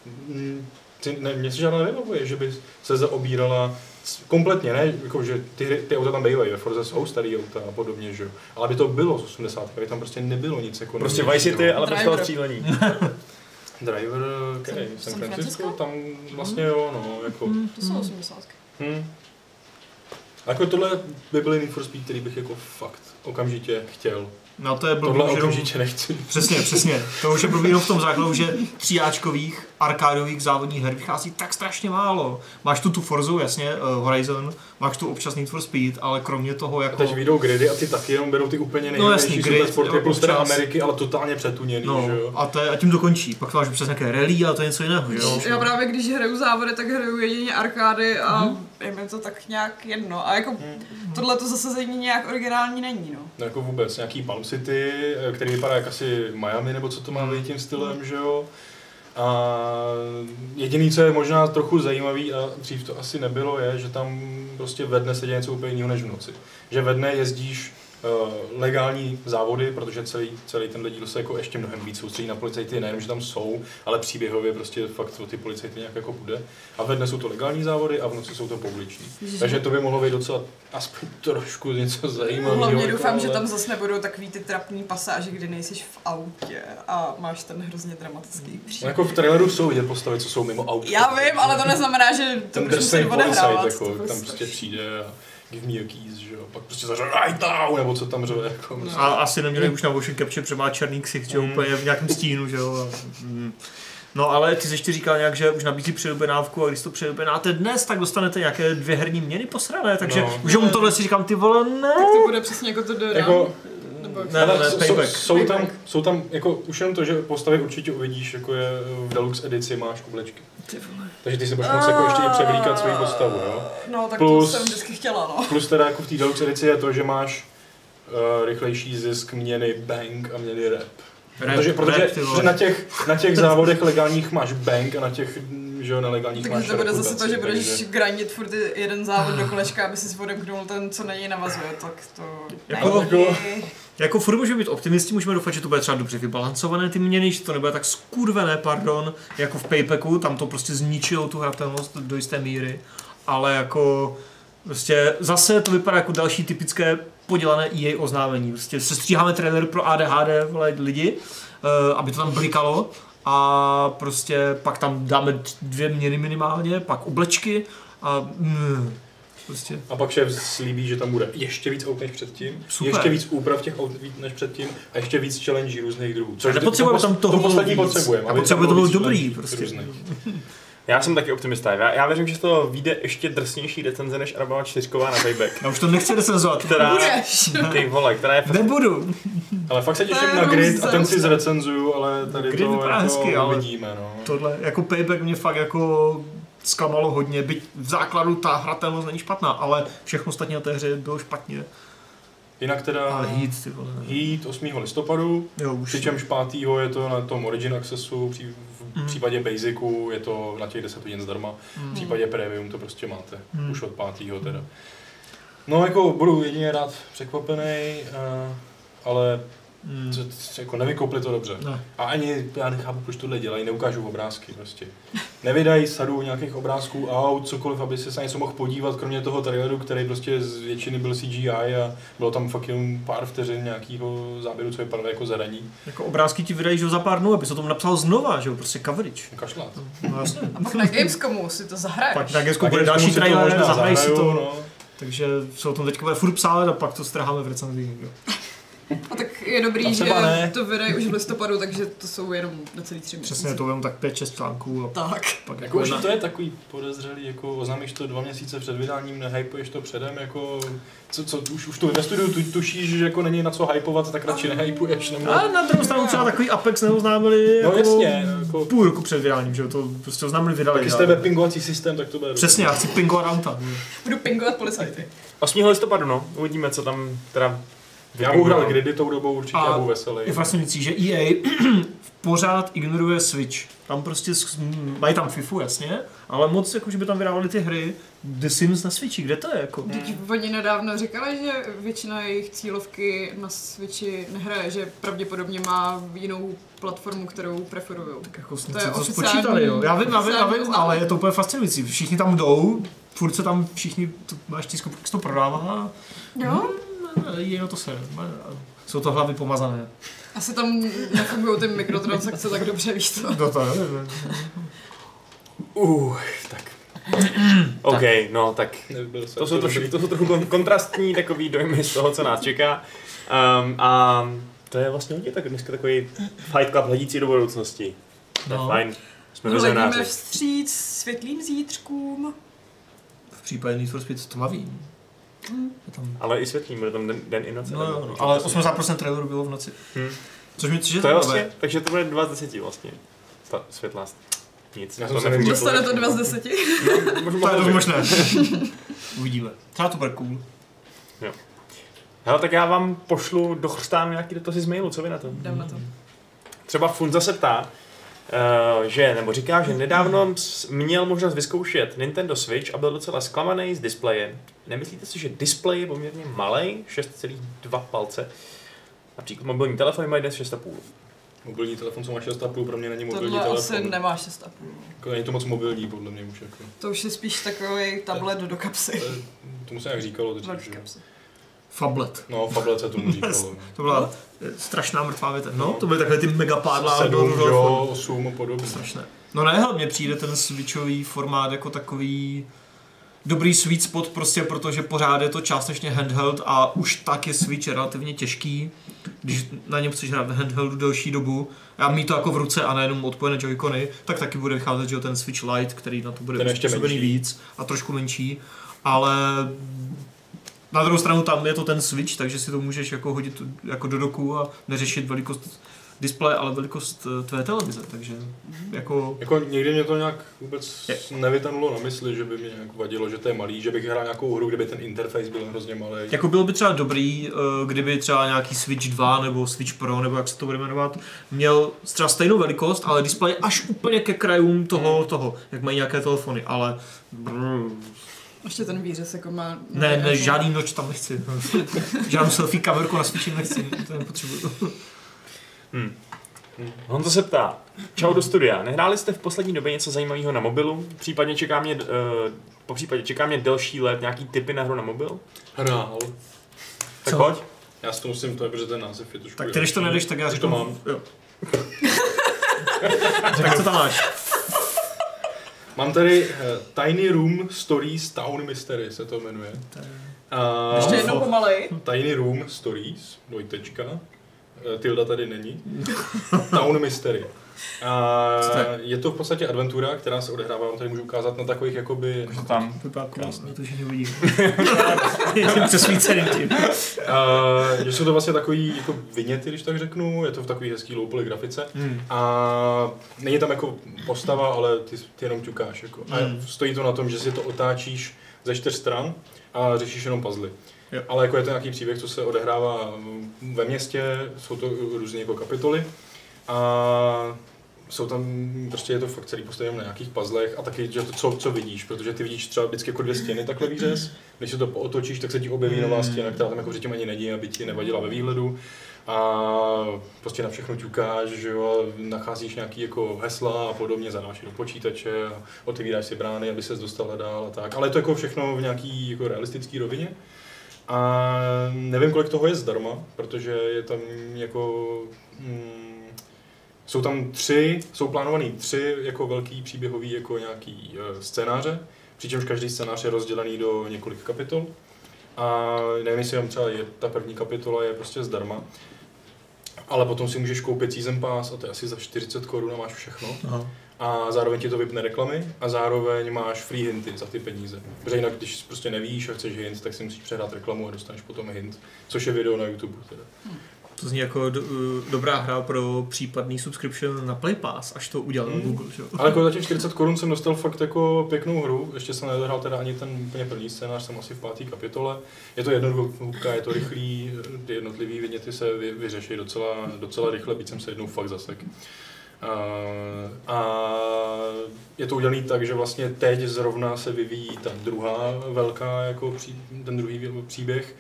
Speaker 2: mm, ty- ne, mě se žádná nevybavuje, že by se zaobírala s- kompletně, ne, jako, že ty, hry- ty auta tam bývají, ve Forze jsou starý auta a podobně, že jo. Ale by to bylo z 80, aby tam prostě nebylo nic jako
Speaker 10: Prostě Vice
Speaker 2: největšího.
Speaker 10: City, ale bez toho
Speaker 3: Driver.
Speaker 10: střílení.
Speaker 2: Driver, který,
Speaker 3: San-
Speaker 2: San
Speaker 3: San
Speaker 2: Francisco,
Speaker 3: Francisco?
Speaker 2: tam vlastně jo, no, jako.
Speaker 3: To jsou 80.
Speaker 2: Hmm. A Jako tohle by byly Need for Speed, který bych jako fakt okamžitě chtěl.
Speaker 4: No to je
Speaker 2: Tohle
Speaker 4: blbý, že jenom-
Speaker 2: okamžitě nechci.
Speaker 4: Přesně, přesně. To už je blbý jenom v tom základu, že tříáčkových arkádových závodních her vychází tak strašně málo. Máš tu tu Forzu, jasně, uh, Horizon, máš tu občas Need for Speed, ale kromě toho
Speaker 2: A
Speaker 4: jako...
Speaker 2: teď vyjdou gridy a ty taky jenom berou ty úplně nejnovější
Speaker 4: jasný,
Speaker 2: no,
Speaker 4: grid,
Speaker 2: sporty
Speaker 4: jo,
Speaker 2: plus teda
Speaker 4: občas.
Speaker 2: Ameriky, ale totálně přetuněný,
Speaker 4: No,
Speaker 2: no. že jo?
Speaker 4: a, to je, a tím dokončí. Pak máš přes nějaké rally, ale to je něco jiného, že jo?
Speaker 11: Já právě když hraju závody, tak hraju jedině arkády a
Speaker 2: Mhm.
Speaker 11: je mi to tak nějak jedno. A jako
Speaker 2: Hmm.
Speaker 11: tohle to zasazení nějak originální není, no.
Speaker 2: No jako vůbec, nějaký Palm City, eh, který vypadá jak asi Miami, nebo co to má být tím stylem, že jo? A jediný, co je možná trochu zajímavý, a dřív to asi nebylo, je, že tam prostě ve dne se děje něco úplně jiného než v noci. Že ve dne jezdíš eh, legální závody, protože celý, celý tenhle díl se jako ještě mnohem víc soustředí na policajty, nejenom, že tam jsou, ale příběhově prostě fakt o ty policajty nějak jako bude. A ve dne jsou to legální závody a v noci jsou to pouliční. Takže to by mohlo být docela aspoň trošku něco zajímavého.
Speaker 11: Hlavně
Speaker 2: jako,
Speaker 11: doufám, že
Speaker 2: ale-
Speaker 11: tam zase nebudou takový ty trapný pasáže, kdy nejsiš v autě a máš ten hrozně dramatický
Speaker 2: No,
Speaker 11: příběh.
Speaker 2: jako v traileru jsou vidět postavy, co jsou mimo auto.
Speaker 11: Já vím, ale to neznamená, že to
Speaker 2: Ten
Speaker 11: budeš muset
Speaker 2: drsný prostě policajt,
Speaker 11: odehrávat.
Speaker 2: jako, tam prostě přijde a give me your keys, že jo. Pak prostě zařve right now, nebo co tam řve, jako. No.
Speaker 4: A asi neměli už na motion capture, protože má černý ksich,
Speaker 2: Mm.
Speaker 4: že jo, úplně v nějakém stínu, že jo. a- mm. No ale ty jsi ještě říkal nějak, že už nabízí předobjednávku a když to předobjednáte dnes, tak dostanete nějaké dvě herní měny posrané, takže
Speaker 2: No.
Speaker 4: no. už jenom tohle si říkám, ty vole, ne.
Speaker 11: Tak to bude přesně jako to
Speaker 3: no.
Speaker 11: do
Speaker 2: Jako,
Speaker 11: nebo
Speaker 4: Ne, ne, ne,
Speaker 2: jsou-
Speaker 4: payback.
Speaker 2: jsou, tam, jsou tam, jako už jenom to, že postavy určitě uvidíš, jako je v Deluxe edici máš kublečky. Takže ty si budeš moct jako ještě i převlíkat svoji postavu, jo.
Speaker 11: No, tak
Speaker 2: Plus-
Speaker 11: to jsem vždycky chtěla, no.
Speaker 2: Plus teda jako v té Deluxe edici je to, že máš uh, rychlejší zisk měny bank a měny rep.
Speaker 4: Rap,
Speaker 2: Protože, protože
Speaker 4: rap, ty vole.
Speaker 2: že na, těch, na těch závodech legálních máš bank a na těch mm, že jo, nelegálních máš
Speaker 11: Takže to bude zase to,
Speaker 2: reputaci,
Speaker 11: že budeš
Speaker 2: takže- Ah.
Speaker 11: grindit furt ty jeden závod do kolečka, aby si odemknul ten, co na něj navazuje, tak to
Speaker 4: Jako-
Speaker 11: není.
Speaker 4: Jako furt můžeme být optimisti, můžeme doufat, že to bude třeba dobře vybalancované ty měny, že to nebude tak skurvené, pardon, jako v Paybacku, tam to prostě zničilo tu hratelnost do jisté míry, ale jako prostě zase to vypadá jako další typické podělané EA oznámení, prostě sestříháme trailer pro ADHD vole, lidi, eh, aby to tam blikalo a prostě pak tam dáme dvě měny minimálně, pak oblečky a mm, prostě.
Speaker 2: A pak šéf slíbí, že tam bude ještě víc aut než předtím,
Speaker 4: Super.
Speaker 2: ještě víc úprav těch aut víc než předtím a ještě víc challenge různých druhů.
Speaker 4: Já nepotřebujeme,
Speaker 2: to,
Speaker 4: tam toho
Speaker 2: to poslední
Speaker 4: bylo víc.
Speaker 2: potřebujeme.
Speaker 4: Já
Speaker 2: aby tam
Speaker 4: potřebuji, to bylo
Speaker 2: bylo víc
Speaker 4: dobrý,
Speaker 2: challenge
Speaker 4: prostě.
Speaker 2: různých.
Speaker 10: Já jsem taky optimista. Já, já věřím, že z toho vyjde ještě drsnější recenze než Arabama 4 na payback.
Speaker 4: Já už to nechci recenzovat.
Speaker 10: Která,
Speaker 11: Budeš.
Speaker 10: ty vole, která je fakt
Speaker 4: Nebudu.
Speaker 2: Ale fakt se těším
Speaker 11: To je
Speaker 2: na grid
Speaker 11: různé.
Speaker 2: a ten si zrecenzuju, ale tady
Speaker 4: Grid
Speaker 2: to
Speaker 4: vypadá
Speaker 2: jako
Speaker 4: hezky, ale-
Speaker 2: uvidíme. No.
Speaker 4: Tohle, jako Payback mě fakt jako zklamalo hodně, byť v základu ta hratelnost není špatná, ale všechno ostatní na té hře bylo špatně.
Speaker 2: Jinak teda
Speaker 4: Ale hit, ty vole.
Speaker 2: Heat 8. listopadu,
Speaker 4: Jo, už.
Speaker 2: přičemž 5. je to na tom Origin Accessu, při-
Speaker 4: Mm.
Speaker 2: v případě Basicu je to na těch 10 hodin zdarma, v případě Premium to prostě máte,
Speaker 4: Mm.
Speaker 2: už od 5. teda. No jako budu jedině rád překvapený, eh, ale
Speaker 4: Mm.
Speaker 2: co- co- jako nevykoupli to dobře.
Speaker 4: Ne.
Speaker 2: A ani já nechápu, proč tohle dělají, neukážu obrázky prostě. Nevydají sadu nějakých obrázků, aut, cokoliv, aby se na něco mohl podívat, kromě toho traileru, který prostě z většiny byl CGI a bylo tam fakt jenom pár vteřin nějakého záběru, co vypadalo jako zadaní.
Speaker 4: Jako obrázky ti vydají, že jo, za pár dnů, aby se tomu napsal znova, že jo, prostě coverage.
Speaker 2: Kašlát.
Speaker 4: No jasně.
Speaker 11: A pak na Gamescomu si to zahraješ.
Speaker 4: Pak na Gesku
Speaker 2: Tak
Speaker 4: bude
Speaker 2: ještě
Speaker 4: další
Speaker 2: musí to
Speaker 4: trailer,
Speaker 2: možná
Speaker 4: zahrají si to.
Speaker 2: zahrajou, No.
Speaker 4: Takže se o tom teďka bude furt psát a pak to strháme v recenzi. jo.
Speaker 3: A tak je dobrý, že
Speaker 2: třeba ne.
Speaker 3: to vydají už v listopadu, takže to jsou jenom necelý tři měsíce.
Speaker 4: Přesně, to budeme tak 5-6 článků a
Speaker 3: Tak.
Speaker 4: pak
Speaker 2: Jako
Speaker 4: jako
Speaker 2: už
Speaker 4: jedna.
Speaker 2: to je takový podezřelý, jako oznámíš to dva měsíce před vydáním, nehypuješ to předem, jako co, co už, už to ve studiu tu, tušíš, že jako není na co hypovat, tak radši nehypuješ, nebo...
Speaker 4: A na druhou stranu třeba takový Apex neuznámili
Speaker 2: No
Speaker 4: jako
Speaker 2: jasně, no, jako
Speaker 4: půl roku před vydáním, že jo, to prostě oznámili, vydali.
Speaker 2: taky z
Speaker 4: vydali.
Speaker 2: tebe pingovací systém, tak to bude
Speaker 4: Přesně, já chci pingovat auta.
Speaker 3: Budu pingovat policajty.
Speaker 1: 8. listopadu, no, uvidíme, co tam teda
Speaker 2: Já budu hrát gridy tou dobou, určitě
Speaker 4: A-
Speaker 2: já budu veselý.
Speaker 4: Je fascinující, že EA pořád ignoruje Switch. Tam prostě, s- m, mají tam FIFU, jasně, ale moc jako, že by tam vydávali ty hry The Sims na Switchi, kde to je jako?
Speaker 3: Teď oni nedávno říkali, že většina jejich cílovky na Switchi nehraje, že pravděpodobně má jinou platformu, kterou preferují.
Speaker 4: Tak jako
Speaker 3: To je
Speaker 4: to, to
Speaker 3: oficiální-
Speaker 4: spočítali, jo. Já vím, já vím, já
Speaker 3: oficiální
Speaker 4: vím,
Speaker 3: oznámení.
Speaker 4: ale je to úplně fascinující. Všichni tam jdou, furt se tam všichni, to, máš tiskovku, jak se to prodává,
Speaker 3: Jo?
Speaker 4: je na to se, jsou to hlavy pomazané.
Speaker 3: Asi tam nefungují ty mikrotransakce tak dobře, víš co?
Speaker 4: No to je,
Speaker 9: Uhuh,
Speaker 1: Uh, tak. OK, no tak.
Speaker 2: Nebyl jsem
Speaker 1: To jsou,
Speaker 2: to
Speaker 1: trošku,
Speaker 2: dobrý.
Speaker 1: to jsou trochu kon- kontrastní takový dojmy z toho, co nás čeká. Um, a to je vlastně hodně tak dneska takový Fight Club hledící do budoucnosti. To je
Speaker 4: No.
Speaker 1: fajn. Jsme vizionáři.
Speaker 2: jako-
Speaker 3: Hledíme vstříc světlým zítřkům.
Speaker 4: v případě Need for Speed tmavý.
Speaker 3: Hmm.
Speaker 4: Je tam
Speaker 1: Ale i světlý, bude tam den, den i noc.
Speaker 4: No, jo, no, ale 80% traileru bylo v noci.
Speaker 1: Hmm.
Speaker 4: Což mi což je
Speaker 1: To je
Speaker 4: zajímavé.
Speaker 1: vlastně, takže to bude 2 z 10 vlastně. Ta světlá st- nic.
Speaker 2: Já jsem se nevím,
Speaker 3: Dostane to dva z deseti.
Speaker 4: To je
Speaker 1: možná.
Speaker 4: dost možné. Uvidíme. Třeba to bude cool.
Speaker 1: Hele, tak já vám pošlu, dochřtám nějaký dotazy z mailu, co vy na to?
Speaker 3: Dám na to.
Speaker 1: Třeba Funza se ptá, eh, že, nebo říká, že nedávno s- měl možnost vyzkoušet Nintendo Switch a byl docela zklamaný z displeje. Nemyslíte si, že displej je poměrně malý, 6,2 palce? Například mobilní telefon mají dnes 6,5.
Speaker 2: Mobilní telefon, co má 6,5, pro mě není mobilní
Speaker 3: Tohle asi
Speaker 2: telefon.
Speaker 3: nemá 6,5.
Speaker 2: Jako, není to moc mobilní, podle mě už jako.
Speaker 3: To už je spíš takový tablet do kapsy.
Speaker 2: To je- Tomu se nějak říkalo
Speaker 3: Do
Speaker 2: teď, že?
Speaker 3: kapsy.
Speaker 4: Fablet.
Speaker 2: No, Pavle se tomu říkalo. no.
Speaker 4: To byla eh, strašná mrtvá větev. No, to byly takové ty megapádla do
Speaker 2: Sedm, jo,
Speaker 4: Rudolfu.
Speaker 2: osm a podobně.
Speaker 4: Strašné. No ne, hele, mně přijde ten switchový formát jako takový dobrý sweet spot prostě, protože pořád je to částečně handheld a už tak je Switch relativně těžký, když na něm chceš hrát v handheldu delší dobu a mít to jako v ruce a nejenom odpojené joycony, tak taky bude vycházet, že jo, ten Switch Lite, který na to bude
Speaker 2: Ten je ještě
Speaker 4: přizpůsobený
Speaker 2: menší.
Speaker 4: víc a trošku menší, ale na druhou stranu tam je to ten Switch, takže si to můžeš jako hodit jako do doku a neřešit velikost displeje, ale velikost eh, tvé televize, takže jako
Speaker 2: Jako někdy mě to nějak vůbec
Speaker 4: Je.
Speaker 2: nevytanulo na mysli, že by mě nějak vadilo, že to je malý, že bych hrál nějakou hru, kde by ten interface byl hrozně malý.
Speaker 4: Jako bylo by třeba dobrý, eh, kdyby třeba nějaký Switch 2 nebo Switch Pro, nebo jak se to bude jmenovat, měl třeba stejnou velikost, ale displej až úplně ke krajům toho, toho jak mají nějaké telefony, ale brr,
Speaker 3: Ještě ten výřez jako má...
Speaker 4: ne, ne, žádný noč tam nechci. Žádnou selfie kamerku na Switchi nechci, to nepotřebuju.
Speaker 1: Honzo se ptá, čau do studia, nehráli jste v poslední době něco zajímavého na mobilu? Případně čeká mě, uh, po případě čeká mě delší let nějaký typy na hru na mobil?
Speaker 2: Hrál.
Speaker 1: Tak
Speaker 4: Co?
Speaker 1: pojď.
Speaker 2: Já s to musím to, protože ten název je trošku...
Speaker 4: Tak ty, když to
Speaker 2: jiný.
Speaker 4: nedeš, tak já
Speaker 2: Už
Speaker 4: řeknu.
Speaker 2: to mám.
Speaker 4: Jo. tak co tam máš?
Speaker 2: Mám tady eh, Tiny Room Stories Town Mystery se to jmenuje. A-
Speaker 3: Ještě jednou pomalej.
Speaker 2: Tiny Room Stories, dvojtečka. Eh, Tilda tady není. Town Mystery. A
Speaker 4: Co to je?
Speaker 2: je to v podstatě adventura, která se odehrává, vám tady můžu ukázat na takových
Speaker 4: Jako
Speaker 2: jakoby...
Speaker 12: Tam.
Speaker 4: Vypadá krásně, to že nevidím. Je tím přesvíceným tím.
Speaker 2: Uh, že jsou to vlastně takový jako viněty, když tak řeknu, je to v takový hezký loupoli grafice
Speaker 4: Hmm.
Speaker 2: a není tam jako postava, ale ty, ty jenom ťukáš jako. A
Speaker 4: Hmm.
Speaker 2: stojí to na tom, že si to otáčíš ze čtyř stran a řešíš jenom puzzle.
Speaker 4: Jo.
Speaker 2: Ale jako je to nějaký příběh, co se odehrává mm, ve městě, jsou to různé jako kapitoly a jsou tam, prostě je to fakt celý postavené na nějakých puzzlech a taky, že to, co, co vidíš, protože ty vidíš třeba vždycky jako dvě stěny takhle výřez, když se to pootočíš, tak se ti objeví
Speaker 4: Hmm.
Speaker 2: nová stěna, která tam jako předtím ani není, aby ti nevadila ve výhledu a prostě na všechno ťukáš, že jo, a nacházíš nějaký jako hesla a podobně, zadáš je do počítače a otevíráš si brány, aby se dostala dál a tak, ale je to jako všechno v nějaký jako realistický rovině. A nevím, kolik toho je zdarma, protože je tam jako... Mm, jsou tam tři, jsou plánovaný tři jako velký příběhový e, jako nějaký eh, scénáře, přičemž každý scénář je rozdělený do několik kapitol. A nevím, jestli tam třeba je, ta první kapitola je prostě zdarma. Ale potom si můžeš koupit season pass a to je asi za 40 korun a máš všechno.
Speaker 4: Aha.
Speaker 2: A zároveň ti to vypne reklamy a zároveň máš free hinty za ty peníze. Protože jinak, když prostě nevíš a chceš hint, tak si musíš přehrát reklamu a dostaneš potom hint. Což je video na YouTube teda.
Speaker 4: To zní jako do, eh, dobrá hra pro případný subscription na Play Pass, až to udělal
Speaker 2: Hmm.
Speaker 4: Google, že jo?
Speaker 2: Ale jako za těch 40 korun jsem dostal fakt jako pěknou hru, ještě jsem nedohrál teda ani ten úplně první scénář, jsem asi v páté kapitole. Je to jednoduchá, je to rychlý, ty jednotlivý věděty se vy, vyřeší docela, docela rychle, byť jsem se jednou fakt zasek. A, a je to udělané tak, že vlastně teď zrovna se vyvíjí ta druhá velká, jako pří, ten druhý vě- příběh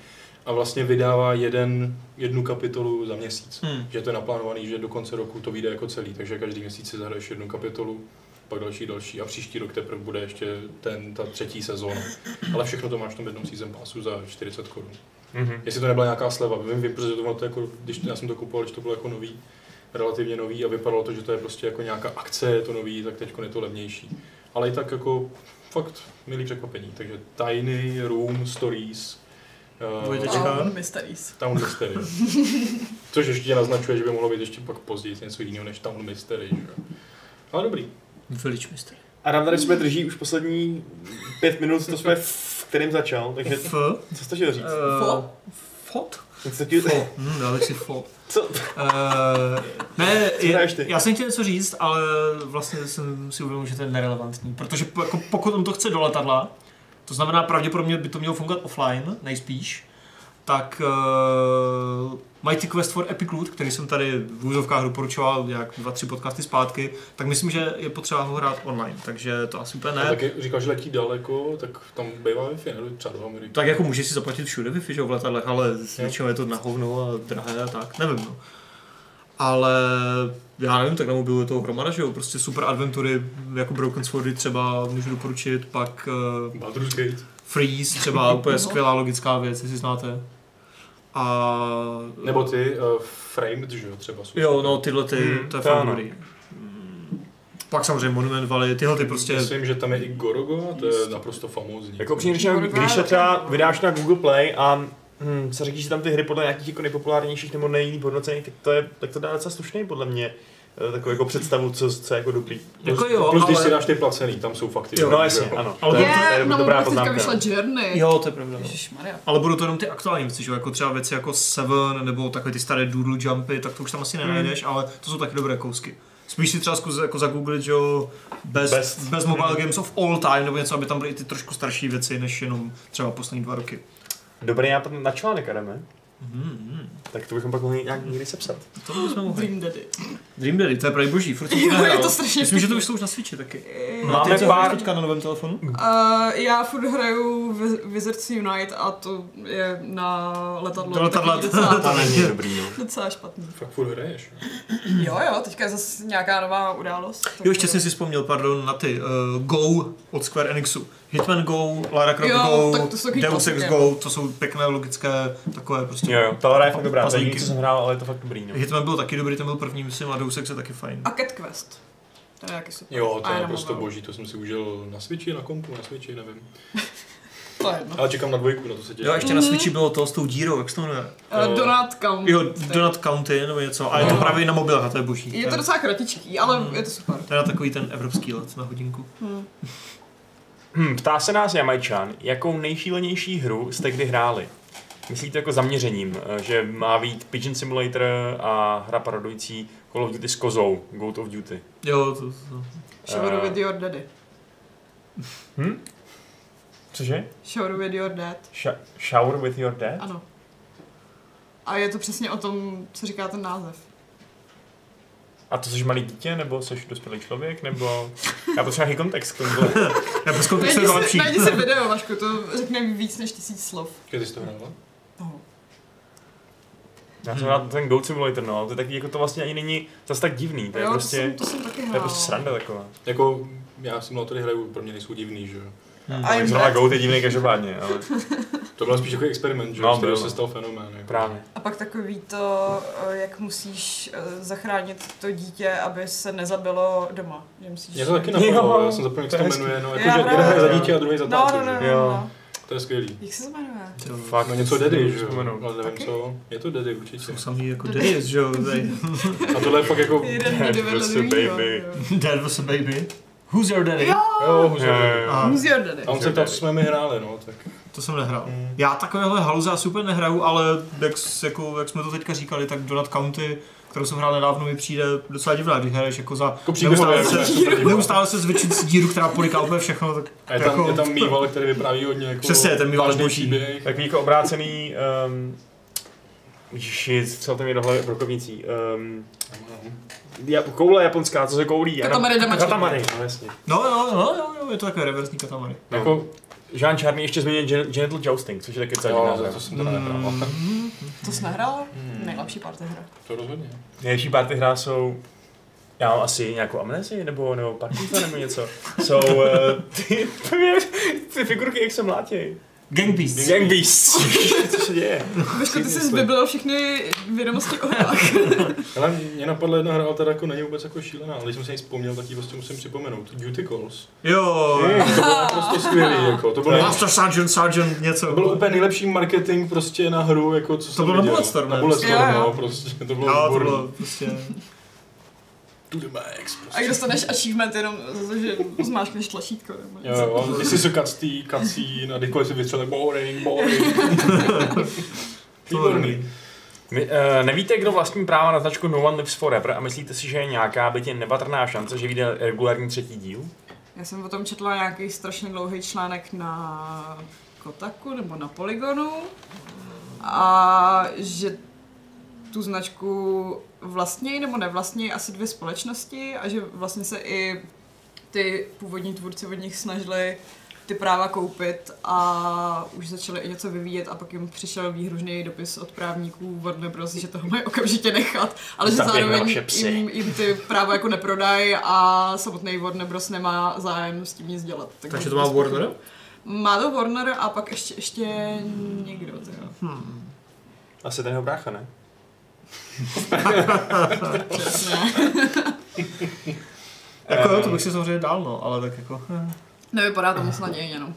Speaker 2: a vlastně vydává jeden, jednu kapitolu za měsíc
Speaker 4: Hmm.
Speaker 2: že to je naplánovaný, že do konce roku to vyjde jako celý, takže každý měsíc si zahraješ jednu kapitolu, pak další, další a příští rok teprve bude ještě ten, ta třetí sezóna. Ale všechno to máš v tom jednom season passu za 40 korun.
Speaker 1: Mhm.
Speaker 2: Jestli to nebyla nějaká sleva, vím, vím protože to bylo to jako, když já jsem to kupoval, když to bylo jako nový, relativně nový a vypadalo to, že to je prostě jako nějaká akce, je to nový, tak teď je to levnější. Ale i tak jako fakt milý překvapení, takže Tiny Room Stories. eh,
Speaker 4: Vojtečka.
Speaker 3: Mysteries.
Speaker 2: Town Mystery. Což ještě naznačuje, že by mohlo být ještě pak později něco jiného než Town Mystery. Že? jo. Ale dobrý.
Speaker 4: Village Mystery.
Speaker 13: A nám tady jsme drží už poslední pět minut, to jsme v kterým začal, takže
Speaker 4: F. Uh,
Speaker 13: co jste chtěl říct?
Speaker 3: Fo?
Speaker 4: Fot?
Speaker 13: Co ti-
Speaker 4: Fo. Hm, dali si fo.
Speaker 13: Co?
Speaker 4: Uh, ne,
Speaker 13: Co
Speaker 4: je,
Speaker 13: dáš ty?
Speaker 4: já jsem chtěl něco říct, ale vlastně jsem si uvědomil, že to je nerelevantní. Protože po- jako pokud on to chce do letadla, to znamená pravděpodobně by to mělo fungovat offline, nejspíš, tak uh, Mighty Quest for Epic Loot, který jsem tady v úzovkách doporučoval nějak dva, tři podcasty zpátky, tak myslím, že je potřeba ho hrát online, takže to asi úplně
Speaker 2: Ne. A
Speaker 4: ne.
Speaker 2: taky říkal, že letí daleko, tak tam bývá Wi-Fi, nebo třeba do Ameriky.
Speaker 4: Tak jako můžeš si zaplatit všude Wi-Fi, že jo, v letadlech, ale z něčeho je to na hovno a drahé a tak, nevím no. Ale já nevím, tak na mobilu je toho hromada, že jo, prostě super adventury jako Broken Swordy třeba můžu doporučit, pak uh,
Speaker 2: Baldur's Gate.
Speaker 4: Freeze třeba, úplně skvělá logická věc, jestli znáte. A...
Speaker 2: Nebo ty uh, Framed, že jo, třeba jsou.
Speaker 4: Jo, no tyhle ty,
Speaker 1: Hmm,
Speaker 4: to
Speaker 1: to
Speaker 4: je fakt
Speaker 1: ano.
Speaker 4: dobrý. Mm, Pak samozřejmě Monument Valley, tyhle ty prostě...
Speaker 2: Myslím, že tam je i Gorogo, to je naprosto famózní.
Speaker 13: Jako upřímně řečeno, když se třeba vydáš na Google Play a hm, se řekíš, že tam ty hry podle nějakých jako nejpopulárnějších nebo nejlíp hodnocených, tak to, je, tak to dá docela slušný podle mě eh, takovou jako představu, co, co je jako dobrý.
Speaker 4: Jako jo,
Speaker 2: Plus, když si
Speaker 4: ale...
Speaker 2: dáš ty placený, tam jsou fakty.
Speaker 13: Jo, no jasně, ano.
Speaker 4: Ale
Speaker 13: to je,
Speaker 4: to-
Speaker 13: to je dobrá
Speaker 3: no, dobrá teďka
Speaker 13: poznámka.
Speaker 3: vyšla Journey.
Speaker 4: Jo, to je pravda. no.
Speaker 3: Ježišmarja.
Speaker 4: Ale budou to jenom ty aktuální věci, že jo? jako třeba věci jako Seven nebo takové ty staré doodle jumpy, tak to už tam asi nenajdeš, ale to jsou taky dobré kousky. Spíš si třeba zkus jako zagooglit, že jo, bez,
Speaker 13: Best.
Speaker 4: bez, bez mobile games of all time, nebo něco, aby tam byly i ty trošku starší věci, než jenom třeba poslední dva roky.
Speaker 13: Dobrý nápad na článek, Adame. Tak to bychom pak mohli nějak někdy sepsat.
Speaker 4: Hmm, To bychom mohli.
Speaker 3: Dream Daddy.
Speaker 4: Dream Daddy, to je pravý boží, furt jsem to
Speaker 3: Jo, je to
Speaker 4: nehrál.
Speaker 3: strašně
Speaker 4: Myslím, že to už jsou už na Switchi taky.
Speaker 1: Máme
Speaker 4: Ty, co
Speaker 1: pár-
Speaker 4: hraješ teďka na novém telefonu?
Speaker 3: Uh, já furt hraju Wiz- Wizards Unite a to je na letadlo.
Speaker 4: Do letadla.
Speaker 3: Taky Docela,
Speaker 1: To není dobrý, no.
Speaker 3: docela špatný.
Speaker 2: Fakt furt hraješ. jo.
Speaker 3: Jo, jo, teďka je zase nějaká nová událost.
Speaker 4: Jo, ještě jsem si vzpomněl, pardon, na ty uh, Go od Square Enixu. Hitman Go, Lara Croft
Speaker 3: Jo,
Speaker 4: Go,
Speaker 3: tak to jsou taky
Speaker 4: Deus Ex
Speaker 3: klasiky.
Speaker 4: Go, to jsou pěkné logické takové prostě.
Speaker 1: Jo, jo.
Speaker 13: Ta hra je fakt dobrá, to je
Speaker 4: Pazlíky.
Speaker 13: jediný, co jsem hrál, ale je to fakt dobrý. No.
Speaker 4: Hitman byl taky dobrý, ten byl první, myslím, a Deus Ex je taky fajn.
Speaker 3: A Cat Quest. To je jaký super.
Speaker 2: Jo, to
Speaker 3: A
Speaker 2: je
Speaker 3: jenom
Speaker 2: prostě
Speaker 3: mobil.
Speaker 2: boží, to jsem si užil na Switchi, na kompu, na Switchi, nevím.
Speaker 3: To je jedno.
Speaker 2: Ale čekám na dvojku, na to se těším.
Speaker 4: No. Jo, a ještě na Switchi bylo to s tou dírou, jak se to jmenuje?
Speaker 2: Jo.
Speaker 3: Uh, Donut Count.
Speaker 4: Jo, Donut County nebo něco, a je to právě na mobilech, a to je boží.
Speaker 3: Je to docela kratičký, ale je to super.
Speaker 4: to je na takový ten evropský let na hodinku.
Speaker 1: Hm, ptá se nás Jamajčan, jakou nejšílenější hru jste kdy hráli? Myslíte jako zaměřením, eh, že má být Pigeon Simulator a hra parodující Call of Duty s kozou, Goat of Duty?
Speaker 4: Jo, to, to.
Speaker 3: Shower
Speaker 1: Eh.
Speaker 3: with your daddy.
Speaker 1: Cože?
Speaker 3: Shower with your dad.
Speaker 1: Ša- shower with your dad?
Speaker 3: Ano. A je to přesně o tom, co říká ten název.
Speaker 1: A to jsi malý dítě, nebo jsi dospělý člověk, nebo... Já potřebuji nějaký kontext jako k tomu.
Speaker 4: Já bez kontextu
Speaker 3: Najdi
Speaker 4: je to
Speaker 3: si,
Speaker 4: lepší.
Speaker 3: najdi si video, Vašku, to řekne víc než tisíc slov. No.
Speaker 2: Když jsi to hrála?
Speaker 1: Já jsem rád ten Goat Simulator, no, ale to je takový, jako to vlastně ani není zase tak divný, to je
Speaker 3: jo,
Speaker 1: prostě...
Speaker 3: to, jsem, to jsem taky
Speaker 1: To je
Speaker 3: hrála.
Speaker 1: prostě sranda taková.
Speaker 2: Jako, já simulátory hraju, pro mě nejsou divný, že jo.
Speaker 4: Hmm.
Speaker 1: A
Speaker 3: I'm
Speaker 1: jim zrovna
Speaker 3: back.
Speaker 1: Goat je divný každopádně, ale
Speaker 2: To byl spíš takový experiment, že
Speaker 1: No,
Speaker 2: no, z kterého
Speaker 1: bylo.
Speaker 2: se stal fenomén. Jako.
Speaker 1: právě.
Speaker 3: no. A pak takový to, eh, jak musíš eh, zachránit to dítě, aby se nezabilo doma. Že musíš...
Speaker 2: Mě to Jako taky napadlo,
Speaker 1: Jo,
Speaker 2: já jsem zapomněl, jak
Speaker 1: to
Speaker 2: se
Speaker 1: je
Speaker 2: to
Speaker 1: hezký.
Speaker 2: jmenuje, no,
Speaker 3: Já
Speaker 2: jako, že jeden
Speaker 3: právě.
Speaker 2: hraje za dítě a druhý za
Speaker 3: No,
Speaker 2: tátu,
Speaker 3: no, no,
Speaker 2: že?
Speaker 3: no, no.
Speaker 1: Jo.
Speaker 2: To To je skvělý.
Speaker 14: Jak se to jmenuje?
Speaker 15: Ty jo,
Speaker 2: Fakt, no něco Daddy, že jo?
Speaker 1: vzpomenout.
Speaker 2: Ale nevím
Speaker 14: Taky?
Speaker 2: co. Je to Daddy určitě.
Speaker 15: Jsou samý jako Dennis, že jo? tady.
Speaker 2: A tohle je fakt jako...
Speaker 14: Jeden dní dovedl
Speaker 16: prostě
Speaker 14: druhýho.
Speaker 16: baby.
Speaker 14: jo.
Speaker 15: Dad was a baby. Who's your daddy?
Speaker 14: Jo,
Speaker 2: Jo, huzor.
Speaker 15: A
Speaker 14: who's your daddy?
Speaker 2: A on se ptá, co jsme my hráli, no, tak.
Speaker 15: to jsem nehrál.
Speaker 4: Já takovéhle haluze asi úplně nehraju, ale jak, s- jako, jak jsme to teďka říkali, tak Donut County, kterou jsem hrál nedávno, mi přijde docela divná, když hraješ jako za...
Speaker 2: Jako příběhové.
Speaker 4: neustále
Speaker 2: je to
Speaker 4: se,
Speaker 2: pravdivá.
Speaker 4: neustále se zvětšit díru, která poliká úplně všechno, tak
Speaker 2: A je tam,
Speaker 4: jako-
Speaker 2: je tam mýval, který vypráví hodně jako
Speaker 4: Přesně, ten Mýval je
Speaker 2: vážný
Speaker 4: boží.
Speaker 2: příběh.
Speaker 1: Takový jako obrácený... Um,
Speaker 16: Ježiši, střel to mi do hlavy brokovnicí.
Speaker 1: Ehm,
Speaker 16: Um, ja, koule japonská, co se koulí? Já
Speaker 14: Katamari
Speaker 16: dám-
Speaker 14: Damacy.
Speaker 16: Katamari, no jasně.
Speaker 4: No, jo, jo, jo, jo, je to takové reverzní katamary.
Speaker 2: Jako,
Speaker 1: Jean Charny ještě změnil gen- genital jousting, což je taky celý
Speaker 2: jo, za to
Speaker 1: název.
Speaker 2: jsem teda
Speaker 4: Mm.
Speaker 2: nehrál.
Speaker 14: To jsi nehrál?
Speaker 2: Hmm.
Speaker 14: Nejlepší party hra.
Speaker 2: To rozhodně.
Speaker 1: Nejlepší party hra jsou... Já mám asi nějakou amnézii, nebo, nebo Parkinson, nebo něco. Jsou uh, ty, ty, figurky, jak se mlátěj.
Speaker 15: Gang Beasts.
Speaker 1: Gang Beasts. Co se děje?
Speaker 3: Vašku, ty jsi zbiblil všechny vědomosti o hrách.
Speaker 2: Ale mě napadla jedna hra, ale teda jako není vůbec jako šílená, ale když jsem si ji vzpomněl, tak ji prostě musím připomenout. Duty Calls.
Speaker 4: Jo,
Speaker 2: To bylo prostě skvělý, jako. To bylo,
Speaker 4: Master Sergeant, Sergeant něco.
Speaker 2: to byl úplně nejlepší marketing prostě na hru, jako co jsem
Speaker 4: bylo na
Speaker 2: viděl.
Speaker 4: Bulletstorm,
Speaker 2: Na
Speaker 4: ne?
Speaker 2: Bulletstorm,
Speaker 14: Jo, jo.
Speaker 2: no, prostě. To bylo
Speaker 4: Jo, to
Speaker 2: výborný.
Speaker 4: bylo prostě...
Speaker 2: To the max, prostě.
Speaker 14: A jak dostaneš achievement jenom za to, že zmáčkneš tlačítko. nebo
Speaker 2: Jo,
Speaker 14: něco.
Speaker 2: jo, ty jsi se kací, kacín a kdykoliv si vystřelil boring, boring. Výborný.
Speaker 1: Vy, uh, nevíte, kdo vlastní práva na značku No One Lives Forever a myslíte si, že je nějaká bytě nepatrná šance, že vyjde regulární třetí díl?
Speaker 3: Já jsem o tom četla nějaký strašně dlouhý článek na Kotaku nebo na Polygonu a že tu značku vlastní nebo nevlastní asi dvě společnosti a že vlastně se i ty původní tvůrci od nich snažili ty práva koupit a už začali i něco vyvíjet a pak jim přišel výhružný dopis od právníků Warner Bros, že toho mají okamžitě nechat, ale že
Speaker 1: Zabijeme
Speaker 3: zároveň
Speaker 1: vaše psy.
Speaker 3: jim, jim ty práva jako neprodají a samotný Warner Bros nemá zájem s tím nic dělat. Tak
Speaker 4: Takže to má Warner?
Speaker 3: Má to Warner a pak ještě, ještě někdo. Teda.
Speaker 4: Hmm.
Speaker 16: Asi ten jeho brácha, ne?
Speaker 4: Jako jo, to bych si samozřejmě dal, no, ale tak jako... eh.
Speaker 3: Nevypadá to moc nadějně, no.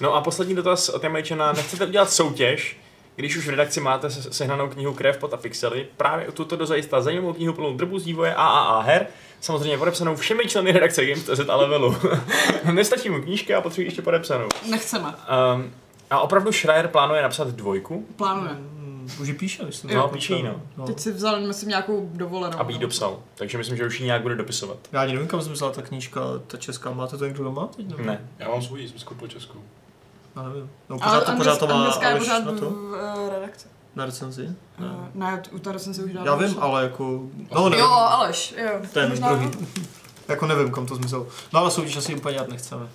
Speaker 16: No a poslední dotaz od Jamajčana. Nechcete udělat soutěž, když už v redakci máte se- sehnanou knihu Krev, pot a pixely, právě o tuto dozajista zajímavou knihu plnou drbů z vývoje AAA her, samozřejmě podepsanou všemi členy redakce Games.cz a levelu. Nestačí mu knížka a potřebuji ještě podepsanou. Ehm,
Speaker 3: Nechceme.
Speaker 1: Um, a opravdu Schreier plánuje napsat dvojku?
Speaker 3: Plánujeme.
Speaker 4: Hmm. Už ji píše, když jsem
Speaker 1: No, píše jí, no.
Speaker 4: no.
Speaker 3: Teď si vzal, myslím, nějakou dovolenou. no.
Speaker 1: Aby ji dopsal. Takže myslím, že už ji nějak bude dopisovat.
Speaker 4: Já ani nevím, kam zmizela ta knížka, ta česká, máte to někdo doma teď? Nebo?
Speaker 1: Ne.
Speaker 2: Já mám svůj, jsem skupil českou.
Speaker 4: Já nevím. No,
Speaker 3: Ale
Speaker 4: pořád to, pořád to má
Speaker 3: anglická je
Speaker 4: Aleš
Speaker 3: pořád
Speaker 4: na to,
Speaker 3: v eh, redakci.
Speaker 4: na recenzi.
Speaker 3: Ne, ne u tady jsem si už dala.
Speaker 4: Já vím, ale jako, no
Speaker 3: Jo,
Speaker 4: nevím,
Speaker 3: Aleš, jo.
Speaker 4: ten
Speaker 3: Možná
Speaker 4: druhý.
Speaker 3: ano.
Speaker 4: Jako nevím, kam to zmizelo. No ale soutěž asi úplně dělat nechceme.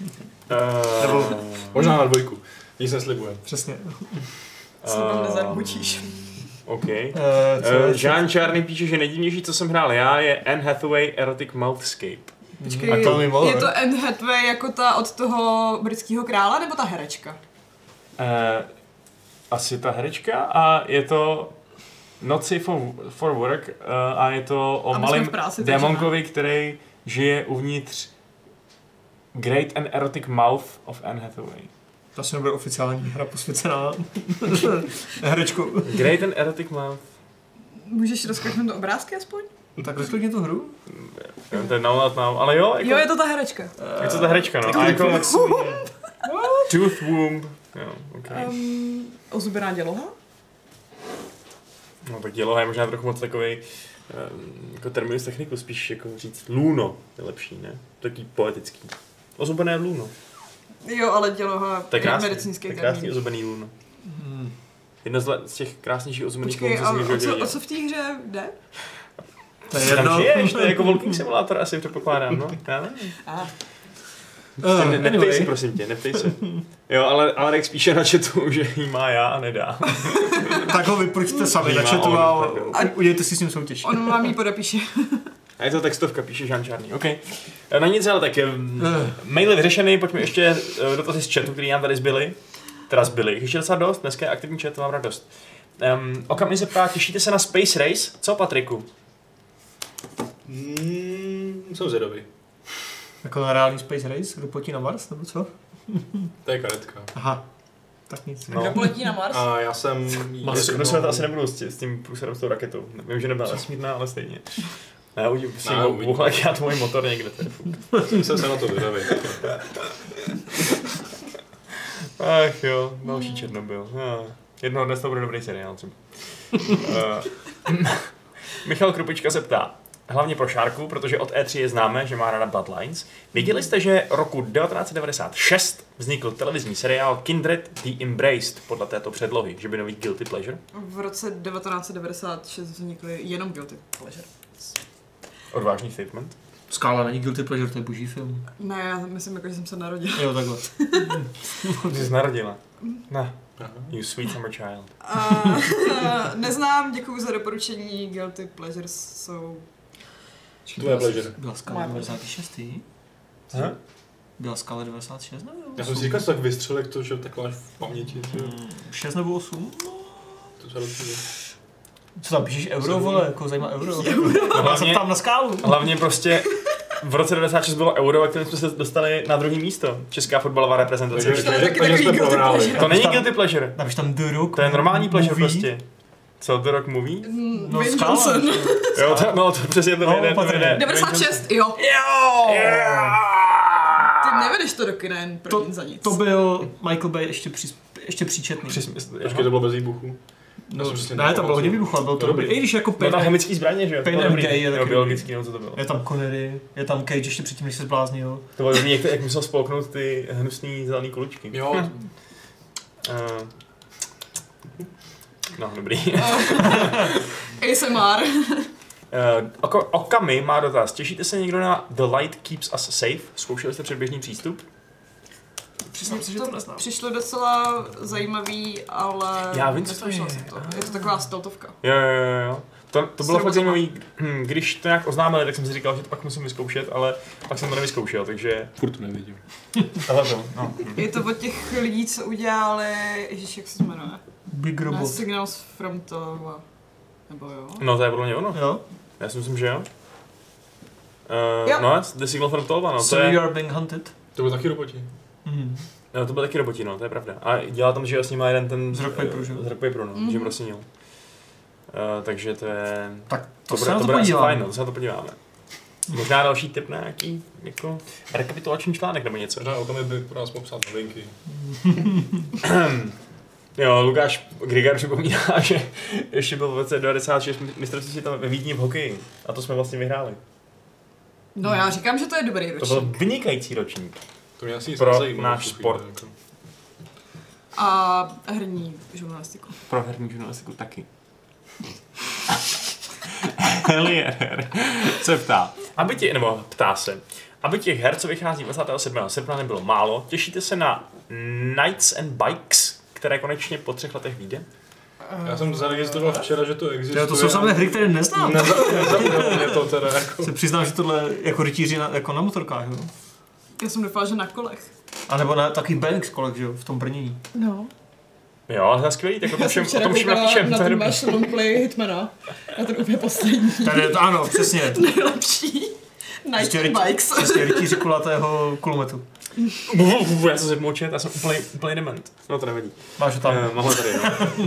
Speaker 16: Uh,
Speaker 4: Nebo,
Speaker 2: Možná na dvojku. Nic neslibujem.
Speaker 4: přesně.
Speaker 14: Slibem nezarmučíš.
Speaker 16: OK.
Speaker 1: Eh,
Speaker 16: Uh,
Speaker 4: Eh,
Speaker 16: Jean Čárny píše, že nejdivnější, co jsem hrál já, je Anne Hathaway Erotic Mouthscape.
Speaker 3: Počkej,
Speaker 4: A to mi mohlo,
Speaker 3: je
Speaker 4: ne?
Speaker 3: to Anne Hathaway jako ta od toho britského krále, nebo ta herečka?
Speaker 1: Uh, asi ta herečka a je to Noci for, for Work uh, a je to o
Speaker 3: A my jsme
Speaker 1: malém
Speaker 3: v práci, takže
Speaker 1: démonkovi, který žije uvnitř Great and Erotic Mouth of Anne Hathaway.
Speaker 4: To asi nebude oficiální hra posvěcená herečku.
Speaker 16: Great and Erotic Mouth.
Speaker 3: Můžeš rozkliknout do obrázky aspoň?
Speaker 4: No, Tak rozklikni tu hru.
Speaker 1: To je now, not now, ale jo, jako,
Speaker 3: Jo, je to ta herečka.
Speaker 1: je to ta herečka, no. A jako Tooth Womb. Jo, okay.
Speaker 3: Um, ozubená děloha?
Speaker 16: No tak děloha je možná trochu moc takový um, jako terminus techniku, spíš jako říct lůno je lepší, ne? Taký poetický. Ozubené lůno.
Speaker 3: Jo, ale děloha
Speaker 16: To je krásný.
Speaker 3: medicínský
Speaker 16: to je
Speaker 3: termín. Hmm.
Speaker 16: krásný ozubený lůno. Jedno z, le- z těch krásnějších ozubených lůn,
Speaker 3: Počkej,
Speaker 16: co
Speaker 3: a
Speaker 16: jsem kdy
Speaker 3: o co, o
Speaker 16: viděl.
Speaker 3: co v té hře jde?
Speaker 4: To je
Speaker 1: Ty tam
Speaker 4: jedno.
Speaker 1: žiješ, to je jako walking simulátor, asi předpokládám, no. Já nevím.
Speaker 4: Eh,
Speaker 16: Prostě Ne, neptej se, prosím tě, neptej se. Jo, ale Alex píše na chatu, že jí má já a nedá.
Speaker 4: Tak ho vyprčte sami
Speaker 16: Vnímá
Speaker 4: na chatu
Speaker 16: on,
Speaker 4: a
Speaker 16: pardon.
Speaker 4: u- udějte si s ním soutěž.
Speaker 3: On vám ji podepíše.
Speaker 16: A je to textovka, píše Jean Čárný. OK. Eh, Na nic, ale tak eh, em,
Speaker 4: Eh.
Speaker 1: Mail je vyřešený, pojďme ještě eh, dotazy z chatu, který nám tady zbyly. Teda zbyly, jich ještě docela dost, dneska je aktivní chat, mám radost. Um, okamžitě se ptá, těšíte se na Space Race? Co, Patriku?
Speaker 2: Hmm, Mm, jsem zvědavý.
Speaker 4: Jako na reálný Space Race, kdo potí na Mars, nebo co?
Speaker 2: To je karetka.
Speaker 4: Aha, tak nic.
Speaker 1: No.
Speaker 3: Kdo poletí na Mars?
Speaker 2: A já jsem...
Speaker 1: Mars,
Speaker 2: jednou-
Speaker 1: no, se na to asi nebudou s, tě- s tím průserem s tou raketou. Vím, že nebyla vesmírná, ale stejně. Já uvidím, si
Speaker 2: No, uvidíme.
Speaker 1: no, já tvůj motor někde. to je fuk.
Speaker 2: Jsem se na to vydavý.
Speaker 1: Ach jo, další Černobyl. Ah. Hmm. Jednoho dnes to bude dobrý seriál třeba. Eh, Michal Krupička se ptá, hlavně pro Šárku, protože od E3 je známe, že má ráda Bloodlines. Věděli jste, že roku 1996 vznikl televizní seriál Kindred The Embraced podle této předlohy, že by nový Guilty Pleasure?
Speaker 3: V roce 1996 vznikly jenom Guilty Pleasure.
Speaker 1: Odvážný statement.
Speaker 4: Skála není Guilty Pleasure, to je boží film.
Speaker 3: Ne, já myslím, jako, že jsem se narodila.
Speaker 4: Jo, takhle.
Speaker 1: Ty jsi narodila. Ne. You sweet summer child.
Speaker 3: A, neznám, děkuji za doporučení. Guilty Pleasures jsou...
Speaker 2: Tvoje pleasure.
Speaker 4: Byla skála 96.
Speaker 1: Aha.
Speaker 4: Byla skála 96 nebo
Speaker 2: Já jsem si říkal, že tak vystřelek to, že takhle máš v paměti. že jo.
Speaker 4: 6 nebo 8?
Speaker 2: To se rozumí.
Speaker 4: Co tam píšeš euro, vole, jako zajímá euro.
Speaker 1: No,
Speaker 4: Já se
Speaker 1: hlavně,
Speaker 4: ptám na skálu.
Speaker 1: hlavně prostě v roce 96 bylo euro, a kterým jsme se dostali na druhé místo. Česká fotbalová reprezentace.
Speaker 2: Takže,
Speaker 3: To je taky
Speaker 2: takže, takže
Speaker 3: takový
Speaker 2: jsme
Speaker 3: guilty
Speaker 2: prohráli.
Speaker 3: pleasure.
Speaker 1: To není guilty pleasure.
Speaker 4: Napiš tam The Rock.
Speaker 1: To je normální pleasure
Speaker 4: Movie.
Speaker 1: prostě. Co The Rock Movie?
Speaker 3: Mm,
Speaker 4: No,
Speaker 3: Wayne
Speaker 4: skála.
Speaker 3: Johnson.
Speaker 1: Jo, to, no, to přesně to
Speaker 4: No,
Speaker 1: jde. to
Speaker 4: opatrně.
Speaker 1: jde.
Speaker 3: 96, jo.
Speaker 1: Jo!
Speaker 3: Ty nevedeš to do kina jen pro
Speaker 4: To-
Speaker 3: nic za nic.
Speaker 4: To byl Michael Bay ještě, při, ještě příčetný.
Speaker 1: Přesně-
Speaker 2: Počkej, to bylo bez výbuchu.
Speaker 4: No,
Speaker 2: Já jsem
Speaker 1: prostě
Speaker 4: ne, tam
Speaker 2: přesně
Speaker 4: bylo
Speaker 2: nepamatuju.
Speaker 4: hodně výbuchu, ale byl to
Speaker 2: Dobrý.
Speaker 4: dobrý. I když jako
Speaker 1: No
Speaker 4: Pain,
Speaker 1: tam chemický zbraně, že jo? To
Speaker 4: Pain
Speaker 1: bylo
Speaker 4: and
Speaker 1: dobrý.
Speaker 4: Gay je
Speaker 1: Jo,
Speaker 4: taky
Speaker 1: biologický, nebo co to bylo.
Speaker 4: je tam Connery, je tam Cage ještě předtím, než se zbláznil.
Speaker 1: To bylo dobrý, jak, jak musel spolknout ty hnusný zelený kuličky.
Speaker 2: Jo,
Speaker 1: Eh, No, dobrý.
Speaker 3: ASMR.
Speaker 1: Uh, oko, Okami má dotaz. Těšíte se někdo na The Light Keeps Us Safe? Zkoušeli jste předběžný přístup?
Speaker 4: Přiznám se, že to neznám.
Speaker 3: Přišlo docela zajímavý, ale
Speaker 1: Já vím, co to
Speaker 3: neslyšela
Speaker 1: je.
Speaker 3: jsem to. Je to taková steltovka.
Speaker 1: Jo, jo, jo, jo. To, to bylo
Speaker 3: Srbu
Speaker 1: fakt
Speaker 3: zima.
Speaker 1: zajímavý. Hm, Když to nějak oznámili, tak jsem si říkal, že to pak musím vyzkoušet, ale pak jsem to nevyzkoušel, takže...
Speaker 2: furt to nevěděl.
Speaker 1: Ale to, no.
Speaker 3: Je to od těch lidí, co udělali, ježiš, jak se to jmenuje?
Speaker 4: Big
Speaker 3: Ne,
Speaker 4: Robot.
Speaker 3: Signals from Tower. Nebo jo?
Speaker 1: no, to je podle mě ono.
Speaker 4: Jo?
Speaker 1: Já si myslím, že jo.
Speaker 3: Jo.
Speaker 1: Uh, no, The Signal from Tolva, no, to
Speaker 4: So you
Speaker 1: je,
Speaker 4: are being hunted.
Speaker 2: To byl taky roboti.
Speaker 4: Mm.
Speaker 1: no, to byl taky roboti, no, to je pravda. A dělal tam, že jo, s ním jeden ten...
Speaker 4: Z Rock Paperu, že jo?
Speaker 1: Z Rock Paperu, no,
Speaker 3: Mhm.
Speaker 1: že prosím, jo. Uh, takže to je...
Speaker 4: Tak
Speaker 1: To,
Speaker 4: to,
Speaker 1: bude,
Speaker 4: se na
Speaker 1: to
Speaker 4: to
Speaker 1: bude asi
Speaker 4: podíváme.
Speaker 1: fajn, no, to se na to podíváme. Možná další tip na nějaký jako rekapitulační článek nebo něco.
Speaker 2: Možná o tom by pro nás mohl psát novinky.
Speaker 1: Jo, Lukáš Grigar připomíná, že ještě byl v roce 96 mistrovství světa ve Vídni v hokeji. A to jsme vlastně vyhráli.
Speaker 3: No já říkám, že to je dobrý
Speaker 1: To
Speaker 3: ročník.
Speaker 1: byl vynikající ročník.
Speaker 2: To mě asi nic
Speaker 1: Pro
Speaker 2: nezajímá,
Speaker 1: náš
Speaker 2: kuchy,
Speaker 1: sport.
Speaker 2: ne, jako.
Speaker 3: A herní žurnalistiku.
Speaker 1: Pro herní žurnalistiku taky. Elier se ptá. Aby tě, nebo ptá se. Aby těch her, co vychází 27. srpna, nebylo málo, těšíte se na Knights and Bikes, které konečně po třech letech vyjde?
Speaker 2: Já jsem zaregistroval včera, že to existuje.
Speaker 4: Jo, to jsou samé hry, které neznám.
Speaker 2: Neza- Nezaujalo mě to teda jako.
Speaker 4: Se přiznám, že tohle jako rytíři na, jako na motorkách, jo?
Speaker 3: Já jsem doufala, že na kolech.
Speaker 4: A nebo na takový BMX kolek, že jo, v tom brnění.
Speaker 3: No.
Speaker 1: Jo, ale to je skvělý, tak o tom všem, o tom všem napíšem.
Speaker 3: na
Speaker 1: To je
Speaker 3: ten
Speaker 1: dobrý.
Speaker 3: váš longplay Hitmana. Na ten úplně poslední.
Speaker 4: Tady je to, ano, přesně.
Speaker 3: Nejlepší. Night
Speaker 4: Ještě
Speaker 3: and
Speaker 4: rytí-
Speaker 3: Bikes.
Speaker 4: Přesně rytíři kulatého kulometu.
Speaker 1: Buf, buf, Já jsem se močet, já jsem úplně, úplně dement.
Speaker 17: No to nevadí.
Speaker 4: Máš ho tam.
Speaker 17: Eh, mám ho tady, no.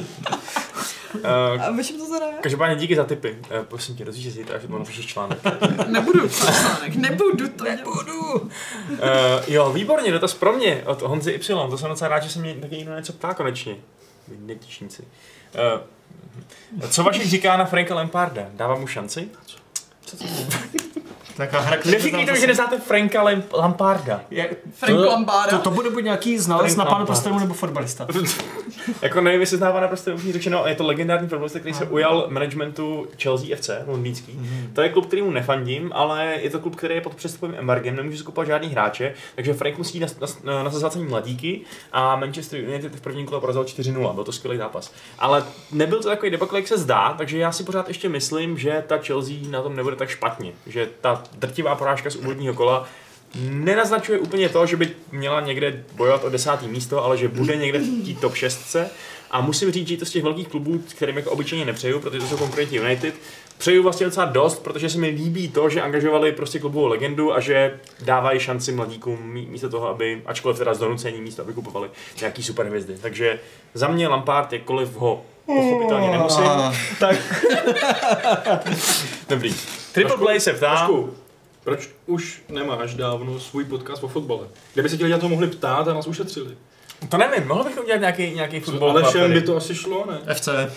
Speaker 1: Uh,
Speaker 3: A ve čem to zadaje?
Speaker 1: každopádně díky za tipy. Uh, prosím tě, rozvíš si to, až to napíšeš článek.
Speaker 3: Nebudu psát článek. Nebudu to Nebudu.
Speaker 1: Uh, jo, výborně, dotaz pro mě od Honzy Y. To jsem docela rád, že se mě taky někdo na něco ptá konečně. Vy Netěšníci. Uh, co Vašek říká na Franka Lamparda? Dávám mu šanci?
Speaker 4: Taká hra, kterou
Speaker 1: Neříkejte mi,
Speaker 4: znám
Speaker 1: že neznáte Franka Lamp- Lamparda.
Speaker 4: Jak,
Speaker 3: Frank Lambára.
Speaker 4: prostě- to, to bude buď nějaký znalec
Speaker 1: Frank
Speaker 4: na pánu
Speaker 1: Lampard.
Speaker 4: prstenů nebo fotbalista.
Speaker 1: Jako nevím, jestli zná pana prostě upřímně řečeno, ale je to legendární fotbalista, který se ujal managementu Chelsea FC, londýnský. Mm-hmm. To je klub, který mu nefandím, ale je to klub, který je pod přestupovým embargem, nemůže skupovat žádný hráče, takže Frank musí nas, nas, na zasazení mladíky a Manchester United v prvním kole porazil 4-0, byl to skvělý zápas. Ale nebyl to takový debakl, jak se zdá, takže já si pořád ještě myslím, že ta Chelsea na tom nebude tak špatně, že ta drtivá porážka z úvodního kola
Speaker 18: nenaznačuje úplně to, že by měla někde bojovat o desátý místo, ale že bude někde v té top 6. A musím říct, že jí to z těch velkých klubů, kterým jako obyčejně nepřeju, protože to jsou konkurenti United, přeju vlastně docela dost, protože se mi líbí to, že angažovali prostě klubovou legendu a že dávají šanci mladíkům mí- místo toho, aby, ačkoliv teda z donucení místo, aby kupovali nějaký superhvězdy. Takže za mě Lampard, jakkoliv ho pochopitelně nemusím, tak... Dobrý. Triple Play se ptá...
Speaker 2: Trošku, proč už nemáš dávno svůj podcast o fotbale? Kde by se ti lidé na to mohli ptát a nás ušetřili?
Speaker 1: To nevím, mohl bych udělat nějaký, nějaký fotbal.
Speaker 2: Ale všem
Speaker 1: tady.
Speaker 2: by to asi šlo, ne?
Speaker 4: FC, E.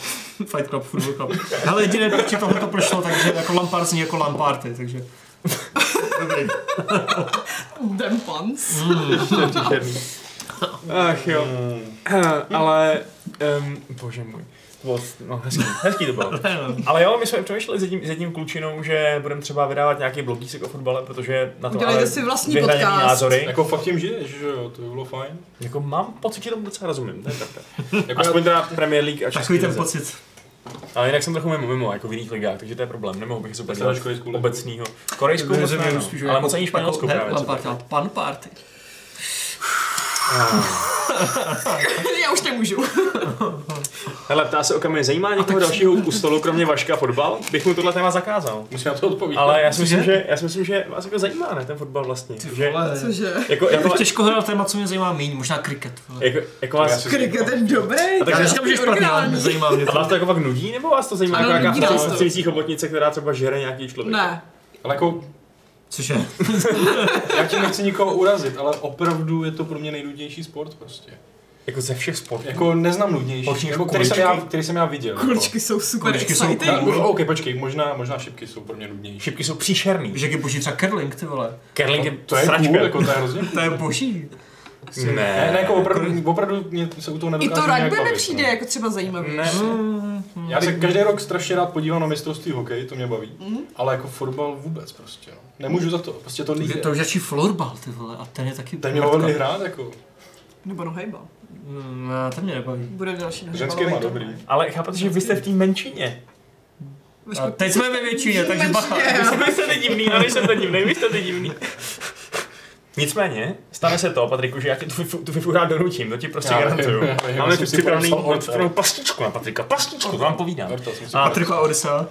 Speaker 4: Fight Club, Football Club. Hele, jediné, proč tohle to prošlo, takže jako Lampard zní jako Lamparty, takže... Dobrý.
Speaker 19: Dempans.
Speaker 18: Ach jo.
Speaker 1: Hmm.
Speaker 18: Ale, um, bože můj. Bylo, no, hezký, hezký to bylo.
Speaker 1: Ale jo, my jsme přemýšleli s jedním, s jedním klučinou, že budeme třeba vydávat nějaký blogísek o fotbale, protože na to
Speaker 19: Udělejte
Speaker 1: máme
Speaker 19: si vlastní
Speaker 1: vyhraněný
Speaker 19: podcast.
Speaker 1: názory.
Speaker 2: Jako fakt tím žiješ, že jo, to by bylo fajn.
Speaker 1: Jako mám pocit, že tomu docela rozumím, to je pravda.
Speaker 2: Jako já,
Speaker 18: Aspoň teda Premier League a
Speaker 4: Takový
Speaker 18: Český
Speaker 4: ten
Speaker 18: lize.
Speaker 4: pocit.
Speaker 1: Jako Ale jinak jsem trochu mimo, mimo, jako v jiných ligách, takže to je problém, nemohu bych se úplně
Speaker 2: dáš korejskou ligu.
Speaker 1: obecného. Korejskou moc ne, no. ale moc ani španělskou
Speaker 4: Jako- Ne,
Speaker 1: právě.
Speaker 4: Lampard, ale pan party.
Speaker 19: Já už nemůžu.
Speaker 18: Hele, ptá se o kamě, zajímá někoho dalšího u stolu, kromě Vaška fotbal?
Speaker 1: Bych mu tohle téma zakázal.
Speaker 2: musím na to odpovídat.
Speaker 1: Ale já si, myslím, že, já si myslím, že vás jako zajímá, ne, ten fotbal vlastně. Že,
Speaker 19: Cože?
Speaker 1: jako, jako,
Speaker 4: Bych těžko hledal téma, co mě zajímá méně, možná kriket. vole.
Speaker 1: jako, jako vás,
Speaker 19: Kriket je dobrý.
Speaker 18: tak já
Speaker 4: Říkám, že špatný, ale nezajímá mě
Speaker 18: A
Speaker 4: to.
Speaker 18: vás to jako fakt nudí, nebo vás to zajímá
Speaker 19: Ano,
Speaker 18: jako nějaká
Speaker 19: nudí nás to.
Speaker 18: fascinující chobotnice, která třeba žere nějaký člověk?
Speaker 19: Ne.
Speaker 2: Ale jako,
Speaker 4: Cože?
Speaker 2: já tím nechci nikoho urazit, ale opravdu je to pro mě nejnudnější sport prostě.
Speaker 1: jako ze všech sportů.
Speaker 2: Jako neznám nudnější,
Speaker 1: Počkej,
Speaker 2: jako, který, jsem já, který jsem já viděl. jako.
Speaker 19: Kurčky jsou super
Speaker 4: Kurčky jsou
Speaker 19: exciting.
Speaker 2: Já, možná, ok, počkej, možná, možná šipky jsou pro mě nudnější.
Speaker 1: Šipky jsou příšerný.
Speaker 4: Že je boží třeba curling, ty vole.
Speaker 1: Kerling je
Speaker 2: To je
Speaker 1: sračka.
Speaker 2: cool, jako to je hrozně cool.
Speaker 4: To je boží.
Speaker 2: Ne,
Speaker 1: Ne,
Speaker 2: ne, jako opravdu, opravdu mě se u toho
Speaker 19: I
Speaker 2: nedokážu
Speaker 19: to
Speaker 2: nějak
Speaker 19: rugby mi
Speaker 2: bavit,
Speaker 19: přijde
Speaker 2: no.
Speaker 19: jako třeba zajímavý.
Speaker 1: Ne,
Speaker 2: Já se každý rok strašně rád podívám na mistrovství hokej, to mě baví.
Speaker 19: Mhm.
Speaker 2: Ale jako fotbal vůbec prostě, no. Nemůžu za to, prostě to nejde.
Speaker 4: To už začí florbal, ty vole, a ten je taky...
Speaker 2: Ten mě bavil i hrát, jako.
Speaker 19: Nebo
Speaker 3: no
Speaker 19: nohejbal.
Speaker 4: Mm, ne, ten mě nebaví.
Speaker 19: Bude další
Speaker 2: Ženský má
Speaker 19: nohejbalový.
Speaker 2: dobrý.
Speaker 1: ale chápete, že vy jste v té menšině.
Speaker 4: A teď jsme ve většině, takže bacha.
Speaker 1: Vy jste ty divný, já nejsem ten divný, vy jste ty divný. Nicméně, stane se to, Patriku, že já tě tu, fifu- tu fifu rád donutím, to ti prostě
Speaker 2: Já vím,
Speaker 1: garantuju.
Speaker 2: já vím,
Speaker 1: Máme
Speaker 2: já jsem
Speaker 1: tu
Speaker 2: si
Speaker 1: připravený
Speaker 2: podepsal
Speaker 1: připravenou pastičku na Patrika, pastičku, to vám povídám.
Speaker 2: Horta, jsem si
Speaker 1: A,
Speaker 4: Patrik a Odisa.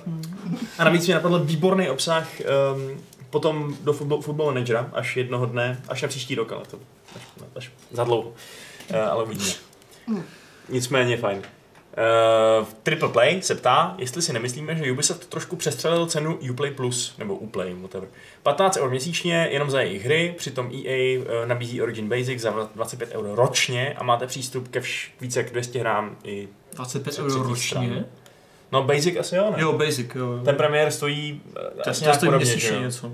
Speaker 1: a navíc mě napadl výborný obsah um, potom do football, football managera, až jednoho dne, až na příští rok, ale to až, až za dlouho. Eh, ale uvidíme.
Speaker 18: Nicméně fajn.
Speaker 1: Uh, Triple Play se ptá, jestli si nemyslíme, že Ubisoft trošku přestřelil cenu Uplay Plus, nebo Uplay, whatever. 15 eur měsíčně jenom za jejich hry, přitom EA uh, nabízí Origin Basic za 25 eur ročně a máte přístup ke vš- více jak 200 hrám i...
Speaker 4: 25
Speaker 1: Co
Speaker 4: euro
Speaker 1: třetí
Speaker 4: ročně.
Speaker 1: strana? No Basic asi jo, ne?
Speaker 4: Jo, basic, jo. jo.
Speaker 1: Ten premiér stojí uh,
Speaker 4: to,
Speaker 1: asi
Speaker 4: to
Speaker 1: nějak
Speaker 4: stojí
Speaker 1: podobně, že
Speaker 4: měsíčně
Speaker 1: jo?
Speaker 4: něco.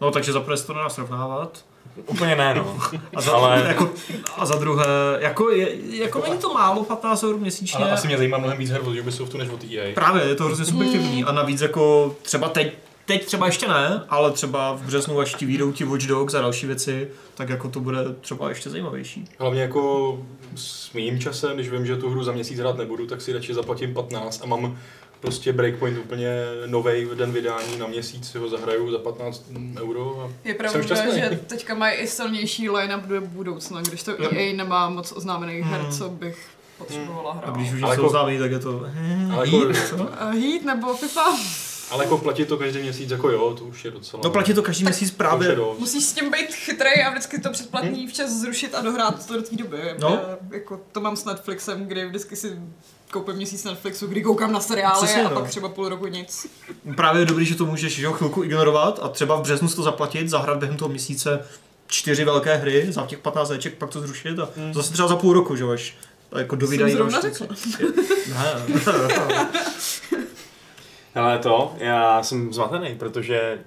Speaker 4: No, takže za prvé se to nedá srovnávat.
Speaker 1: Úplně ne, no.
Speaker 4: A za,
Speaker 1: Ale-
Speaker 4: jako, a za druhé, jako, je, jako není to málo, 15 eur měsíčně.
Speaker 2: Ale asi mě zajímá mnohem víc her od Ubisoftu než od E EA.
Speaker 4: Právě, je to hrozně subjektivní.
Speaker 3: Hmm.
Speaker 4: A navíc jako třeba teď, teď třeba ještě ne, ale třeba v březnu, až ti výjdou ti Watch Dogs a další věci, tak jako to bude třeba ještě zajímavější.
Speaker 2: Hlavně jako s mým časem, když vím, že tu hru za měsíc hrát nebudu, tak si radši zaplatím 15 a mám prostě breakpoint úplně novej v den vydání na měsíc, si ho zahraju za 15 euro a
Speaker 3: Je
Speaker 2: Jsem
Speaker 3: pravda,
Speaker 2: šťastný.
Speaker 3: že teďka mají i silnější line-up do budoucna, když to
Speaker 4: No.
Speaker 3: EA nemá moc oznámených her, co bych potřebovala
Speaker 4: Hmm. A
Speaker 3: hrát.
Speaker 4: když už
Speaker 2: Ale
Speaker 4: něco
Speaker 2: jako-
Speaker 4: oznámí, tak je to...
Speaker 2: Ale jako,
Speaker 3: Eh, Heat nebo FIFA?
Speaker 2: ale jako platí to každý měsíc, jako jo, to už je docela...
Speaker 4: No platí to každý měsíc
Speaker 2: to už je
Speaker 4: právě.
Speaker 2: dost.
Speaker 3: Musíš s tím být chytrej a vždycky to předplatný včas zrušit a dohrát to do té doby.
Speaker 4: No.
Speaker 3: Já, jako, to mám s Netflixem, kdy vždycky si koupím měsíc Netflixu, kdy koukám na seriály
Speaker 4: Přesně,
Speaker 3: a
Speaker 4: no.
Speaker 3: pak třeba půl roku nic.
Speaker 4: Právě je dobrý, že to můžeš že jo, chvilku ignorovat a třeba v březnu si to zaplatit, zahrát během toho měsíce čtyři velké hry za těch 15 eček, pak to zrušit a zase třeba za půl roku, že jo, až jako dovídají
Speaker 3: Hmm. Jsem zrovna
Speaker 4: další
Speaker 3: řekla.
Speaker 4: věci. Ne, ne.
Speaker 18: Ale to, já jsem zmatený, protože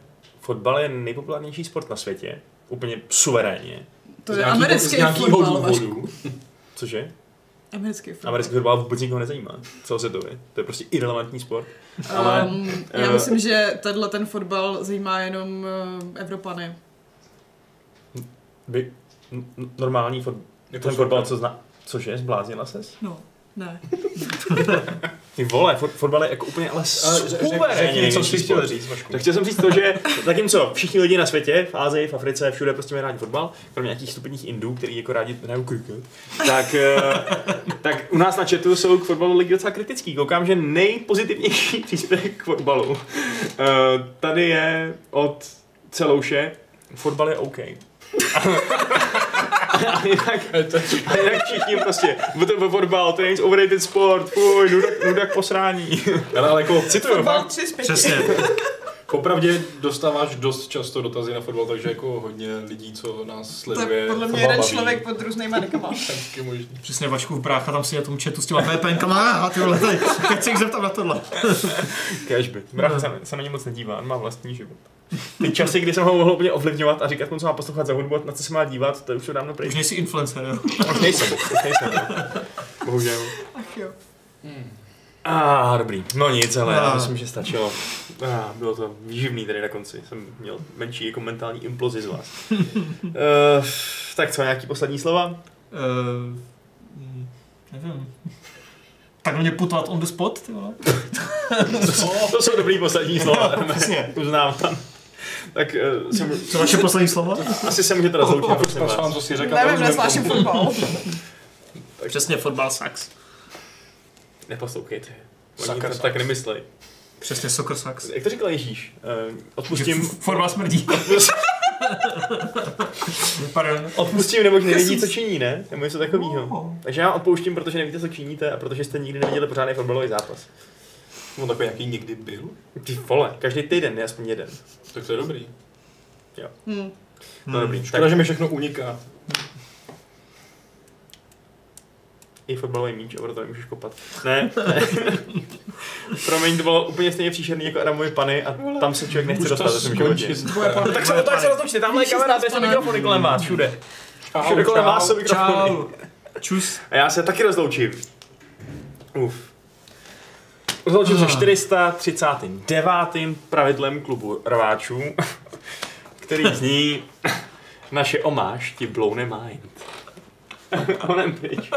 Speaker 18: fotbal je nejpopulárnější sport na světě. Úplně suverénně.
Speaker 3: To
Speaker 2: Z
Speaker 3: je
Speaker 2: nějakýho-
Speaker 3: americký
Speaker 2: z nějakýho
Speaker 3: fotbal. Vašku.
Speaker 2: důvodu.
Speaker 18: Cože?
Speaker 3: Americký fotbal.
Speaker 18: Americký fotbal vůbec nikoho nezajímá. Celosvětově. To je prostě irrelevantní sport. ale,
Speaker 3: um, já
Speaker 18: eh,
Speaker 3: myslím, že tenhle ten fotbal zajímá jenom eh, Evropany.
Speaker 18: By, n- n- normální fot,
Speaker 2: Jako
Speaker 18: ten fotbal, co zná. Cože, zbláznila ses?
Speaker 3: No, ne.
Speaker 1: Ty vole, fot, fotbal je jako úplně ale super.
Speaker 2: Řekni, co jsi chtěl říct, Vašku.
Speaker 1: Tak chtěl jsem říct to, že zatímco všichni lidi na světě, v Ázii, v Africe, všude prostě mají rádi fotbal, kromě nějakých stupidních Indů, který jako rádi hrajou cricket, tak, eh, tak u nás na chatu jsou k fotbalu lidi docela kritický. Koukám, že nejpozitivnější příspěvek k fotbalu eh, tady je od Celouše. Fotbal je OK. A jinak, a jinak všichni prostě, VTB fotbal, to je nic overrated sport, fuj, nuda, nuda k posrání.
Speaker 2: Ale, ale jako,
Speaker 1: Cituju,
Speaker 3: Fotbal tři z pěti.
Speaker 4: Přesně.
Speaker 2: popravdě dostáváš dost často dotazy na fotbal, takže jako hodně lidí, co nás
Speaker 3: To
Speaker 2: sleduje.
Speaker 3: je podle mě
Speaker 2: fotbal
Speaker 3: jeden
Speaker 2: baví.
Speaker 3: člověk pod různýma dekama.
Speaker 2: Tak je možný.
Speaker 4: Přesně Vaškův brácha tam si na tom chatu s těma VPNkama a tyhle, tady, teď se jich zeptám na tohle.
Speaker 1: Cashby.
Speaker 20: Brácha se, se na ně moc nedívá, on má vlastní život.
Speaker 1: No. Ty časy, kdy jsem ho mohl úplně ovlivňovat a říkat mu, co má poslouchat za hudbu, a na co se má dívat, to už je dávno
Speaker 4: Už
Speaker 1: pryč.
Speaker 4: nejsi influencer, jo?
Speaker 1: Už nejsem, už nejsem. no. Bohužel.
Speaker 3: Ach jo.
Speaker 1: A ah, dobrý. No nic, ale já
Speaker 4: Ah.
Speaker 1: myslím, že stačilo. Ah, bylo to výživný tady na konci. Jsem měl menší jako mentální implozi z vás. uh, tak co, nějaký poslední slova?
Speaker 4: Uh, nevím. Tak mě putovat on the spot, ty vole.
Speaker 1: To jsou dobrý poslední slova.
Speaker 4: Přesně.
Speaker 1: Uznám tam. Tak uh, jsem,
Speaker 4: Co vaše poslední slova?
Speaker 1: asi se můžete rozloučit, prosím
Speaker 2: Poslouchám,
Speaker 1: vás.
Speaker 2: co si řekl.
Speaker 3: Nevím, nesnáším fotbal.
Speaker 4: Přesně, fotbal sucks.
Speaker 1: Neposlouchejte. Oni
Speaker 2: Sakra,
Speaker 1: to tak
Speaker 2: sakra.
Speaker 1: nemyslej.
Speaker 4: Přesně, soccer sucks.
Speaker 1: Jak to říkal Ježíš? Uh,
Speaker 4: Že
Speaker 1: odpustím,
Speaker 4: f- Fotbal smrdí. Pardon.
Speaker 1: Odpustím, neboť nevidí, co činí, ne? Nebo něco takového. Takže já odpouštím, protože nevíte, co činíte a protože jste nikdy neviděli pořádný fotbalový zápas.
Speaker 2: On takový nějaký někdy byl?
Speaker 1: Ty vole, každý týden je aspoň jeden.
Speaker 2: Tak to je dobrý.
Speaker 3: Hm.
Speaker 1: No dobrý,
Speaker 2: Škoda,
Speaker 1: tak
Speaker 2: že mi všechno uniká.
Speaker 1: i fotbalový míč, a proto nemůžeš kopat. Ne, ne. Promiň, to bylo úplně stejně příšerný jako Adamovi pany a tam se člověk nechce
Speaker 2: Už
Speaker 1: dostat
Speaker 2: to
Speaker 1: ve svém životě.
Speaker 2: skončí. Tvoje pan-
Speaker 1: Tak se, tak se rozlučte, tamhle je kamera, to je mikrofony kolem vás, všude. Všude kolem vás jsou mikrofony.
Speaker 4: Čau. Čus.
Speaker 1: A já se taky rozloučím. Uf. Rozloučím se 439. pravidlem klubu rváčů, který zní naše omáž ti bloune mind. Onem pryč.